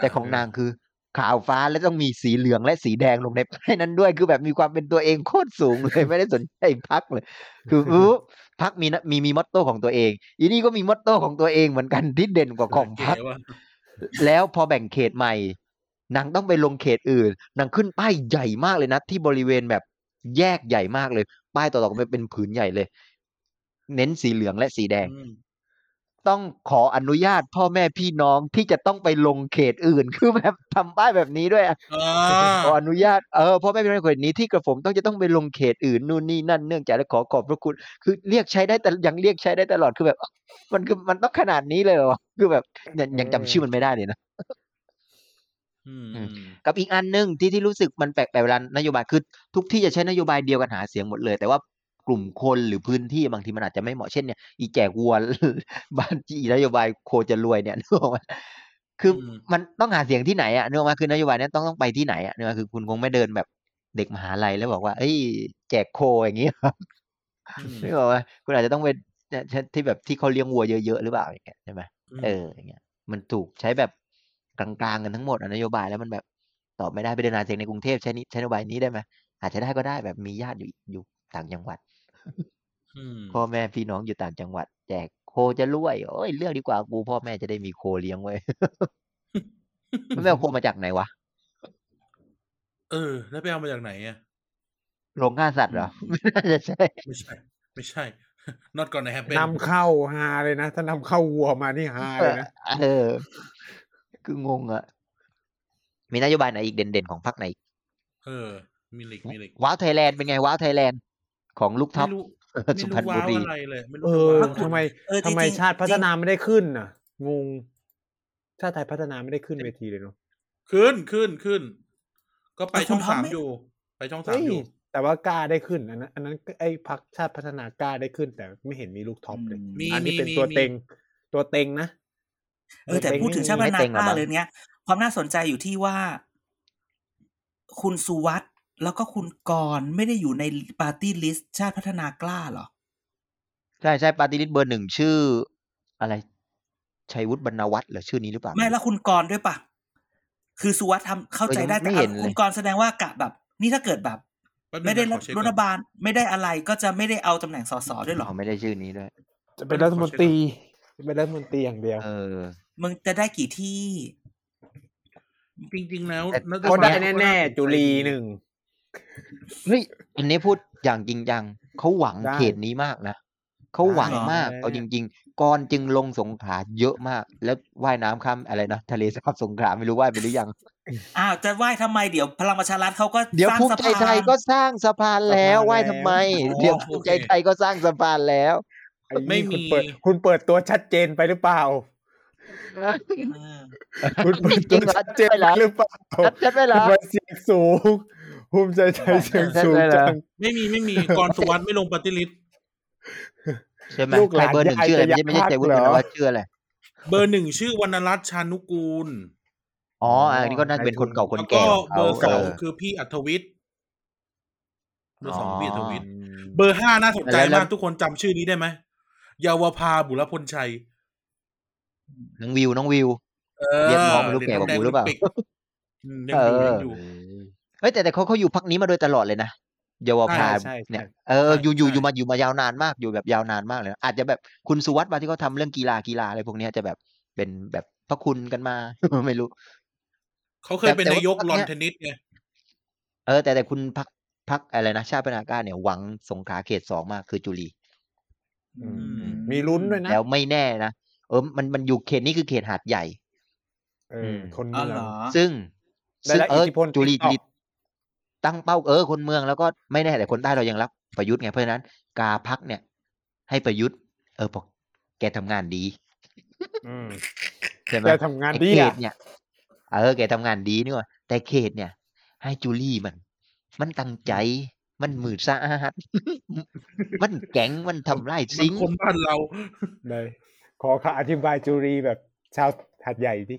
S4: แต่ของนางคือขาวฟ้าแล้วต้องมีสีเหลืองและสีแดงลงใน ป้ายนั้นด้วยคือแบบมีความเป็นตัวเองโคตรสูงเลยไม่ได้สนใจพักเลย คือเออพักมีนะมีมีมอตโต้ของตัวเอง อีนี่ก็มีมอตโต้ของตัวเองเหมือนกันที่เด่นกว่าของพัก
S1: เก๋ว่ะ
S4: แล้วพอแบ่งเขตใหม่นางต้องไปลงเขตอื่นนางขึ้นป้ายใหญ่มากเลยนะ ที่บริเวณแบบแยกใหญ่มากเลย ป้ายต่อๆกันไปเป็นผืนใหญ่เลย เน้นสีเหลืองและสีแดง
S1: อืม
S4: ต้องขออนุญาตพ่อแม่พี่น้องที่จะต้องไปลงเขตอื่น คือแบบทำป้ายแบบนี้ด้วยอะ
S1: อ่
S4: ขอา อนุญาตเออพ่อแม่พี่น้องคนนี้ที่กระผมต้องจะต้องไปลงเขตอื่นนู่นนี่นั่นเนื่องจากและขอขอบพระคุณคือเรียกใช้ได้แต่ยังเรียกใช้ได้ตลอดคือแบบ มันคือมันต้องขนาดนี้เลยเหรอวะคือแบบเนี่ยยังจำชื่อมันไม่ได้เลยนะ
S1: อืม
S4: กับอีกอันหนึ่งที่ที่รู้สึกมันแปลกแปลกเวลานโยบายคือทุกที่จะใช้นโยบายเดียวกันหาเสียงหมดเลย แต่ว่ากลุ่มคนหรือพื้นที่บางทีมันอาจจะไม่เหมาะเช่นเนี่ยอีแจกวั ว บ้านที่นโยบายโคจะรวยเนี่ยนึกออกไหมคืออ
S1: ม
S4: มันต้องหาเสียงที่ไหนอะนึกออกไหมคือนโยบายเนี้ยต้องต้องไปที่ไหนอะนึกออกไหมคือคุณคงไม่เดินแบบเด็กมหาลัยแล้วบอกว่าเอ้ยแจกโคอย่างงี้
S1: อ ืม
S4: นึกออกไหมคุณอาจจะต้องไปเนี่ยที่แบบที่เขาเลี้ยงวัวเยอะๆหรือเปล่าอย่างเงี้ยใช่ไหม เอออย่างเงี้ยมันถูกใช้แบบกลางๆกันทั้งหมดอะนโยบายแล้วมันแบบตอบไม่ได้ไปเดินหาเสียงในกรุงเทพใช้นี้ใช้นโยบายนี้ได้ไหมอาจจะได้ก็ได้แบบมีญาติอยู่อยู่ต่างจังหวัด
S1: อืม
S4: พ่อแม่พี่น้องอยู่ต่างจังหวัดแจกโคจะรวยโอ้ยเลือกดีกว่ากูพ่อแม่จะได้มีโคเลี้ยงไว้ มันไม่เอาโคมาจากไหนวะ
S1: เออ แล้วไปเอามาจากไหนอ่ะ
S4: โรงฆ่าสัตว์เหรอ ไม่น่าจะใช่
S1: ไม่ใช่ ไม่ใช่ not gonna happen
S5: นำเข้าฮาเลยนะ ถ้านำเข้าวัวมานี่ฮาเลยนะ
S4: เออ คืองงอะมีนโยบายไหนอีกเด่นๆของพรรคไหนอีก
S1: เออ มีเหล็กมีเหล็ก
S4: ว้าวไทยแลนด์เป็นไงว้าวไทยแลนด์ของลูกท็อป
S1: ไม่รู้
S4: สุ
S1: ไม่
S4: พรร
S1: รู้
S4: ณ
S1: ว้าว
S4: บุรี
S1: อะไรเลย ไม่รู้
S5: เอ
S1: จะ
S5: อ
S1: ว้าว
S5: ทำไม
S2: เออจ
S5: ทำ
S2: ริงๆ
S5: ไมชาติพัฒนา
S2: จริง
S5: ไม่ได้ขึ้นน่ะ งง ชาติไทยพัฒนาไม่ได้ขึ้นเวทีเลยเนาะ
S1: ขึ้นขึ้นขึ้น ก็ไปช่องสามอยู่ ไปช่องสาม
S5: เฮ้ย
S1: อยู่
S5: แต่ว่ากล้าได้ขึ้นอันนั้นอันนั้นไอ้พักชาติพัฒนากล้าได้ขึ้น แต่ไม่เห็นมีลูกท็อปเลย
S2: อืม
S1: มี
S5: อันนี้
S1: มี
S5: เป็น
S1: มี
S5: ตัว
S1: มี
S5: เต็ง ตัวเต็งนะ
S2: เออแต่พูดถึงชาติ
S4: ไม่
S2: พัฒนา
S4: เต็งหรอก
S2: กล้า
S4: มั้ง
S2: เลยเนี้ยความน่าสนใจอยู่ที่ว่า คุณสุวัตแล้วก็คุณกรณ์ไม่ได้อยู่ในปาร์ตี้ลิสต์ชาติพัฒนากล้าเหรอ
S4: ใช่ใช่ปาร์ตี้ลิสต์เบอร์หนึ่งชื่อ อะไรชัยวุฒิบรรณวัฒน์เหรือชื่อนี้หรือเปล่า
S2: ไม่แล้วคุณกรณ์ด้วยปะคือสุวัสด์ทำเข้าใจได้
S4: เออยังไม่
S2: แต่
S4: เห็
S2: อ่ะ
S4: นเลย
S2: คุณกรณ์แสดงว่ากะแบบ นี่ถ้าเกิดแบบ
S1: แป๊บนึงนะ
S2: ไม่ได้
S1: ขอเช็คก่อน
S2: รัฐบาล ไม่ได้อะไรก็จะไม่ได้เอาตำแหน่งสสด้วยเหรอ
S4: อ๋อไม่ได้ชื่อนี้ด้วย
S5: จะเป็นรัฐมนตรีจะเป็นรัฐมนตรีอย่างเดียว
S4: เออ
S2: มึงจะได้กี่ที่
S1: จริง ๆ แล้ว
S4: แต่
S1: รัฐบล
S5: เขาได้แน่ๆ จุลีหนึ่ง
S4: เฮ้ยอันนี้พูดอย่างจริงจังเขาหวัง
S5: ได้
S4: เขตนี้มากนะ เขาหวังมาก
S5: อ่า
S4: เอาจริง ๆกรจึงลงสงขลาเยอะมาก แล้วว่ายน้ำข้ามอะไรนะทะเลสาบสงขลาไม่รู้ว่ายไปหรือยัง
S2: อ้าวจะไหว้ทำไมเดี๋ยวพลังประชารัฐเขาก็
S4: เดี๋ยว
S2: สร้าง
S4: ภูมิ
S2: สะ
S4: ใจ
S2: พาน
S4: ไทยก็สร้างสะพานแล้ว
S5: สะพาน
S4: ว่าย
S5: แล้ว
S4: ทำไม
S1: อ๋อ
S4: เดี๋ยวภูมิใจไทยก็สร้างสะพานแล้ว
S5: ไอ้นี่
S1: ไม่มี
S5: คุณเปิดคุณเปิดตัวชัดเจนไปหรือเปล่า
S2: เออ
S5: คุณเปิด
S4: จริ
S5: ตัว
S4: งเหรอ
S5: ชัดเจนไปหรือเปล่า
S4: ชัดชัดไหมล่ะ
S5: ทำไมเสียงสูงภูมิใจไทยเสียงสูงจัง
S1: ไม่มีไม่มีกรสุวัสด์ไม่ลงปฏิริษ
S4: ใช่ไหม
S5: ลูกห
S4: ใคร
S5: ลาน
S4: เบอร์หนึ่งชื่ออะไร
S5: ยาย
S4: ไม่ใช่ไม่
S5: ยาย
S4: ใช่ใจวุฒิ
S5: เหรอ
S4: นะว่าชื่ออะไร
S1: เบอร์หนึ่งชื่อวรรณรัตน์ชานุกูล
S4: อ๋ออันนี้ก็น่าจะเป็นคนเก่าคน
S1: แล้ว
S4: แก่
S1: ก็
S4: ของ
S1: เบอร์
S4: เขาเอ
S1: สอง
S4: อ
S1: คือพี่อัธวิทย์เบอร์สอง
S4: อ๋อ
S1: พี่อัธวิทย์เบอร์ห้าน่าสนใจ
S4: แล้วแล้ว
S1: มากทุกคนจำชื่อนี้ได้ไหมเยาวภาบุรพลชัย
S4: น้องวิวน้องวิว
S1: เออ
S4: เรียกน้องไม่รู้แก่กว่ากูหรือเปล่า
S1: ด็น้งแดงโลิมปิกอืมยังอยู่ยังอยู่
S4: เฮ้ยแต่แต่เขาเขาอยู่พักนี้มาโดยตลอดเลยนะเยาวภา
S5: ใช่ใช่ใช่
S4: เนี่ยเอออยู่อยู่
S1: ใช่
S4: อยู่มาอยู่มายาวนานมากอยู่แบบยาวนานมากเลยอาจจะแบบคุณสุวัสดิ์มาที่เขาทำเรื่องกีฬากีฬาอะไรพวกเนี้ยจะแบบเป็นแบบพระคุณกันมา ไม่รู้
S1: เขาเคยเป็
S4: แต่แต่ว่าน
S1: นายกลอน
S4: เนี่ย
S1: เทนนิสไง
S4: เออแต่แต่คุณพักพักอะไรนะชาติพัฒนากล้าเนี่ยหวังสงขลาเขตสองมากคือจุลี
S5: อืม
S1: อืม
S5: มีลุ้นด้วยนะ
S4: แล้วไม่แน่นะเออมันมันอยู่เขตนี้คือเขตหาดใหญ่
S5: เออคน
S2: อ๋อ
S5: เมือ
S2: เหรง อ
S4: ซึ่ง
S5: ได้
S4: ซึ่ง
S5: รับ
S4: เออ
S5: อิทธิพล
S4: จุลีจุ
S5: TikTok
S4: ลีตั้งเป้าเออคนเมืองแล้วก็ไม่แน่แต่คนใต้เรายังรับประยุทธ์ไงเพราะฉะนั้น กาพักเนี่ย ให้ประยุทธ์ เออบอกแกทำงานดี
S5: อืม
S4: ใช่ไหม
S5: แกทำงานดี
S4: ไอ้เข
S5: อ่ะ
S4: ตเนี่ยเออแกทำงานดีนี่ว่าแต่เขตเนี่ย ให้จุลีมัน มันตั้งใจมันมือสะอาด มันแข็งมันทำไร
S1: มั
S4: ซิ
S1: น
S4: งค์
S1: คนบ้านเรา
S5: ได้ขอคำอธิบายจุรีแบบชาวหัดใหญ่ดิ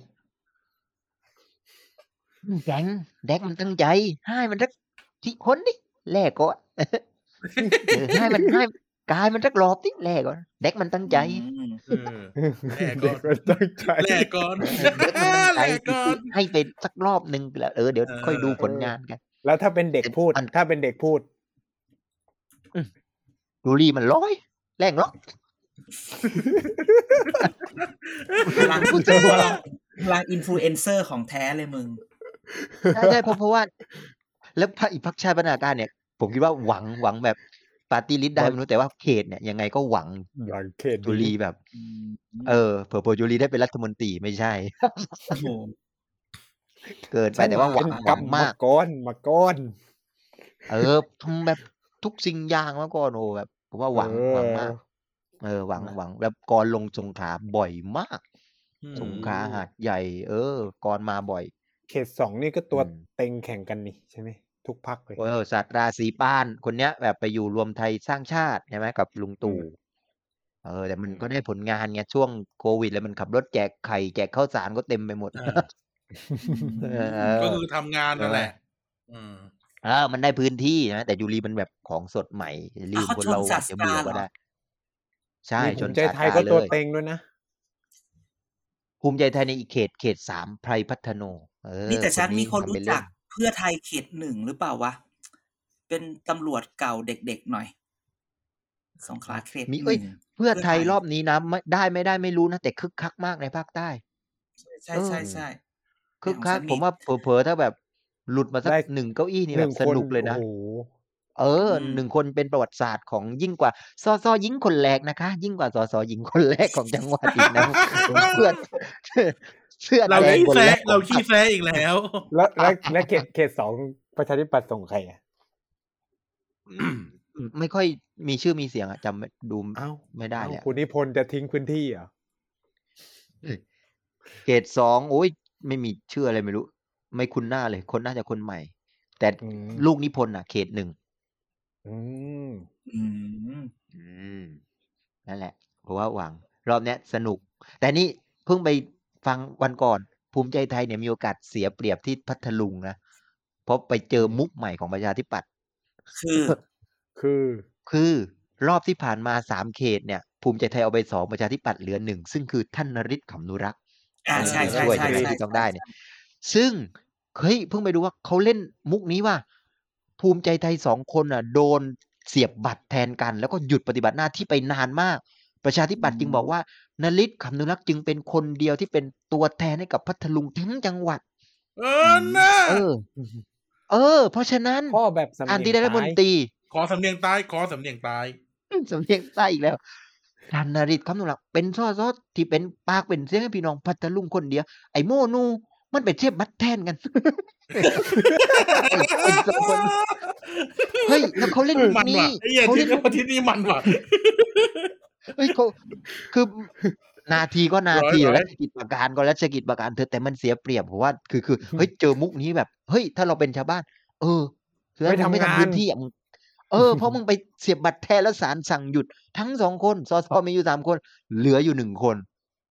S4: แดงแดกมันตั้งใจ ให้มันสักที่คนดิแลกก่อน เออให้มันให้กายมันสักรอบดิแลกก่อนแดกมันตั้งใจ
S2: อืม
S1: เออ แน่ก่อน
S5: เด็กมันตั้งใจ
S1: แลกก่อน
S4: แดกมัน ตั้งใจ
S1: แลกก่อน
S4: ให้ไปสักรอบหนึ่งแล้วเออเดี๋ยว
S1: เออ
S4: ค่อยดูผลงานกัน
S5: แล้วถ้าเป็นเด็กพูด
S4: อัน
S5: ถ้าเป็นเด็กพูด
S4: ดูรีมันร้อยแรงหรอก
S2: พ ลัง
S4: คุณจะ
S2: พ
S4: ว่า
S2: ลังพลังอินฟลูเอนเซอร์ของแท้เลยมึง
S4: ใช่ใช่เพราะเพราะว่า แล้วพรรคอีกพักชาติพัฒนาการเนี่ย ผมคิดว่าหวังหวังแบบปาร์ตี้ลิสต์ได้ไม่รู้แต่ว่าเขตเนี่ยยังไงก็หวัง
S5: หลังเขต
S4: จุลีแบบ
S2: อืม
S4: เออเผื่อๆจุลีได้เป็นรัฐมนตรีไม่ใช่
S2: โอ้โห
S4: เกินไปแต่ว่าหวัง
S5: เป็น
S4: หวัง
S5: มาม
S4: าก
S5: ก้อนมาก้อน
S4: เออทำแบบทุกสิ่งอย่างมาก่อนโอ้แบบผมว่าหวัง
S5: เออ
S4: หวังมาก เออหวังหวังแบบกรลงสงขลาบ่อยมาก
S1: อืม
S4: สงขลาหาดใหญ่ เออกรมาบ่อย
S5: เขตสองนี่ก็ตัว
S4: อืม
S5: เต็งแข่งกันนี่ใช่ไหมทุกพักเลย
S4: เออสัตราศีป้านคนเนี้ย แบบไปอยู่รวมไทยสร้างชาติใช่ไหมกับลุงตู่เออ แต่มันก็ได้ผลงานไงช่วงโควิด แล้วมันขับรถแจกไข่แจกข้าวสารก็เต็มไปหมด
S1: อ่า
S4: เอ
S1: ก็
S4: อ
S1: คือทำงานนั่นแหละอืม
S4: เออมันได้พื้นที่นะ แต่ยูรีมันแบบของสดใหม่รีบ
S2: อ้าว
S4: คนเรา
S2: ชน
S4: อาจ
S2: ศาส
S4: จะ
S2: ตรา
S4: เบื่อก็
S2: เหรอ
S4: ได้ ใช่
S5: มี
S4: ช
S5: ภู
S4: น
S5: มิใจ
S4: ศาส
S5: ไท
S4: ตราย
S5: ก็ตัว
S4: เลย
S5: เต็งด้วยนะ
S4: ภูมิใจไทยในอีกเขตเขตสามไพรพัฒโนเออ
S2: นี่แต่ฉันมีคน
S4: ทำ
S2: รู้
S4: เป็เล่
S2: จักเพื่อไทยเขตหนึ่งหรือเปล่าวะ เป็นตำรวจเก่าเด็กๆหน่อย สงขลาเขต
S4: มี
S2: ห
S4: เอ้ย
S2: นึ่ง
S4: เพื่อไทย
S2: เพื่อไทย
S4: รอบนี้นะไม่ได้ไม่ได้ไม่รู้นะ แต่คึกคักมากในภาคใต้
S2: ใช่ใช่ใช่
S4: คึกคัก
S2: ของฉันมี
S4: ผมว่าเผลอๆถ้าแบบหลุดมาสัก
S5: ได้
S4: หนึ่งเก้าอี้นี่
S5: ห
S4: แบ
S5: นึ่ง
S4: บส
S5: คน
S4: นุกเลยนะ
S5: โอ้โห
S4: เออหนึ่งคนเป็นประวัติศาสตร์ของยิ่งกว่าสอสอยิงคนแรกนะคะ ยิ่งกว่าสอสอยิงคนแรกของจังหวัดอีก นะ เพื่อนเพื่อน
S1: เรา
S4: แดง
S1: ขี้
S4: คนแร
S1: แซะ
S4: ก
S1: เราขี้แซะอีกแล้ว
S5: แล้ว แล้วแล้วเขตเขตสองประชาธิปัตย์ส่งใครอ่ะ
S4: ไม่ค่อยมีชื่อมีเสียงอะจำไม่ดู
S5: เอ้า
S4: ไม่ได้เลยอะ
S5: คุณนิพนธ์จะทิ้งพื้นที่เหรอ
S4: เกรดสองโอ้ยไม่มีชื่ออะไรไม่รู้ ไม่คุ้นหน้าเลย คนน่าจะคนใหม่ แต่
S5: อืม
S4: ลูกนิพนธ์อ่ะ เขตหนึ่ง
S5: อืม
S2: อืม
S4: นั่นแหละผมว่าหวัง รอบเนี้ยสนุก แต่นี่เพิ่งไปฟังวันก่อน ภูมิใจไทยเนี่ยมีโอกาสเสียเปรียบที่พัทลุงนะเพราะไปเจอมุกใหม่ของประชาธิปัตย์
S2: คือ
S5: คือ
S4: คือรอบที่ผ่านมาสามเขตเนี่ย ภูมิใจไทยเอาไปสองประชาธิปัตย์เหลือหนึ่งซึ่งคือท่านนริศขำนุรักษ
S2: อ่าใช่ใช่
S4: ช่วย
S2: ใช่
S4: ใช่ไหม
S2: ใช่
S4: ที่ต้องได้เนี่ย ซึ่งเฮ้ยเพิ่งไปดูว่าเขาเล่นมุกนี้ว่า ภูมิใจไทยสองคนอ่ะ โดนเสียบบัตรแทนกัน แล้วก็หยุดปฏิบัติหน้าที่ไปนานมาก ประชาธิปัตย์จึงบอกว่านลิศคำนุรักษ์จึงเป็นคนเดียวที่เป็นตัวแทนให้กับพัทลุงทั้งจังหวัด
S1: เออน่า
S4: เออ เออ เพราะฉะนั้น
S5: พ่อแบบสำเนียง
S4: การที่ได้รัฐมนต
S5: ต
S4: รี
S1: ขอสำเนียงใตายขอสำเนียงใตาย
S4: สำเนียงใต้อีกแล้วทันนริตคำนุรักษ์เป็นซอซอที่เป็นปากเป็นเสียงให้พี่น้องพัทลุงคนเดียว ไอโมนู มันเป็นเทียบมัดแทนกัน ไอ้ไอ้สองคนเฮ้ยแล้วเขาเล่น
S1: มัน
S4: นี่
S1: ว่ะไอ้เหี้ย
S4: เขา
S1: ที่
S4: เล่น
S1: เขาที่นี่มันว่ะ
S4: เฮ้ยเขาคือนาทีก็นาที
S1: ร้อยร้อย
S4: รัชกิจประการก็รัชกิจประการเธอแต่มันเสียเปรียบเพราะว่าคือคือเฮ้ยเจอมุกนี้แบบ เฮ้ย ถ้าเราเป็นชาวบ้าน เออคือ
S5: ไม่
S4: ถ้า
S5: ทำ
S4: มึงไม่
S5: งา
S4: ทำ
S5: น
S4: พื้นที่อ่ะมึงเออเพราะมึงไปเสียบบัตรแทนแล้วศาลสั่งหยุดทั้งสองคนสสมีอยู่สามคน เหลืออยู่หนึ่งคน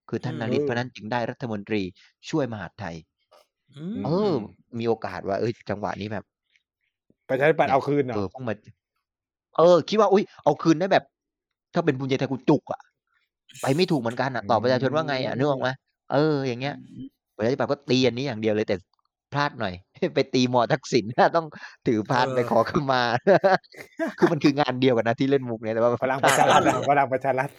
S4: คือท่าน
S1: อืม
S4: นาริศเพราะฉะนั้นจึงได้รัฐมนตรีช่วยมหาดไทย เออ มีโอกาสว่าเอ้ยจังหวะนี้แบบ
S5: ประชาธิปัตย์เอาคืนเหร
S4: เออ
S5: อ
S4: เพิ่งมาเออ คิดว่าอุ้ยเอาคืนได้แบบ ถ้าเป็นภูมิใจไทยกูจุกอ่ะ ไปไม่ถูกเหมือนกันอ่ะต่อบประชาชนว่าไงอ่ะนึกออกไหมเอออย่างเงี้ยประชาธิปัตย์ก็ตีอันนี้อย่างเดียวเลยแต่พลาดหน่อย ไปตีหมอทักษิณ ต้องถือพานไปขอขมา คือมันคืองานเดียวกันนะที่เล่นมุกเนี่ยแต่ว่า
S5: พลังประชารัฐเหรอพลังประชารัฐ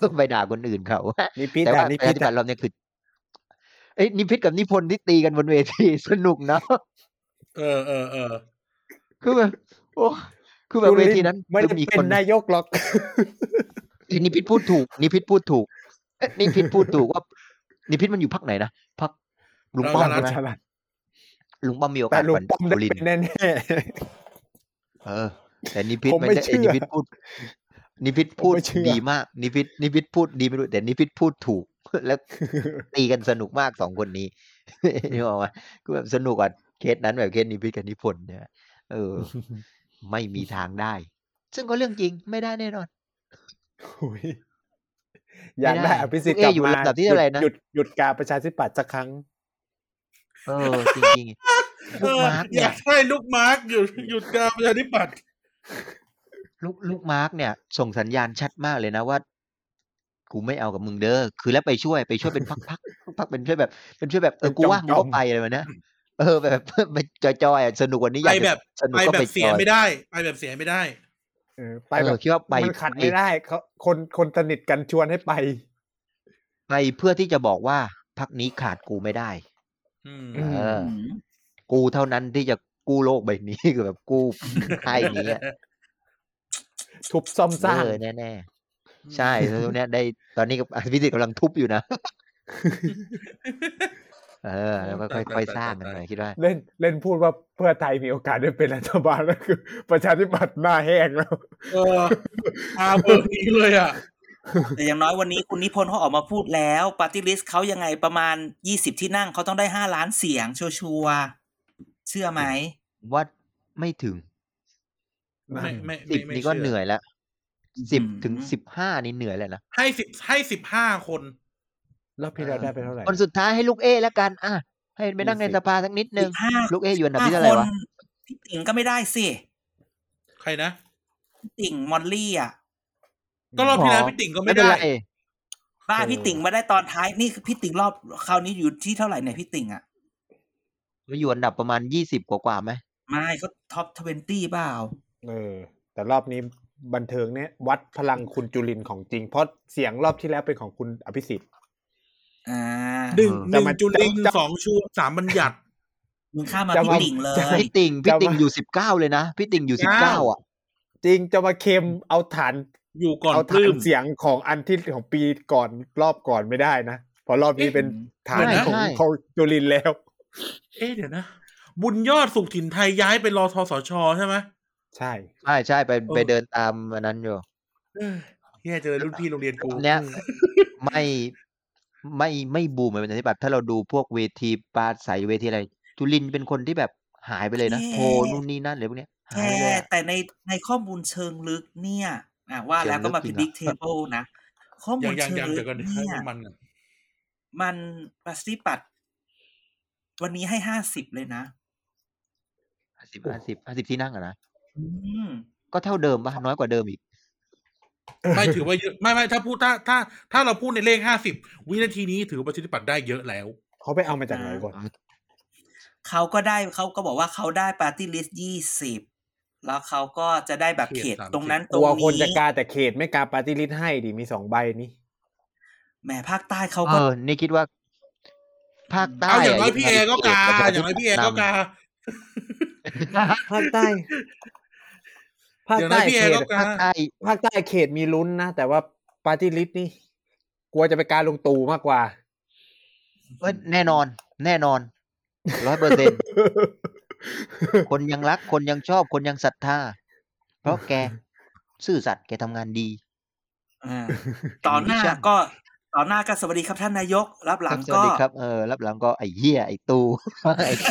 S4: ก็ไปด่าคนอื่นเขา
S5: นี่พี่
S4: แต่
S5: แต่
S4: ว่า
S5: นี่
S4: ประ
S5: พี่
S4: ชาธิ
S5: แต่
S4: ปัตย์เราเนี่ยคือเอ้ยนิพิษกับนิพนธ์ที่ตีกันบนเวที สนุกเนาะ
S1: เออเออเออ
S4: คือแบบโอ้คือแบบเวทีนั้น
S5: ไม่
S4: คือ
S5: ได้
S4: มี
S5: เป็
S4: คน น
S5: นายกหรอก
S4: เอ้ยนิพิษพูดถูก นิพิษพูดถูกเอ้ยนิพิษพูดถูกว่า นิพิษมันอยู่พักไหนนะพักลุงป้อมใช่ไหมลุงป้อมมีโอ
S5: แต่
S4: กาส
S5: ลุ
S4: เห
S5: ง
S4: มือน
S5: ป้อมได้
S4: จุลิน
S5: เป็นแน่
S4: เออ แต่นิพิษ
S5: ๆผม
S4: ไม่
S5: ไม่
S4: ใช่เอ้
S5: เชื่
S4: ย
S5: อ
S4: นิพิษพูด นิพิษพู
S5: ผม
S4: ด
S5: ไม่เชื่อ
S4: ดีมาก นิพิษนิพิษพูดดีไม่รู้แต่นิพิษพูดถูก แล้วตีกันสนุกมากสองคนนี้ นี่บอกว่าก็แบบสนุกอ่ะเคสนั้นแบบเคสนิพิษกับนิพนธ์เนี่ยเออ ไม่มีทางได้ ซึ่งก็เรื่องจริงไม่ได้แน่นอน
S5: โอ้ยอยากได้
S4: ไม่ได้
S5: อภิสิทธิ์
S4: พวก
S5: กลับ
S4: เอ๊อยู่
S5: มา
S4: ลำดับที่เท่าไหร่นะ
S5: หยุดหยุดการประชาธิปัตย์สักครั้ง
S4: เออจริง ๆ
S1: เอ
S4: ลู
S1: อ
S4: กมาร์กเนี่
S1: อา
S4: ย
S1: ย กให้ลูกมาร์กหยุดหยุดการประชาธิปัตย์
S4: ลูกลูกมาร์กเนี่ย ส่งสัญญาณชัดมากเลยนะว่ากูไม่เอากับมึงเด้อคือแล้วไปช่วยไปช่วยเป็นพักพักพักเป็นช่วยแบบ เป็นช่วยแบบเออ
S5: เป็น
S4: กูว่างกู
S5: จ้
S4: ก็
S5: องๆ
S4: ไปอะไรแบบเนี้ยเออแบบ ไปจอยๆอ่ะสนุกกวันนี้อ
S1: ไป
S4: ยากจะ
S1: แบบ
S4: สนุก
S1: ไป
S4: ก็
S1: แบ
S4: ไป
S1: บเสี
S4: จ
S1: ย
S4: อย
S1: ไม่ได้ไปแบบเสียไม่ได้
S5: เออไป
S4: ไป
S5: แบบ
S4: คิดว่าไป
S5: มันขัด
S4: ไป
S5: ไม่ได้เขาคนคนสนิทกันชวนให้ไป
S4: ไปเพื่อที่จะบอกว่าพักนี้ขาดกูไม่ได้
S1: อืม
S5: ม
S4: เออ
S2: อืม
S4: กูเท่านั้นที่จะกู้โลกใบนี้ คือแบบกู้ค่ายนี้อะ
S5: ทุบซ่อมสร้าง
S4: เออแน่แน่ๆ ใช่ตอนเนี้ยได้ตอนนี้กับ พิสิทธิ์กำลังทุบอยู่นะ เออ แล้วก็
S1: ตาย
S4: ค่อ
S1: ตาย
S4: ยๆสร้างกัน
S1: ตาย
S4: หน่อยคิดว่า
S5: เล่นเล่นพูดว่าเพื่อไทยมีโอกาสได้เป็นรัฐบาลแล้วคือ ประชาธิปัตย์หน้าแห้งแล้ว
S1: เอออาเบิกนี้เลยอ่ะ
S2: แต่อย่างน้อยวันนี้คุณนิพนธ์เขาออกมาพูดแล้วปาร์ตี้ลิสต์เขายังไงประมาณยี่สิบที่นั่งเขาต้องได้ห้าล้านเสียงชัวร์ๆเชื่อไหม
S4: ว่าไม่ถึง
S1: ไม่ไม่
S4: สิ
S1: ไม่
S4: บ
S1: ไม่
S4: นี่ก็
S1: ชื่
S4: เหนื่อยแล้วสิบ
S2: อืม
S4: ถึงสิบห้านี่เหนื่อยแล้วนะ
S1: ให้สิบให้สิบห้าคน
S5: แล้วพี่เราได้ไปเท่าไหร่
S4: คนสุดท้ายให้ลูกเอแล้วกัน อ่ะ ให้ไปนั่งใน
S5: 20
S4: สภาสักนิดนึง
S2: ห้า
S4: ลูกเออยู่อันดับ
S2: ห้า
S4: ที่เท่า
S2: ค
S4: ไหร่
S2: น
S4: วะ
S2: พี่ติ่งก็ไม่ได้สิ
S1: ใครนะ
S2: พี่ติ่งมอลลี่อ่ะ
S1: ก็รอบที่แล้วพี่ติ่งก็
S4: ไม่
S1: ไม่
S4: เป็น
S1: ได้
S4: ไร
S2: บ้า
S5: เออ
S2: พี่ติ่งมาได้ตอนท้ายนี่คือพี่ติ่งรอบคราวนี้อยู่ที่เท่าไหร่เนี่ยพี่ติ่งอ่ะ
S4: ก็อยู่อันดับประมาณยี่สิบกว่าๆไหม
S2: ไม่ก็ท็อปทเวนตี้เปล่า
S5: เออ แต่รอบนี้บันเทิงเนี่ย วัดพลังคุณจุลินทร์ของจริง เพราะเสียงรอบที่แล้วเป็นของคุณอภิสิทธิ์
S2: อ่า
S1: หนึ่งห
S5: จะ
S1: นึ่ง
S5: มา
S1: จุลิน
S5: จะ
S1: สองชูสามบัญญัติ
S2: มึงข้ามมา
S5: จะ
S2: พี่
S5: มา
S2: ติ่งเล
S5: จะมา
S2: ย
S4: พี่ติ่งพี่
S5: จำ
S4: ติ่ง
S5: ว่า
S4: อยู่สิบเก้าเลยนะพี่ติ่งอยู่สิบเก้า
S1: เก้า
S4: อ่ะ
S5: จริงจะมาเค็มเอาฐาน
S1: อยู่ก่อน
S5: เอา
S1: ป
S5: ฐาน
S1: ลื้ม
S5: เสียงของอันที่ของปีก่อนรอบก่อนไม่ได้นะเพอรอบนี้เป็นฐาน
S1: เอ๊ะ
S5: ของ
S4: ใช่
S5: ของจุลินทร์แล้ว
S1: เอ๊ะเดี๋ยวนะ บุญยอดสุขถิ่นไทยย้ายไปรอทสชใช่ไหม
S5: ใช่
S4: ใช่ใช่ไป
S1: เออ
S4: ไปเดินตามอันนั้นอยู่
S1: เอ้ยเฮียเจอรุ่นพี่โรงเรียนกู
S4: เนี้ยไม่ไม่ไม่บูมเหมือนประชาธิปัตย์ถ้าเราดูพวกเวทีปราศัยเวทีอะไรจุลินเป็นคนที่แบบหายไปเลยนะ
S2: แย่
S4: โพนู่นนี่นั่นอะไรพวกเนี้ยหาย
S2: แค่
S4: ไปเลยอะ
S2: แต่ในในข้อมูลเชิงลึกเนี่ยอ่ะว่าแล้วก็มา
S4: เชิ
S2: พิ
S4: งลึ
S2: บิ๊
S4: ก
S2: ก
S4: จ
S2: เท
S4: ริงอะ
S2: เบิลนะข้อมู
S1: ยั
S2: ล
S1: งยัง
S2: เชิง
S1: ยัง
S2: ลึ
S1: เดี๋ย
S2: ก
S1: วกันให้
S2: เนี่ย
S1: มันก่อน
S2: มันปาสติปัด วันนี้ให้ห้าสิบเลยนะ
S4: ห้าสิบห้าสิบห้าสิบที่นั่งอะนะ
S2: อืม
S4: ก็เท่าเดิมปะน้อยกว่าเดิมอีก
S1: ไม่ถือว่าเยอะไม่ไม่ถ้าพูดถ้าถ้าถ้าเราพูดในเลขห้าสิบวินาทีนี้ถือว่าประชาธิปัตย์ได้เยอะแล้ว
S5: เขาไปเอามาจากไหนก่อน
S2: เขาก็ได้เขาก็บอกว่าเขาได้ปาร์ตี้ลิสต์ยี่สิบแล้วเขาก็จะได้แบบเขต
S1: เขต
S2: ตรงนั้น
S5: ก
S2: ตร
S5: ลั
S2: ง
S5: วคน
S2: นี้
S5: จะกาแต่เขตไม่กาปาร์ตี้ลิสต์ให้ดิมีสองใบนี้
S2: แหมภาคใต้เขา
S4: เอ
S2: ก็
S4: อ นี่คิดว่า ภาคใต้
S1: เอาอย่างน้อย
S4: ะ
S1: พี่แอร์ก็กา
S4: ประช
S1: อย่างน้อยพี่แอร์ก็
S4: ธิปัตย์นำ
S1: กา
S5: ภาคใต้ ภาค
S1: อย่างนั้
S5: ใต้
S1: นพี่แอ
S5: เข
S1: ร์
S5: ต
S1: ก็กา
S4: ภาคใต้
S5: ภาคใต้เขตมีลุ้นนะ แต่ว่าปาร์ตี้ลิสต์นี่ กลัวจะไปการลงตู่มากกว่า
S4: เว้ยแน่นอน แน่นอนร้อยเปอร์เซ็นคนยังรักคนยังชอบคนยังศรัทธา เพราะแกซื่อสัตย์แกทำงานดี
S2: อ่าต่อหน้า ก็ต่อหน้าก็สวัสดีครับท่านนายก รับหลัง
S4: ครับสวั
S2: ก็
S4: สดีครับ เออ รับหลังก็ไอ้เหี้ย ไอ้ ตู ไอ้ตู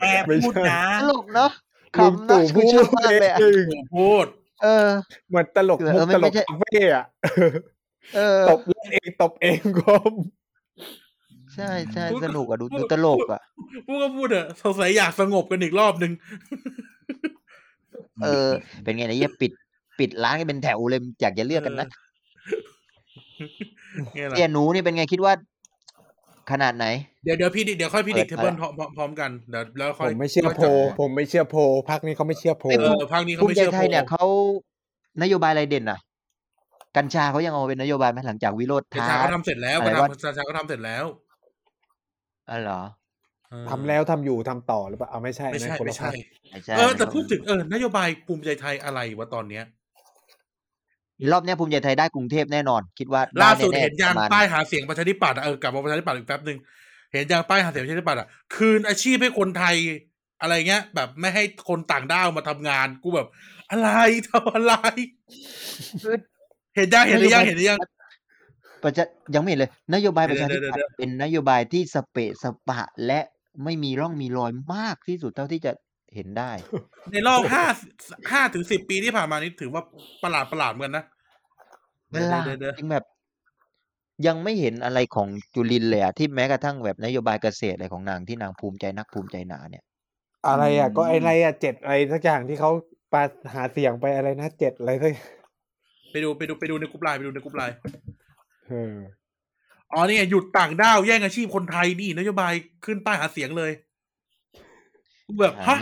S2: แอบ
S5: ไม่ใช่
S2: พูดนะ
S4: ตลก เนาะ
S5: ลุง
S4: ขำเนาะ
S5: ตู่
S4: คื
S5: พู
S4: อ
S5: ด
S4: ชอบมากเลยอะ
S5: เอง
S1: พูด
S4: เออ
S5: เหมือนตลก
S4: เออ
S5: มุก
S4: ไม่
S5: ตล
S4: ไม่
S5: ก
S4: ใช่
S5: คาเฟ่อะ
S4: เออ
S5: ตบเล่นเองตบเองก็
S4: ใช่ใช่สนุกอะดูดูตลกอะ
S1: พูดก็พูดเถอะสงสัยอยากสงบกันอีกรอบหนึ่ง
S4: เอ อ เป็นไงนะเหี้ยปิด ปิดร้านกันเป็นแถวเลยอยากจะเลือกกันนะ
S1: เนี่ยแหละ
S4: เหี้ยหนูนี่เป็นไงคิดว่า ขนาดไหน
S1: เดี๋ยวเดี๋ยวพี่ดิเดี๋ยวค่อยพี่ดิกเท
S4: เปิด
S1: เบิลพ
S4: ไป
S1: ร้อมพร้อมพร้อมกันเดี๋ยวแล้ว
S5: ผ
S1: ค่อย
S5: มไม่เชื่อโพลผมไม่เชื่อโพลพักนี้เขาไม่เชื่อโพล
S1: เออภาคนี้เขา
S4: ภูมิ
S1: ไม่
S4: ใจ
S1: เชื่อ
S4: ไท
S1: โพ
S4: ย
S1: ล
S4: เนี่ยเขานโยบายอะไรเด่นอะกัญชาเขายังเอามาเป็นนโยบายไหมหลังจากวิโรธ
S1: กัญ
S4: ท้า
S1: ชาเขาทำเสร็จแล้ว
S4: อะไร
S1: กัญชาวกั
S4: ะ
S1: ญชาเขาทำเสร็จแล้ว
S4: อ๋อเหรอ
S1: เออ
S5: ทำแล้วทำอยู่ทำต่อหรือเปล่าเอาไม่ใช่
S1: ไม่
S5: นะ
S1: ใช่
S5: คน
S1: ไม่
S5: ละ
S1: ใช่
S5: พรรค
S4: ไม่ใช่
S1: เออแต่พูดถึงเออนโยบายภูมิใจไทยอะไรวะตอนเนี้ย
S4: รอบเนี้ยภูมิใจไทยได้กรุงเทพแน่นอน คิดว่า
S1: ล่า
S4: ไแๆ
S1: สุดเห็นยาง
S4: ประมณ
S1: ป้ายหาเสียงประชาธิปัตย์อะเออกลับมาประชาธิปัตย์อีกแป๊บหนึ่งเห็นยางป้ายหาเสียงประชาธิปัตย์อ่ะคืนอาชีพให้คนไทยอะไรเงี้ย แบบไม่ให้คนต่างด้าวมาทำงานกูแบบ อะไรทำอะไร เห็นยังเห็นหรือยังเห็นหรือยัง
S4: ประชายังไม่เห็นเลย นโยบายประชาธิปัต
S1: เดี๋ยว
S4: ย์เป็นนโยบายที่สเปะสปะและไม่มีร่องมีรอยมากที่สุดเท่าที่จะเห็นได้
S1: ในรอบห้าห้าถึงสิบปีที่ผ่านมานี่ถือว่าประหลาดประหลาดเหมือนกันนะ
S4: เวลา
S1: เดี๋ยวเดี๋ยว
S4: จริงแบบ ยังไม่เห็นอะไรของจุลินเลยอะที่แม้กระทั่งแบบนโยบายเกษตรอะไรของนางที่นางภูมิใจนักภูมิใจหนาเนี่ย
S5: อะไรอ่ะก็ไอะไรอ่ะเจ็ดอะไรสักอย่างที่เขาปาหาเสียงไปอะไรนะเจ็ดอะไรสัก
S1: ไปดูไปดูไปดูในกลุ่มไลน์ไปดูในกลุ่มไลน์
S5: เออ
S1: อ๋อนี่ไงหยุดต่างด้าวแย่งอาชีพคนไทยนี่นโยบายขึ้นป้ายหาเสียงเลยกูแบบฮะ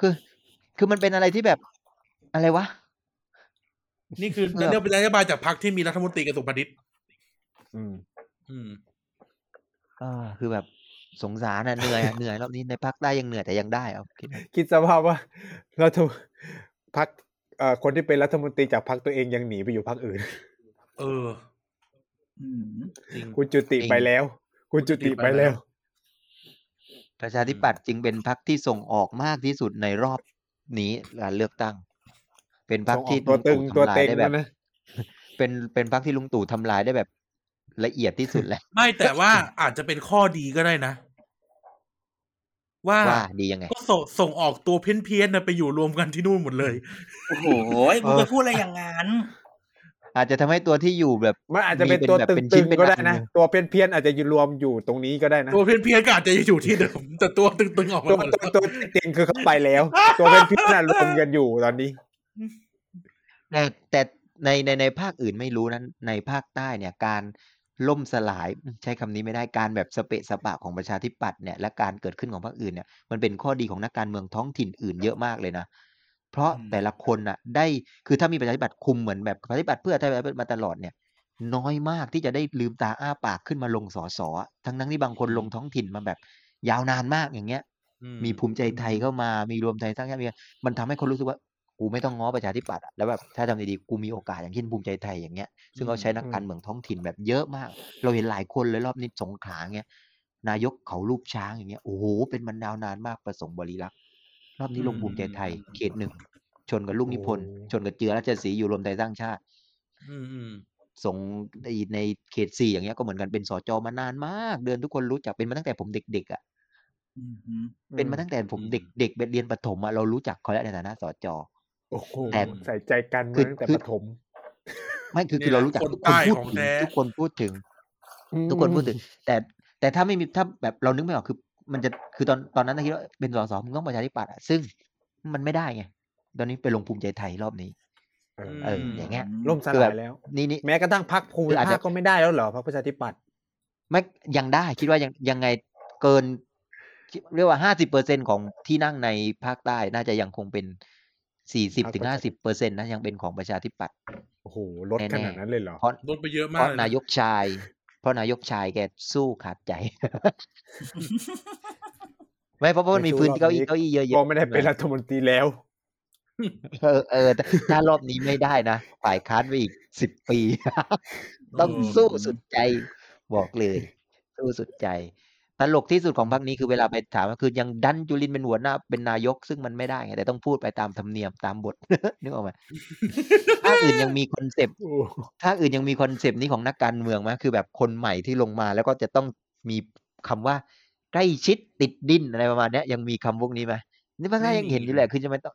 S4: คือ คือมันเป็นอะไรที่แบบอะไรวะ
S1: นี่คือ
S4: เออ
S1: เรื่องเป็นนโยบายจากพรรคที่มีรัฐมนตรีกระทรวงพาณิชย์
S5: อืม
S1: อืม
S4: อ่าคือแบบสงสารนะเหนื่อยอะเหนื่อยรอบนี้ในภาคใต้ยังเหนื่อยแต่ยังได้เอาคิดว่า
S5: คิดสภาพว่ารัฐพักเอ่อคนที่เป็นรัฐมนตรีจากพักตัวเองยังหนีไปอยู่พักอื่น
S1: เออ
S2: อืม
S1: จริง
S5: คุณจุติ
S4: จริง
S5: ไปแล้ว คุณจุติไปแล้ว
S4: ประชาธิปัตย์จึงเป็นพรรคที่ส่งออกมากที่สุดในรอบนี้การเลือกตั้ง เป็นพรรค
S5: ส่งออ
S4: ที่
S5: กตัวตึง
S4: ลุ
S5: ตัว
S4: ทำลาย
S5: เต็งแล้
S4: ได้แบบ
S5: วนะ
S4: เป็นเป็นพรรคที่ลุงตู่ทำลายได้แบบ ละเอียดที่สุดแหละ
S1: ไม่แต่ว่าอาจจะเป็นข้อดีก็ได้นะ ว่า
S4: ว่าดียังไง
S1: ก็ส่งส่งออกตัวเพี้ยนๆนะไปอยู่รวมกันที่นู่นหมดเลย
S2: โอ้โหมึงไปพูดอะไรอย่างนั้น
S4: อาจจะทำให้ตัวที่อยู่แบบ
S5: มันอาจจะเป็นตัว
S4: มีเป็นแบบ
S5: ตึ
S4: เป็
S5: ง
S4: น
S5: ๆ
S4: ชิ้นเป็น
S5: ก็ได้นะ
S4: อันหนึ่ง
S5: ตัวเพี้ยนๆอาจจะยืนรวมอยู่ตรงนี้ก็ได้นะ
S1: ตัวเพี้ยนๆก็อาจจะอยู่ที่เดิม แต่ตัวตึงๆออกมา
S5: ตัว
S1: หมด
S5: ตัว
S1: แล้ว
S5: ตัวเต็งคือเขาไปแล้ว ตัวเพี้ยนๆน่ะรวมกันอยู่ตอนนี้
S4: แต่แต่ในในในภาคอื่นไม่รู้นั้น ในภาคใต้เนี่ยการล่มสลายใช้คำนี้ไม่ได้การแบบสเปะสปะของประชาธิปัตย์เนี่ยและการเกิดขึ้นของพรรคอื่นเนี่ยมันเป็นข้อดีของนักการเมืองท้องถิ่นอื่นเยอะมากเลยนะ เพราะแต่ละคนน่ะได้คือถ้ามีประชาธิปัตย์คุมเหมือนแบบประชาธิปัตย์เพื่อไทยประชาธิปัตย์มาตลอดเนี่ย น้อยมากที่จะได้ลืมตาอ้าปากขึ้นมาลงสอสอทั้งนั้นที่บางคนลงท้องถิ่นมาแบบยาวนานมากอย่างเงี้ย
S1: อื
S4: มีภูมิใจไทยเข้ามา มีรวมไทยสร้างชาติมีมันทำให้คนรู้สึกว่ากูไม่ต้องง้อประชาธิปัตย์อะแล้วแบบถ้าทำดีๆกูมีโอกาสอย่างเช่นภูมิใจไทยอย่างเงี้ย ซึ่งเขาใช้นักการเมืองท้องถิ่นแบบเยอะมาก เราเห็นหลายคนเลยรอบนี้สงขลาเงี้ย นายกเขารูปช้างอย่างเงี้ย โอ้โห เป็นมันดาวนานมากประสงค์บริรักษ์ รอบนี้ลงภูมิใจไทย เขตหนึ่ง ชนกับลูกนิพนธ์
S5: โอ้
S4: ชนกับเจือราชสีห์อยู่รวมไทยสร้างชาติ
S1: อืมอืม
S4: ส่งในในเขตสี่อย่างเงี้ยก็เหมือนกันเป็นสจมานานมาก เดือนทุกคนรู้จักเป็นมาตั้งแต่ผมเด็กๆอะ
S2: อืมอืม
S4: เป็นมาตั้งแต่ผมเด็กเด็กเรียนประถมอะเรารู้จักเขาแล้วในฐานะสจ
S5: โอ้โห
S4: แต่
S5: ใส่ใจกันเมืองตั้งแต่
S4: คือ
S5: ปฐม
S4: ไม่คือคือ
S1: แหละ
S4: เรารู้จัก
S1: คน
S4: ทุกคน
S1: ใต้
S4: พูด
S1: ของ
S4: ถึง
S1: แท้
S4: ทุกคนพูดถึง ทุกคนพูดถึง แต่แต่ถ้าไม่มีถ้าแบบเรานึกไม่ออกคือ มันจะคือตอนตอนนั้นนะคิดว่าเป็นสสมึงต้องประชาธิปัตย์อะซึ่งมันไม่ได้ไงตอนนี้ไปลงภูมิใจไทยรอบนี้
S5: เออ
S4: เอออย่างเงี้ย
S5: ล่มส
S4: คือแบ
S5: ลาย
S4: บ
S5: แล้ว
S4: นี่นี่
S5: แม้กระทั่งพักภูมิ
S4: คืออาจ
S5: ภา
S4: จะ
S5: คก็ไม่ได้แล้วเหรอพักประชาธิปัตย์
S4: ไม่ยังได้คิดว่ายังยังไงเกินเรียกว่าห้าสิบเปอร์เซ็นของที่นั่งในภาคใต้น่าจะยังคงเป็นสี่สิบถึงห้าสิบเปอร์เซ็นนะยังเป็นของประชาธิปัตย์
S5: โอ้โหลด
S4: แน่ๆ
S5: ขนาดนั้นเลยเหรอ
S4: เพราะ
S1: ลดไปเยอะ
S4: เพ
S1: มาก
S4: ราะ
S1: เล
S4: นายกชาย เพราะนายกชายแกสู้ขาดใจ ไม่เพราะว่ามัน
S5: ไม่
S4: มี
S5: สู้
S4: พื้น
S5: รอบ
S4: เก้าอี้
S5: นี้
S4: เก้าอี้เยอะๆ
S5: ก็ไม่ได้เป็นรัฐมนตรีแล้ว
S4: เออเออแต่ ถ้ารอบนี้ไม่ได้นะฝ่ายค้านไปอีกสิบปี ต้อง
S1: อืม
S4: สู้สุด ใจบอกเลย สู้สุดใจ ตลกที่สุดของพรรคนี้คือเวลาไปถามก็คือยังดันจุลินเป็นหัวหน้าเป็นนายกซึ่งมันไม่ได้ไงแต่ต้องพูดไปตามธรรมเนียมตามบท นึกออกไหมถ้าคอื่นยังมีคอนเซปต์
S5: โอ้
S4: ถ้าคอื่นยังมีคอนเซปต์นี้ของนักการเมืองไหมคือแบบคนใหม่ที่ลงมาแล้วก็จะต้องมีคำว่าใกล้ชิดติดดินอะไรประมาณเนี้ยยังมีคำพวกนี้ไหมนี่ภาคใต้ยังเห็นอยู่แหละคือจะไม่ต้อง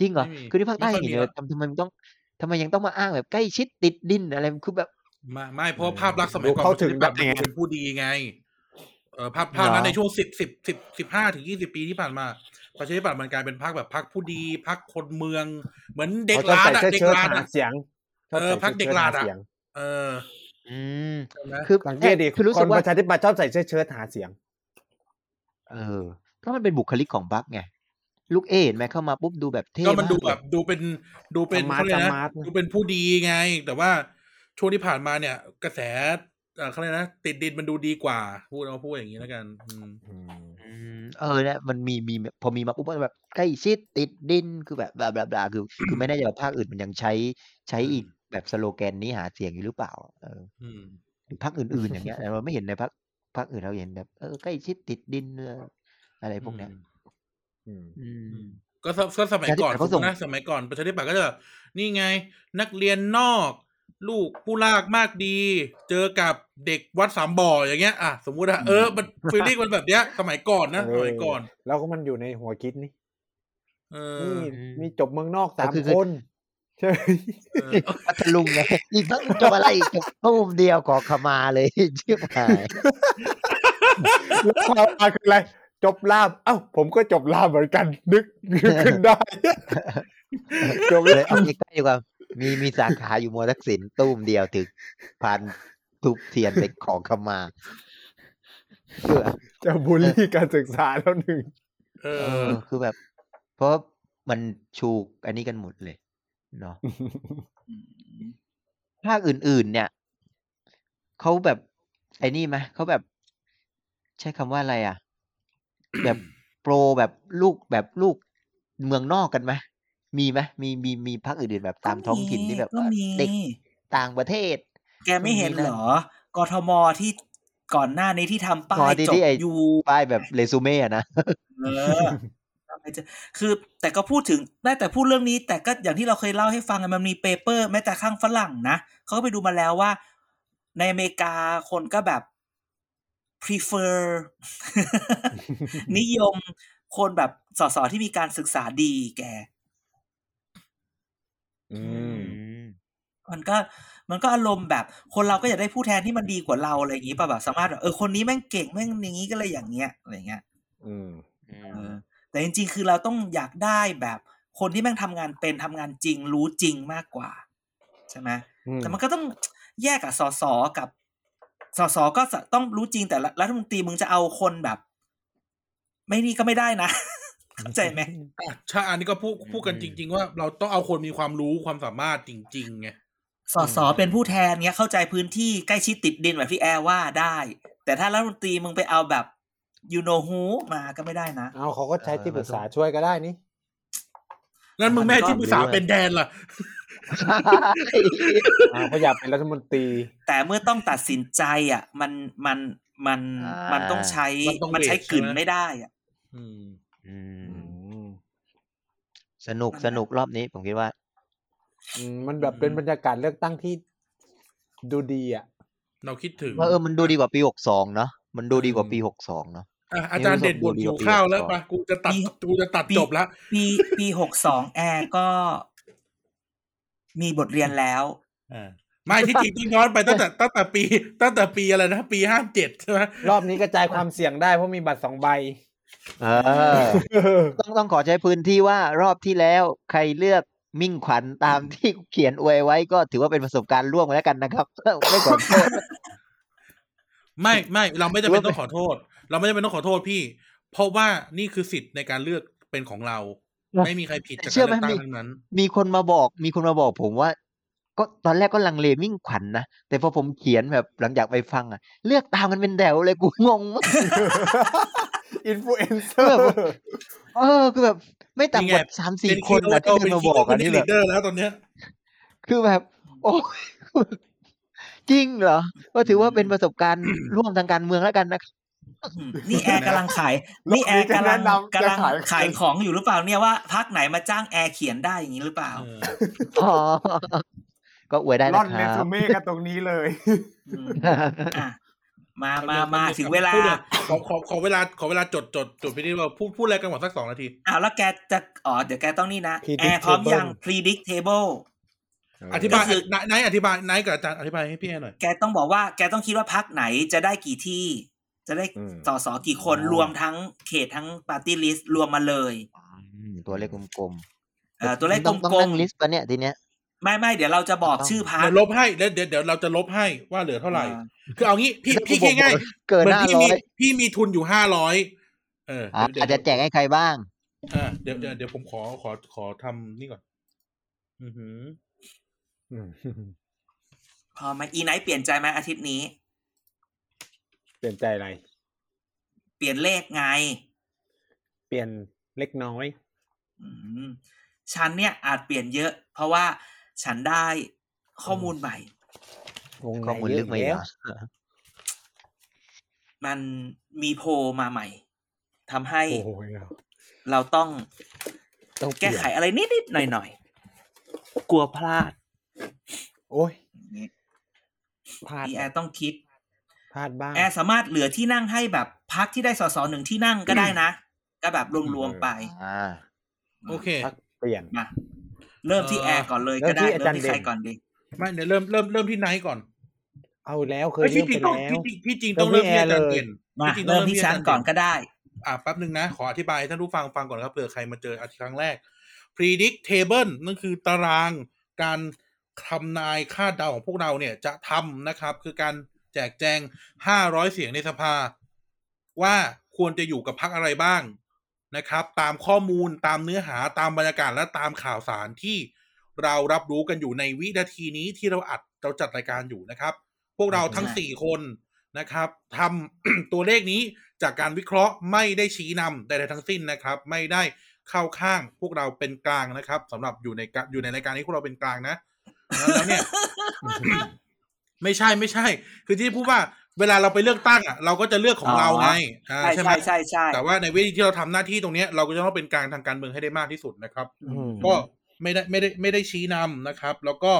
S4: จริงเหรอ
S1: ไม่มี
S4: คือที่ภาคใต้
S1: ไม่ค่อย
S4: เห็นอยู่
S1: มีแล้ว
S4: ทำทำไมมันต้องทำไมยังต้องมาอ้างแบบใกล้ชิดติดดินอะไรคือแบบ
S1: ไม่ไม่เพราะภาพลักษณ์สมัยก่อนแบบเป็นผู้ดีไง เออภาพภาพนั้นในช่วงสิบสิบสิบสิบห้าถึงยี่สิบปีที่ผ่านมาประชาธิปัตย์มันกลายเป็นพรรคแบบพรรคผู้ดีพรรคคนเมือง เหมือนเด็ก
S5: เขาชอบ
S1: ร้านอะเด็ก
S5: ใส่เสื้อเชิ้ต
S1: ร้าน
S5: หา
S1: อะ
S5: เสียงชบ
S1: เออ
S5: ใส่สื้
S1: พรรคเด็กร้าน
S5: ห
S1: อะ
S5: เสียง
S1: เออ
S4: อืม
S1: ใช่ไหม
S4: คือ
S5: สังเกตดิ
S4: นี่ยคือรู้
S5: ค
S4: สึ
S5: น
S4: กว่า
S5: ประชาธิปัตย์ชอบใส่เสื้อเชิ้ตหาเสียง
S4: เออก็มันเป็นบุคลิกของบัคไงลูกเอ๋เห็นไหมเข้ามาปุ๊บดูแบบเท่
S1: ก็มัน
S4: มา
S1: ดู
S4: ก
S1: แบบดูเป็นดูเป็น
S5: ธรรมะ
S1: เขาเรียก
S5: ธรรมะ
S1: นะดูเป็นผู้ดีไง แต่ว่าช่วงที่ผ่านมาเนี่ย กระแสเอ่อเขาเรียกนะติดดินมันดูดีกว่า พูดเอาพูดอย่างนี้แล้วกันอืม
S4: อืมเออเนี่ยมันมีมีพอมีมาปุ๊บมันแบบใกล้ชิดติดดินคือแบบแบบ แบบแบบคือ คือไม่แน่ใจว่าภาคอื่นมันยังใช้ใช้อีกแบบสโลแกนนี้หาเสียงอยู่หรือเปล่าเออ
S1: อืม
S4: หรือภาคอื่นๆอย่างเงี้ยแต่เราไม่เห็นในภาคภาคอื่นเราเห็นแบบเออใกล้ชิดติดดินเอออะไรพวกเนี้ย
S5: อืม
S4: อืม
S1: ก็สมก็สมัยก่อน
S4: ประชาธิปัตย์เขาส่ง
S1: นะสมัยก่อนประชาธิปัตย์ก็จะแบบนี่ไง นักเรียนนอก ลูกผู้ลากมากดี เจอกับเด็กวัดสามบ่ออย่างเงี้ยอ่ะสมมุติอะเออมันฟีลลิ่งมันแบบเนี้ย สมัยก่อนนะ
S5: เออ
S1: สมัยก่อน
S5: แล้วก็มันอยู่ในหัวคิดนี่
S1: เอ
S5: นี่
S1: อ
S5: มีจบเมืองนอกสาม
S4: คือ
S5: คนใช่ไหม
S1: เออเออ
S4: พัทลุงไงอีกพักหนึ่งจบอะไรจบตูมเดียวขอขมาเลย ชิบหาย
S5: แล้วความหมายคืออะไร จบลาบเอ้าผมก็จบลาบเหมือนกัน นึกนึกขึ้นได้
S4: จบเลยเอาใกล้ๆดีกว่ามีมีสาขาอยู่มอทักษิณตู้มเดียวถึงพันทุบเทียนไปขอขมาเพื่อ
S5: จะบูลลี่การศึกษาแล้วหนึ่ง
S1: เอ
S4: เอ
S1: อ
S4: อคือแบบ เพราะมันชูอันนี้กันหมดเลยเนาะภาคอื่นๆ เนี่ยเขาแบบไอ้นี่ไหมเขาแบบ ใช้คำว่าอะไรอ่ะ แบบโปรแบบลูกแบบลูกเมืองนอกกันไหมมีไหมมีมีมีภาคอื่นๆแบบตามท้องถิ่นที่แบบ
S2: ก็
S4: ว่า
S2: มี
S4: เด็กต่างประเทศ
S2: แกไม่เห็นเหรอกทมที่ก่อนหน้านี้ที่ทำป้า
S4: อ๋อย ที่
S2: จบ
S4: ที่ไอ้
S2: อยู่
S4: ป้ายแบบเรซูเม่อะนะ
S2: เอ อไม่เจอคือแต่ก็พูดถึงได้แต่พูดเรื่องนี้ แต่ก็อย่างที่เราเคยเล่าให้ฟังอะมันมีเปเปอร์แม้แต่ข้างฝรั่งนะเขาก็ไปดูมาแล้วว่า ในอเมริกาคนก็แบบ prefer นิยมคนแบบสสที่มีการศึกษาดีแก มันก็มันก็อารมณ์แบบ คนเราก็อยากได้ผู้แทนที่มันดีกว่าเราอะไรอย่างงี้ป่ะแบบสามารถแบบเออคนนี้แม่งเก่งแม่งอย่างงี้ก็เลยอย่างเงี้ยอะไรอย่างเงี้ย
S5: อืม
S2: เอ อแต่จริงๆ คือเราต้องอยากได้แบบคนที่แม่งทำงานเป็นทำงานจริงรู้จริงมากกว่า ใช่ไหมแต่มันก็ต้องแยกกับสสกับสสก็จะต้องรู้จริงแต่ละรัฐมนตรีมึงจะเอาคนแบบ ไม่นี่ก็ไม่ได้นะ เข้าใจไหม
S1: อ่ะใช่อันนี้ก็พูดพูดกันจริง ๆ ว่าเราต้องเอาคนมีความรู้ความสามารถจริงๆไง
S2: สสเป็นผู้แทนเนี้ยเข้าใจพื้นที่ใกล้ชิดติดดินแบบที่แอร์ว่าได้ แต่ถ้ารัฐมนตรีมึงไปเอาแบบ you know who มาก็ไม่ได้นะ
S5: เอาเขาก็ใช้
S4: เออ
S5: ที่ปรึกษา
S4: มันต้อง
S5: ช่วยก็ได้นี่
S1: งั้นมึงไม่ให้ที่ปรึกษา
S4: มันก็
S1: เป็นแดนล่ะ
S5: อ่าเขาอยากเป็นรัฐมนตรี
S2: แต่เมื่อต้องตัดสินใจอ่ะ มันมันมัน
S4: อ่ามั
S2: มันต้องใช้
S1: มันต้อง
S2: มันใช้
S1: เวทใช่ไหม
S2: กลืนไม่ได้อ่ะ
S1: อืม
S4: สนุก
S2: นั่นแหละ
S4: สนุกรอบนี้ ผมคิดว่า
S5: อืมมันแบบเป็นบรรยากาศเลือกตั้งที่ดูดีอ่ะ
S1: เราคิดถึง
S4: ว่าเออมันดูดีกว่าปีหกสองเนาะมันดูดีกว่าปีหกสองเนาะ
S1: อ่ะอาจารย์เด็ดบ่นอยู่ข้าวแล้วปะกูจะตัดกูจะตัดจบแล้ว
S2: ปีปีหกสองแอร์ก็ มีบทเรียนแล้ว
S1: อาไม่ที่จริงต้องย้อนไปตั้ง แต่ตั้งแต่ปีตั้งแต่ปีอะไรนะ ปีห้าเจ็ดใช่ไหม
S5: รอบนี้กระจายความเสี่ยงได้เพราะมีบัตรสองใบ
S4: เออ ต้องต้องขอใช้พื้นที่ว่ารอบที่แล้ว ใครเลือกมิ่งขวัญตามที่เขียนอวยไว้ก็ถือว่าเป็นประสบการณ์ร่วมแล้วกันนะครับ ไม่ขอโทษ
S1: ไม่ไม่เราไม่จำเป็นต้องขอโทษ เราไม่จำเป็นต้องขอโทษพี่ เพราะว่านี่คือสิทธิ์ในการเลือกเป็นของเรา ไม่มีใครผิดจาก
S4: เชื่
S1: การ
S4: อไหม
S1: เลือกตั้ง
S4: มี
S1: ทั้งนั้น
S4: มีคนมาบอก มีคนมาบอกผมว่า ก็ตอนแรกก็ลังเลมิ่งขวัญนะ แต่พอ ผมเขียนแบบหลังจากไปฟังอ่ะ เลือกตามกันเป็นแถวเลยกูงงมาก
S5: อินฟลูเอนเซอร์
S4: เออคือแบบไม่ต่ำกว่า
S1: นี่ไง
S4: สามสี่คนนะที่จะมาบอกอันนี้แบ
S1: ลี
S4: บ
S1: ดเดอร์แล้วตอนเนี้ย
S4: คือแบบ โอ้ย จริงเหรอ ก็ถือว่าเป็นประสบการณ์ ร่วมทางการเมืองแล้วกันนะ
S2: อืม นี่แอร์กำลังขายนี่แอร์กำลังกำลังขายของอยู่หรือเปล่าเนี่ยว่าพักไหนมาจ้างแอร์เขียนได้อย่างนี้หรือเปล่า
S4: อ๋อก็อวยได้
S5: ร่
S4: นะ
S5: อน
S4: ค
S5: เร
S4: รั
S5: ซู
S4: บ
S5: เม่กันตรงนี้เลย
S2: อืมอ่ะมามามาถึงเวลา
S1: ขอขอขอเวลาขอเวลาจดจดจดพี่นี่ว่าพูดพูดอะไรกันก่อนสักสองนาที
S2: อ้าวแล้วแกจะอ๋อเดี๋ยวแกต้องนี่นะ
S5: Predict
S2: แอร์พร้อมยัง
S5: table
S2: predictable
S1: อธิบาย
S2: ก็คือ
S1: นายนายอธิบายนายกับอาจารย์อธิบายให้พี่แอนหน่อย
S2: แกต้องบอกว่าแกต้องคิดว่าพักไหนจะได้กี่ที่ จะได้
S5: อืม
S2: สอสอกี่คน
S4: อ๋อ
S2: รวมทั้งเขตทั้งปาร์ตี้ลิสต์รวมมาเลย
S4: อืม ตัวเลขกลม
S2: เอ่อ
S4: ๆ
S2: ตัวเลขก
S4: ต้องต้อ
S2: ล
S4: งนั่
S2: ม
S4: งลิสต์ปะเนี่ยทีเนี้ย
S2: ๆไม่ไม่เดี๋ยวเราจะบอก
S4: ต้อง
S2: ชื่อพัก
S1: เดี๋ยวลบให้แล้วเดี๋ยวเดี๋ยวเราจะลบให้ว่าเหลือเท่าไหร่ คือเอางี้พี่พี่
S4: ผม
S1: คิดง่าย
S4: เกิน
S1: เหมือ
S4: ห
S1: น
S4: น้า
S1: พี่
S4: ร้อ
S1: มี
S4: ย
S1: พี่มีทุนอยู่ห้าร้อยเออ
S4: อ่ะ
S1: เดี๋ยว
S4: อาจจะแจกให้ใครบ้าง
S1: อ่าเดี๋ยวเดี๋ยวเดี๋ยวผมขอขอขอทำนี่ก่อน อือหือ
S5: อืม
S2: พอไหมาอีไนท์เปลี่ยนใจไหมอาทิตย์นี้
S5: เปลี่ยนใจอะไร
S2: เปลี่ยนเลขไง
S5: เปลี่ยนเล็กน้อย
S2: อืมฉันเนี่ยอาจเปลี่ยนเยอะ เพราะว่าฉันได้ข้อมูลใหม่
S5: วงใน
S4: ข้อมูล
S5: เย
S4: ลึ
S5: อะ
S4: ก
S5: อยู่
S4: มาอีก
S5: แล้ว
S4: เหรอ
S2: มันมีโพลมาใหม่ทำให้
S5: โอ้โห
S2: เราต้อง
S5: ต้องเป
S2: แก้
S5: ลี่ยน
S2: ไขอะไรนิดๆหน่อยๆ กลัวพลาด
S5: โอ้ย
S2: อย่างเงี้ย
S5: พลาด
S2: พี่แอร์ต้องคิด
S5: พลาดบ้าง
S2: แอร์สามารถเหลือที่นั่งให้แบบพักที่ได้สสหนึ่งที่นั่งก็ได้นะ ก็แบบรวมๆไป
S4: อ่า
S1: โอเค
S5: พักเปลี่ยน
S2: มาเริ่มที่
S1: เอ่
S2: แอ
S1: อ
S2: ร์ก่อนเลย
S5: เริ่
S2: ก็
S5: ม
S2: ได้
S5: ที่อา
S2: เริ่
S5: จาม รย์
S2: ที่ใคร
S5: เด่น
S2: ก่อนดี
S1: ไม่เดี๋ยวเริ่มเริ่มเริ่มที่ไนท์ก่อน
S5: เอาแล้วเคย
S1: เอ้ย
S5: เริ่
S1: ที่
S5: ม
S1: จริ
S5: ไป
S1: งต้อง
S5: แล้ว
S1: ที่ที่ที่จริงต้องเริ่มที่อาจารย์เด่น
S2: มา
S1: จริงๆต้อง
S2: เริ่มที่
S1: เริ่มที่
S2: ฉัน
S1: อาจารย์
S2: ก่อนก็ได้
S1: อ่ะแป๊บหนึ่งนะ ขออธิบายให้ท่านผู้ฟังฟังก่อนครับเผื่อใครมาเจออาทิตย์ครั้งแรก predict table นั่นคือตารางการทำนายคาดเดาของพวกเราเนี่ยจะทำนะครับ คือการแจกแจง 500 เสียงในสภา ว่าควรจะอยู่กับพักอะไรบ้างนะครับ ตามข้อมูลตามเนื้อหาตามบรรยากาศและตามข่าวสารที่เรารับรู้กันอยู่ในวินาทีนี้ที่เราอัดเราจัดรายการอยู่นะครับ พวกเราทั้ง
S2: ใช่
S1: สี่คนนะครับทำ ตัวเลขนี้จากการวิเคราะห์ไม่ได้ชี้นำใดๆทั้งสิ้นนะครับ ไม่ได้เข้าข้างพวกเราเป็นกลางนะครับสำหรับอยู่ในกะอยู่ในรายการนี้พวกเราเป็นกลางนะแล้วเนี่ย ไม่ใช่ไม่ใช่ คือที่พูดว่าเวลาเราไปเลือกตั้งอ่ะเราก็จะเลือกของเราไงอ่า
S2: ใช่
S1: ใช่ไหม
S2: ใช่ใช่ใช่
S1: แต่ว่าในเวทีที่เราทำหน้าที่ตรงเนี้ยเราก็จะต้องเป็นกลางทางการเมืองให้ได้มากที่สุดนะครับ
S2: อืม
S1: ก็ไม่ได้ไม่ได้ไม่ได้ชี้นำนะครับ แล้วก็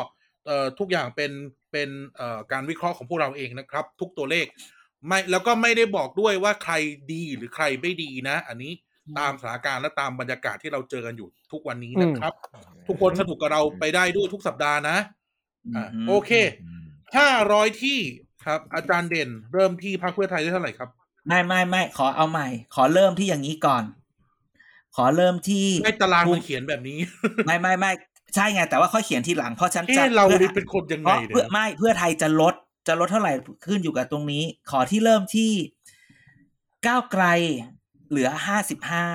S1: เอ่อทุกอย่างเป็นเป็นเอ่อการวิเคราะห์ของพวกเราเองนะครับ ทุกตัวเลข ไม่แล้วก็ไม่ได้บอกด้วยว่าใครดีหรือใครไม่ดีนะ อันนี้ตามสถานการณ์และตามบรรยากาศที่เราเจอกันอยู่ทุกวันนี้นะครับ ทุกคนสนุกกับเราไปได้ด้วยทุกสัปดาห์นะอ่ะ
S2: อืม
S1: โอเคห้าร้อยที่ครับ อาจารย์เด่นเริ่มที่พรรคเพื่อไทยได้เท่าไหร่ครับ
S2: ไม่ไม่ไม่ขอเอาใหม่ ขอเริ่มที่อย่างนี้ก่อน ขอเริ่มที่
S1: ใน ตารางมันเขียนแบบนี้
S2: ไม่ไม่ไม่ใช่ไง แต่ว่าค่อยเขียนทีหลังเพราะฉัน
S1: เอ๊ะ
S2: จะ
S1: เรา
S2: พื่อ
S1: นี่เป็นคนยัง
S2: เพ
S1: ไง
S2: ราะ
S1: เนี่
S2: เพื่อย ไม่เพื่อไทยจะลดจะลดเท่าไหร่ขึ้นอยู่กับตรงนี้ ขอที่เริ่มที่ก้าวไกลเหลือห้าสิบห้า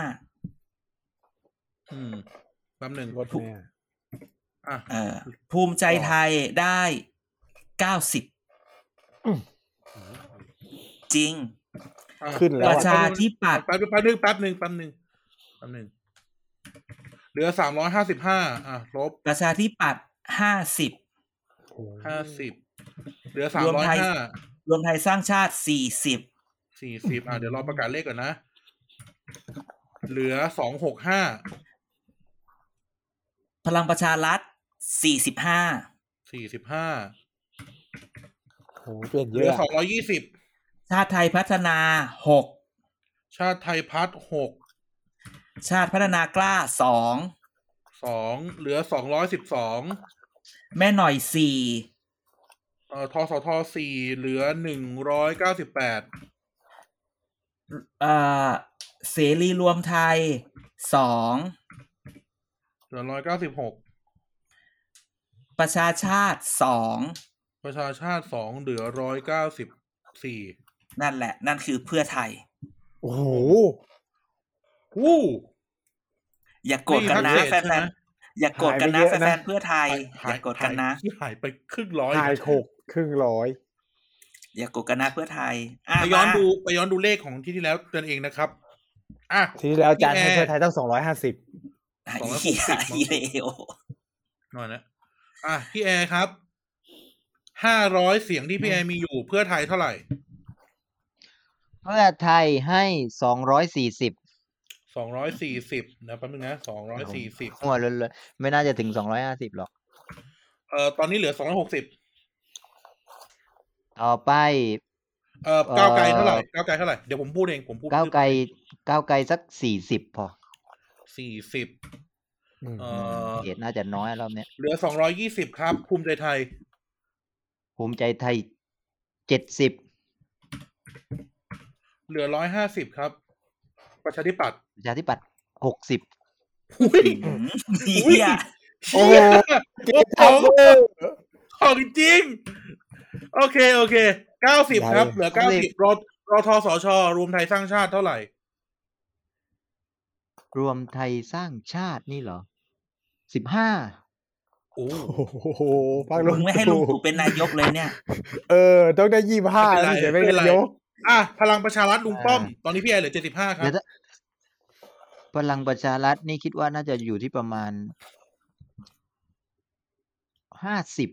S1: อืมแป๊บหนึ่ง
S5: รถแน่
S1: อ่ะ
S2: เอ่อภูมิใจไทยได้เก้าสิบจริง
S1: อ่ะ
S5: ขึ้นแล้
S2: ป
S5: ว
S2: ระ
S5: อะ
S2: ชาธิปัตย์
S1: แป๊บนึงแป๊บนึงแป๊บนึงแป๊บนึงแป๊บนึงเหลือสามร้อยห้าสิบห้าอ่ะลบ
S2: ประชาธิปัตย์ห้าสิบ
S5: โอ้
S1: ห้าสิบเหลือสาม
S2: รวม
S1: ร้อย
S2: ไทย
S1: ห้าร
S2: วมไทยสร้างชาติสี่สิบ
S1: สี่สิบอ่ะเดี๋ยวรอประกาศเลขก่อนนะ เหลือสองหกห้า
S2: พลังประชารัฐสี่สิบห้า
S1: สี่สิบห้า
S5: โหเปลี่ยน
S1: เห
S5: เย
S1: ลื
S5: อะ
S1: อ
S5: อะ
S1: สองร้อยี่สิบ
S2: ชาติไทยพัฒนาหก
S1: ชาติไทยพัฒหก
S2: ชาติพัฒนากล้าสอง
S1: สองเหลือสองร้อยสิบสอง
S2: แม่หน่อยสี่
S1: เอ่อทสทสี่เหลือหนึ่งร้อยเก้าสิบแปด
S2: เอ่อเสรีรวมไทยสอง
S1: เหลือร้อยเก้าสิบหก
S2: ประชาชาติสอง
S1: ประชาชาติสองเหลือร้อยเก้าสิบสี่
S2: นั่นแหละ นั่นคือเพื่อไทย
S5: โอ้โห
S1: วู้
S2: อย่ากโกรธกันนะ
S1: นี่ทักษิณ
S2: แฟ
S1: ใช่
S2: น
S1: ไหม
S2: ๆอย่ากโกรธกันนะแฟนๆเพื่อไทย อย่ากโกรธกันนะ
S1: หายหายไปครึ่งร้อย
S5: หายหกครึ่งร้อย
S2: อย่ากโกรธกันนะเพื่อไทยอ่ะ
S1: ไปย้อน
S2: มา
S1: ดูไปย้อนดูเลขของที่ที่แล้วกันเองนะครับ อ่ะ
S5: ทีที่แล้วอาจารย์
S1: พี่แอร์
S5: ให้เพื่อไทยตั้งสองร้อยห้าสิบ
S2: ไอ้เหี้ยไอ้เลว
S1: หน่อยนะอ่ะพี่แอร์ครับห้าร้อยเสียงที่พี่แอร์มีอยู่เพื่อไทยเท่าไหร่
S4: เพื่อไทยให้สองร้อยสี่สิบ
S1: สองร้อยสี่สิบนะแป๊บนึงนะสองร้อยสี่สิบ
S4: หัวเลยไม่น่าจะถึงสองร้อยห้าสิบหรอก
S1: เอ่อตอนนี้เหลือสองร้อยหกสิบ
S4: ต่อไป
S1: เอ่อ
S4: เอ่อ
S1: ก้าวไกลเท่าไหร่ก้าวไกลเท่าไหร่เดี๋ยวผมพูดเองผมพูด
S4: ก้าวไกลก้าวไกลสักสี่สิบพอ
S1: สี่สิบเอ่อ
S4: เขตน่าจะน้อยรอบเนี้ย
S1: เหลือสองร้อยยี่สิบครับภูมิใจไทย
S4: ภูมิใจไทยเจ็ดสิบ
S1: เหลือร้อยห้าสิบครับ ประชาธิปัตย์
S4: ประชาธิปัตย์หกสิบ
S1: อุ้ย
S2: อืมเหี้ย
S1: โอ้โหของจริง โอเค โอเค เก้าสิบครับ เหลือเก้าสิบรอรอทสช รวมไทยสร้างชาติเท่าไหร่
S4: รวมไทยสร้างชาตินี่เหรอสิบห้า
S1: โอ้
S5: โอ้โหพักล
S2: มึ
S5: ง
S2: งไม่ให้ลุงตู่เป็นนายกเลยเนี่ย
S5: เออ ต้องได้ยี่ห้า
S1: ไม่
S5: ถึง
S1: เป็น
S5: จะ
S1: ไร
S5: ไม่
S1: ไม่เป็น
S5: ได้
S1: ไร
S5: ยก
S1: อ่ะ พลังประชารัฐลุงป้อม ตอนนี้พี่แอร์เหลือเจ็ดสิบห้าครับ
S4: เดี๋ยวนะพลังประชารัฐนี่คิดว่าน่าจะอยู่ที่ประมาณห้าสิบ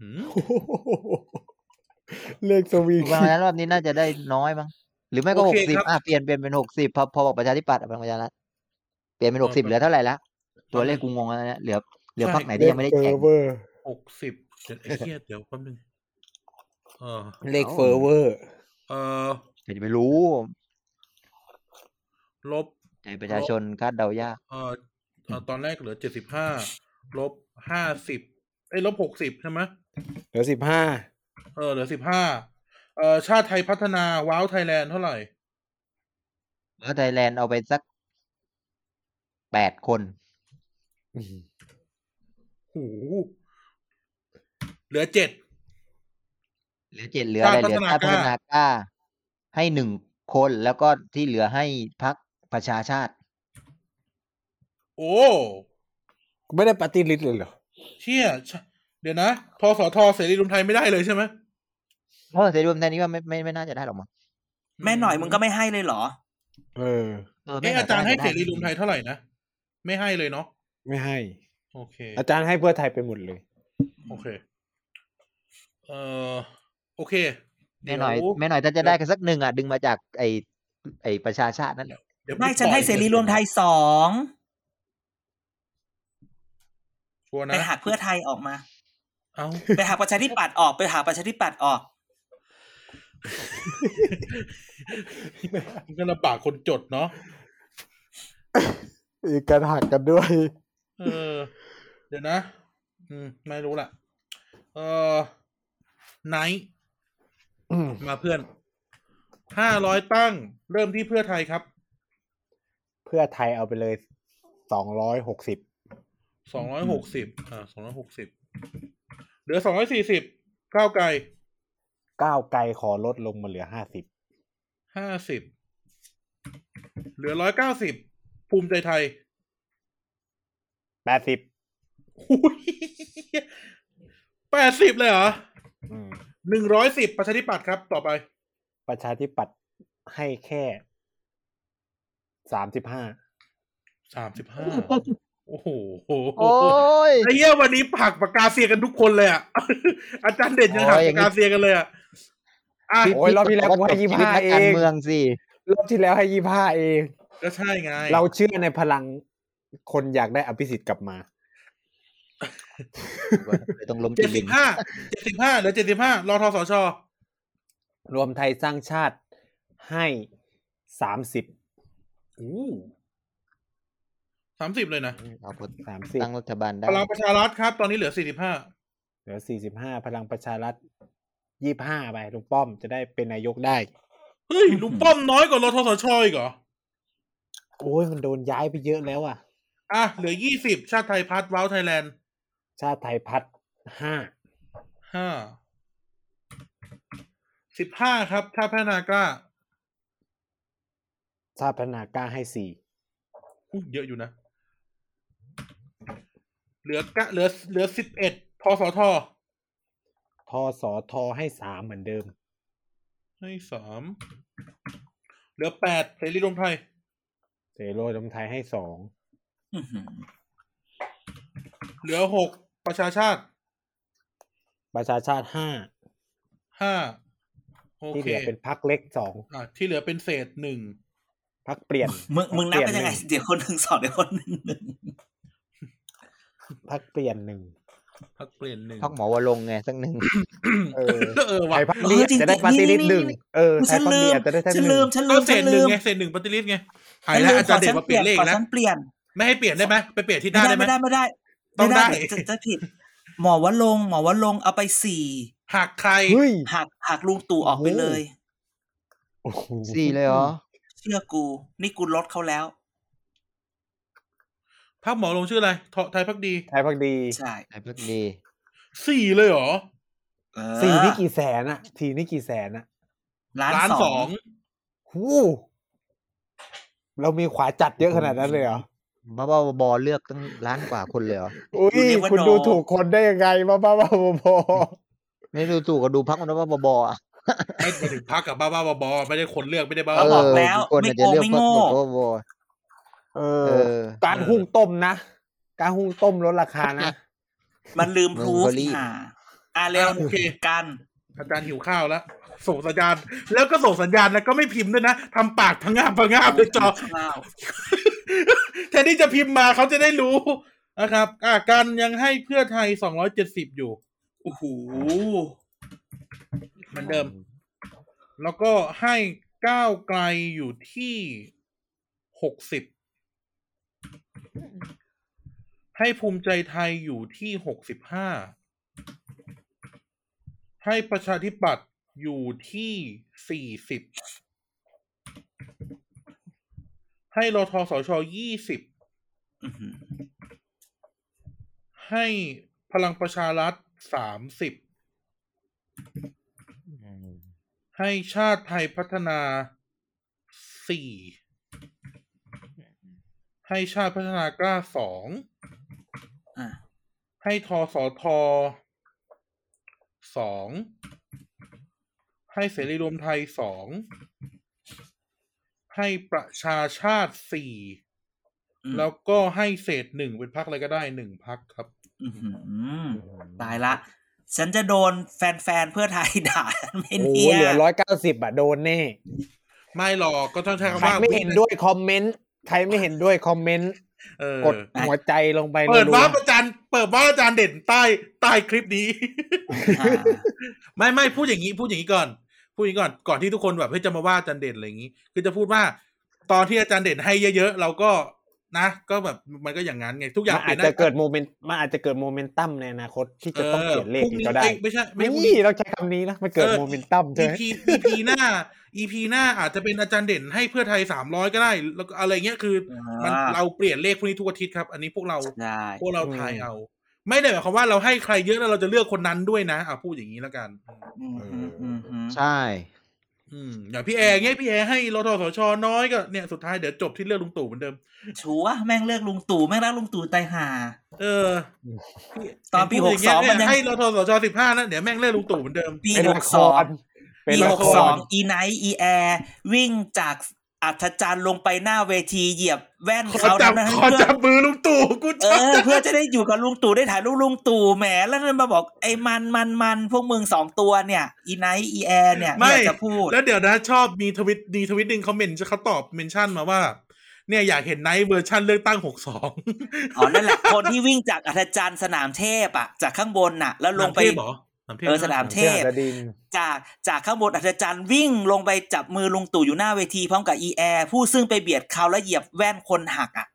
S1: หืม
S5: โอ้โหเลขสวิง
S4: ประมาณนั้นรอบนี้น่าจะได้น้อยมั้งหรือไม่ก็
S1: โอ
S4: ห
S1: เค
S4: กสิบ
S1: ครับ
S4: อ่ะเปลี่ยนเปลี่ยนเป็นหกสิบพอพอบอกประชาธิปัตย์อ่ะพลังประชารัฐเปลี่ยนเป็นหกสิบเหลือเท่าไหร่ละตัวเลขกูงงแล้วเนี่ยเหลือเหลือ
S1: ใช่
S4: พักไหน
S5: เล
S4: ที่
S5: ข
S4: ยังไม่ได้
S5: เฟอ
S4: แข่ง
S5: ร์เวอร์
S1: หกสิบเดี๋ยวไอ้เหี้ยเดี๋ยวแป๊บนึง เออ
S5: เลขเฟอร์เวอร์
S1: เออ
S4: ใครจะไปรู้
S1: ลบ
S4: ใจประชาชนคาดเดายาก
S1: เออเอ่อตอนแรกเหลือเจ็ดสิบห้าลบห้าสิบเอ้ยลบหกสิบใช่ไหม
S5: เหลือสิบห้า
S1: เออเหลือสิบห้าเออชาติไทยพัฒนาว้าวไทยแลนด์เท่าไหร่
S4: แล้วไทยแลนด์เอาไปสักแปดคน
S1: หูเหลือเจ็ด
S4: เหลือเจ็ดเหลืออะไรเหลือ
S1: ชา
S4: ชา
S1: ติพัฒ
S4: ติพัฒ
S1: นาน
S4: าก
S1: ล้า
S4: ก้า ให้หนึ่งคนแล้วก็ที่เหลือให้พักประชาชาติ
S1: โอ้
S5: ไม่ได้ปฏิริษเลยเหรอ
S1: เชี่ยชะเดี๋ยวนะทสทเสรีรวมไทยไม่ได้เลยใช่ไหม
S4: เออเสรีรวมไทยนี่ว่าไม่ไม่ไม่น่าจะได้หรอกมั้ง
S2: แม่หน่อยมึงก็ไม่ให้เลยเหรอ
S5: เออ
S4: เออไม่
S1: เอะ
S4: น่
S1: อาจารย์ให้
S4: จะ
S1: เส
S4: ได้
S1: รีรวมไทยเท่าไหร่นะ ไม่ให้เลยเนาะ
S5: ไม่ให้
S1: โอเค
S5: อาจารย์ให้เพื่อไทยไปหมดเลย
S1: โอเค เออโอเค
S4: แม่หน่อย
S1: เดี๋ว
S4: แม่หน่อยถ้าจะได้กันสักหนึ่งอ่ะดึงมาจากไอไอประชาชาตินั่นแหละ
S1: เดี๋ยว
S2: ไม่
S1: กู
S2: ฉันให้
S1: ปล่อย
S2: เสรีรวมไทยสอง
S1: ชัวร์
S2: ไป
S1: นะ
S2: หักเพื่อไทยออกมา
S1: เอ้า
S2: ไปหักประชาธิปัตย์ออกไปหักประชาธิปัตย์ออก
S1: มันก็ลำบากคนจดเนาะ
S5: อีกการหักกันด้วย
S1: เออ เดี๋ยวนะ อืม ไม่รู้ละเออไนท์ มาเพื่อน ห้าร้อยตั้ง เริ่มที่เพื่อไทยครับ
S5: เพื่อไทยเอาไปเลยสองร้อยหกสิบ
S1: สองร้อยหกสิบ อ่าสองร้อยหกสิบ เหลือสองร้อยสี่สิบก้าวไกล
S5: ก้าวไกลขอลดลงมาเหลือห้าสิบ
S1: ห้าสิบ เหลือร้อยเก้าสิบ ภูมิใจไทย
S5: แปดสิบ
S1: แปดสิบเลยเหรอหนึ่งร้อยสิบประชาธิปัตย์ครับ ต่อไป
S5: ประชาธิปัตย์ให้แค่สามสิบห้า
S1: สามสิบห้า โอ้โห
S4: ย
S1: ไอ้เหี้ยวันนี้ผักปากกาเซียกันทุกคนเลยอ่ะ อาจารย์เด่นยัง
S4: โอ้ย
S1: หัก
S4: อย่า
S1: ปาง ก
S4: นี้
S1: กาเซียกันเลยอ่ะอ่ะ
S5: โอ้ยรอบที่แล้วกูให้
S4: ชี
S5: ยี่
S4: วิต
S5: ห้า
S4: นัก
S5: เอ
S4: การ
S5: ง
S4: เมืองสิ
S5: รอบที่แล้วให้ยี่ห้าเอง
S1: ก็ใช่ไง
S5: เราเชื่อในพลังคนอยากได้อภิสิทธิ์กลับมา
S4: ต้องล้ม
S1: เจ็ด
S4: จิต
S1: สิ
S4: ลิ
S1: บ
S4: ง
S1: ห้าเจ็ดสิบห้าเหลือเจ็ดสิบห้ารอทสช
S5: รวมไทยสร้างชาติให้สามสิบ
S1: สามสิบเลยนะ
S4: เอาคน
S5: สามสิบ
S4: ตั้งรัฐบาลได้
S1: พลังประชารัฐครับ ตอนนี้เหลือสี่สิบห้า
S5: เหลือสี่สิบห้าพลังประชารัฐยี่ห้าไปลุงป้อมจะได้เป็นนายกได้
S1: เฮ้ยลุงป้อมน้อยกว่ารอทสชอีกเหรอ
S5: โอ้ยมันโดนย้ายไปเยอะแล้วอ่ะ
S1: อ่ะ เหลือยี่สิบชาติไทยพัฒน์ว้าวไทยแลนด์
S5: ชาติไทยพัฒน์ห้า
S1: ห้าสิบห้าครับ ชาติพัฒนากล้า
S5: ชาติพัฒนากล้าให้สี่
S1: อุ๊ยเยอะอยู่นะ เหลือกะเหลือเหลือสิบเอ็ดทสท
S5: ทอสอทอให้สามเหมือนเดิม
S1: ให้สามเหลือแปดเสรีรวมไทย
S5: เซโร่ลงท้ายให้สอง
S2: อื้อหือ
S1: เหลือหกประชาชาติ
S5: ประชาชาติห้า
S1: ห้าโอ
S5: ที่
S1: เค
S5: เหลือเป็นพักเล็กสอง
S1: อ่ะที่เหลือเป็นเศษหนึ่ง
S5: พักเปลี่ยน
S2: มึงมึงนับ
S5: พรรค
S2: เป็น
S5: เป
S2: ยัง
S5: ลี่
S2: ไง
S5: ห
S2: เดี๋ยวคนหนึ่งสองเดี๋ยวคนหนึ่งหนึ่ง
S5: พักเปลี่ยนหนึ่ง
S1: พักเปลี่ยนหนึ่ง
S4: พักหมอวรงค์ไงสักห นึ่ง
S5: เออ
S1: เออ
S5: ไท
S1: ว่ะ
S5: ยพักดีอาจจะได้ปาร์ตี้ลิสต์หนึ่งเออไท
S2: ฉั
S5: ย
S2: น
S5: พัก
S2: ลื
S5: ดี
S2: ม
S5: อาจจะได้ไทย
S2: ฉัน
S5: ห
S2: ลื
S5: นึ่
S2: ม
S5: ง
S2: ฉันลื
S1: ก็
S2: ม
S1: เศ
S2: ฉั
S1: ษ
S2: น
S1: หนึ่
S2: ลื
S1: ง
S2: ม
S1: ไงเศษหนึ่งปฏิริษีไงหา
S2: ฉั
S1: ย
S2: น
S1: แล้
S2: ลื
S1: ว
S2: ม
S1: อา
S2: ข
S1: จาร
S2: อ
S1: ย์เดช
S2: ฉัน
S1: มาเป
S2: เป
S1: ลี่
S2: ลี่
S1: ย
S2: ย
S1: นเลข
S2: นขอ
S1: แล้ว
S2: ฉันเปลี่ยน
S1: ไม่ให้เปลี่ยนได้ไหมไปเปลี่ยนที่หน้า
S2: ไม่ได้
S1: ได้ไหม
S2: ไม่ได้ไม่ได้
S1: ต้องได้
S2: ม่จะจะผิด หมอวะลงค์หมอวะลงค์เอาไปสี่
S1: หักใคร
S5: เฮ้ย
S2: หักหักลุงตู่ออกไปเลย
S5: โอ้โห
S4: สี่เลยเหรอ
S2: เชื่อกู นี่กูลดเขาแล้ว
S1: พักหมอลงชื่ออะไรเทาะไทยพักดี
S5: ไทยพักดี
S2: ใช่
S4: ไอ้พวกนี้
S1: สี่เลยเหรอ
S2: เออ
S5: สี่นี่กี่แสนอะทีนี่กี่แสนอะ
S2: ล้าน
S1: ล้าน
S2: ส
S1: ส
S2: อ
S1: อง ง
S5: หูเรามีขวาจัดเยอะขนาดนั้นเลยเหรอ
S4: บ้าบ้าบอเลือกตั้งล้านกว่าคนเลยเหรอ
S5: อุ้ยคุณดูถูกคนได้ยังไงบ้าบ้าบ้าบอ
S4: ไม่ดูตู่ก็ดูพักมันว่าบ้าบออ่ะ
S1: ไม่หมายถึงพักกับบ้าบ้าๆบอๆไม่ได้คนเลือกไม่ได้บ้า
S2: าบ
S1: บอก
S2: แล้ว
S4: คนอาจจะเลือก
S2: ไม่
S4: พร
S2: โง่
S4: รค
S2: ไม่
S4: มัน
S2: โง่
S4: ว่าบอ
S5: เอ
S4: เอ
S5: อ
S4: อ
S5: การหุ้งต้มนะ การหุ้งต้มลดราคานะ
S2: มันลืมพ
S4: มึง
S2: รูฟ
S4: ก็รีบ
S2: อ่าอาเร็ว
S1: โอเค
S2: กัน
S1: อาจารย์หิวข้าวแล้ว ส่งสัญญาณ แล้วก็ส่งสัญญาณแล้วก็ไม่พิมพ์ด้วยนะทำปากพะงาบพะงาบในจอ
S2: ข้าว
S1: แทนที่จะพิมพ์มาเขาจะได้รู้นะครับ อ่าการยังให้เพื่อไทยสองร้อยเจ็ดสิบอยู่
S2: โอ้โห
S1: เหมือนเดิม แล้วก็ให้ก้าวไกลอยู่ที่หกสิบให้ภูมิใจไทยอยู่ที่หกสิบห้าให้ประชาธิปัตย์อยู่ที่สี่สิบให้รทสชยี่สิบ
S2: อื้อหือ
S1: ให้พลังประชารัฐสามสิบให้ชาติไทยพัฒนาสี่ให้ชาติพัฒนากล้าสอง
S2: อ่ะ
S1: ให้ทสทสองให้เสรีรวมไทยสองให้ประชาชาติสี่
S2: อืม
S1: แล้วก็ให้เศษหนึ่งเป็นพักอะไรก็ได้หนึ่งพักครับ
S2: อื้อหือตายละ ฉันจะโดนแฟนๆเพื่อไทย ด่าฉันไหม่
S5: โอ้โห
S2: เนี่ย
S5: เหลือร้อยเก้าสิบอะโดนแน่
S1: ไม่หรอกก็ต้องใช้คำ
S5: ใคร
S1: ว่า
S5: ไม่เห็นด้วยคอมเมนต์ ใครไม่เห็นด้วยคอมเมนต์
S1: เออ
S5: กดหัวใจลงไป
S1: เปิด
S5: ลย
S1: ว่าอาจารย์เปิดว่าอาจารย์เด่นใต้ใต้คลิปนี้
S2: อ่า
S1: ไม่ไม่พูดอย่างนี้พูดอย่างนี้ก่อน พูดอย่างนี้ก่อนก่อนที่ทุกคนแบบเฮ้ยจะมาว่าอาจารย์เด่นอะไรอย่างนี้ คือจะพูดว่า ตอนที่อาจารย์เด่นให้เยอะๆเราก็นะ ก็แบบมันก็อย่างนั้นไงทุกอย่าง
S5: มันอาจจะเกิดโมเมนต์มันอาจจะเกิดโมเมนตัมในอนาคตที่จะต้องเปลี่ยนเลขอีกก็ได้
S1: เอ้ยไม่ใช่ไม่
S5: ไม่
S1: พรุ่ง
S5: นี่
S1: นี้
S5: เราใช้คำนี้นะมันเกิด
S1: เออ
S5: โมเมนตัมใช่ไหม
S1: EP EP หน้า EP หน้าอาจจะเป็นอาจารย์เด่นให้เพื่อไทยสามร้อยก็ได้แล้วก็อะไรเงี้ยคือมันเราเปลี่ยนเลขพวกนี้ทุกอาทิตย์ครับ อันนี้พวกเรา
S2: ได้
S1: พวกเรา
S5: อืม
S1: ทายเอา ไม่ได้หมายความว่าเราให้ใครเยอะแล้วเราจะเลือกคนนั้นด้วยนะอ่ะพูดอย่างนี้แล้วกัน
S2: อืมอืมอืมอืม
S4: ใช่
S1: อืมอย่างพี่แอร์เงี้ยพี่แอร์ให้รทสชน้อยก็เนี่ยสุดท้ายเดี๋ยวจบที่เรื่องลุงตู่เหมือนเดิม
S2: ชัวร์แม่งเลือกลุงตู่แม่งรักลุงตู่ตายห่า
S1: เออ
S2: ตอนปี
S1: พูดย่างเงี้ย
S2: 62
S1: เนี่ย
S2: มันยัง
S1: ให้รทสชสิบห้านะเดี๋ยวแม่งเลือกลุงตู่เหมือนเดิม
S2: ปี
S5: เป็น
S2: ห
S5: ละ
S2: ก
S5: ค
S2: สอง
S5: รเป็น
S2: ปี
S5: ละ
S2: หก
S5: ค
S2: สอ
S5: รง
S2: อีไนท์อีแอร์วิ่งจากอัศจรรย์ลงไปหน้าเวทีเหยียบแว่น
S1: ขอ
S2: เขา
S1: จับ
S2: ทำให้
S1: ขอ
S2: เพื่อ
S1: จับมือลุงตู่กู
S2: เอ
S1: จับ
S2: อ เพื่อจะได้อยู่กับลุงตู่ได้ถ่ายรูปลุงตู่แหมแล้วนั่นมาบอกไอ้มันมันมันพวกมึงสองตัวเนี่ยอีไนท์อีแอร์เนี่ยไม่อยากจะพูด
S1: แล้วเดี๋ยวนะชอบมีทวิตดีทวิตหนึ่งเขาเมนเขาตอบเมนชั่นมาว่า เนี่ยอยากเห็นไนท์เวอร์ชันเลือกตั้งหกสอง
S2: อ๋อนั่นแหละคนที่วิ่งจากอัศจรรย์สนามเทพอะจากข้างบนน่ะ แล้วลงไป
S1: เทพเหรอเทพ
S2: เออสนามเทพ
S5: ระดิน
S2: จากจากข้างบนอัศจรรย์วิ่งลงไปจับมือลุงตู่อยู่หน้าเวทีพร้อมกับอีแอร์ผู้ซึ่งไปเบียดเขาและเหยียบแว่นคนหักอ่ะ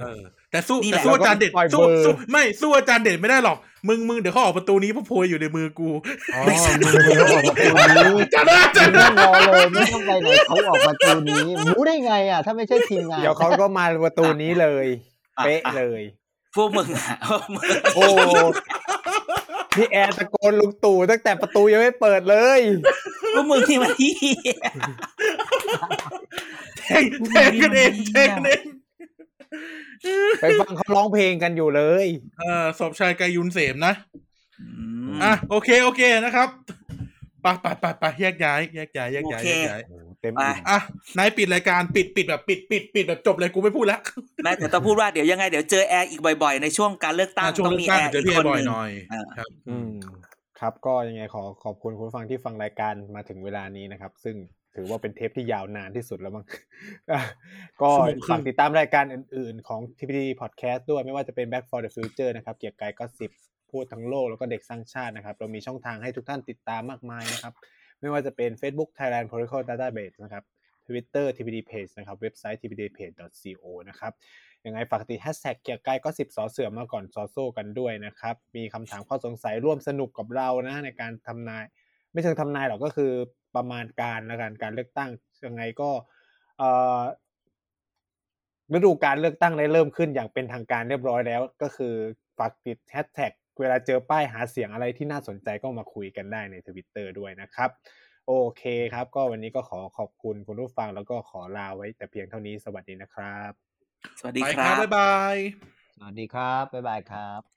S1: เออแต่สู้
S2: นี่แห
S1: แต่
S2: ละ
S1: สู้อาจารย์เด็ด
S5: ปล่อย
S1: สู้
S5: มือ
S1: สู้ไม่สู้อาจารย์เด็ดไม่ได้หรอกมึงมึงเดี๋ยวเขาออกประตูนี้เพราะโพยอยู่ในมือกู
S5: อ๋อมือเขาออกมาตูนี้
S1: อาจารย์อาจารย์
S4: นั่งรอเลยไม่ต้องไปไหนเขาออกประตูนี้รู้ได้ไงอ่ะ ถ้าไม่ใช่ทีมงาน
S5: เดี๋ยวเขาก็มาประตูนี้เลย
S2: อ่ะ
S5: เป๊ะเลย
S2: พวกมึงอ่ะ พวกมึง
S5: โอ้พี่แอร์ตะโกนลุงตู่ตั้งแต่ประตูยังไม่เปิดเลย
S2: พวกมึงที่มาที่
S1: แทงแทงกันเองแทงกันเอง
S5: ไปฟังเขาร้องเพลงกันอยู่เลย
S1: เออสอบชายไกายุนเสมนะ อ่ะโอเคโอเคนะครับไปไปไปไปแยกย้ายแยกย้ายแยกย้าย
S2: โอเค
S1: แยกย้าย
S5: โอ้โหเ ต็มอิ่ม
S1: อ่ะนายปิดรายการปิดปิดแบบปิดปิดปิดแบบจบเลยกูไม่พูดแล้ว
S2: ไม่แต่ต้องพูดว่าเดี๋ยวยังไงเดี๋ยวเจอแอร์อีกบ่อยๆ ในช่วงการเลือกตั้ง
S1: อ่ะช่วง
S2: ต้อ
S1: เลือ
S2: งมี
S1: กตั้
S2: แอง ร์
S1: เดี๋ยว
S2: อี
S1: พี่
S2: ก
S1: เอ
S2: คน
S1: บ่อย
S2: หนึ่ง
S1: หน่อย
S2: อ่า
S1: ครับ
S5: อืมครับก็ยังไงขอขอบคุณคุณผู้ฟังที่ฟังรายการมาถึงเวลานี้นะครับ ซึ่งถือว่าเป็นเทปที่ยาวนานที่สุดแล้วมั้ง อ่ะก็ฝากติดตามรายการอื่นๆ ของ TPD Podcast ด้วยไม่ว่าจะเป็น Back for the Future นะครับ เกียร์กายก็สิบพูดทั้งโลกแล้วก็เด็กสร้างชาตินะครับ เรามีช่องทางให้ทุกท่านติดตามมากมายนะครับ ไม่ว่าจะเป็น Facebook Thailand Political Database นะครับ Twitter TPD Page นะครับเว็บไซต์ tpdpage.co นะครับ ยังไงฝากติดแฮชแท็กเกียร์กายก็สิบสอเสือมาก่อนซอโซ่กันด้วยนะครับ มีคำถามข้อสงสัยร่วมสนุกกับเรานะ ในการทำนาย ไม่เชิงทำนายหรอกก็คือประมาณการและกันการเลือกตั้งยังไงก็เอ่อฤดูการเลือกตั้งได้เริ่มขึ้นอย่างเป็นทางการเรียบร้อยแล้ว ก็คือฝากติดแฮชแท็กเวลาเจอป้ายหาเสียงอะไรที่น่าสนใจก็มาคุยกันได้ในทวิตเตอร์ด้วยนะครับ โอเคครับ ก็วันนี้ก็ขอขอบคุณคุณผู้ฟังแล้วก็ขอลาไว้แต่เพียงเท่านี้สวัสดีนะครับ
S2: สวัสดี
S1: ไป
S2: ค
S1: ค
S2: รั
S1: รับ
S2: บ
S1: บ๊ายบาย
S4: สวัสดีครับ บ๊ายบายครับ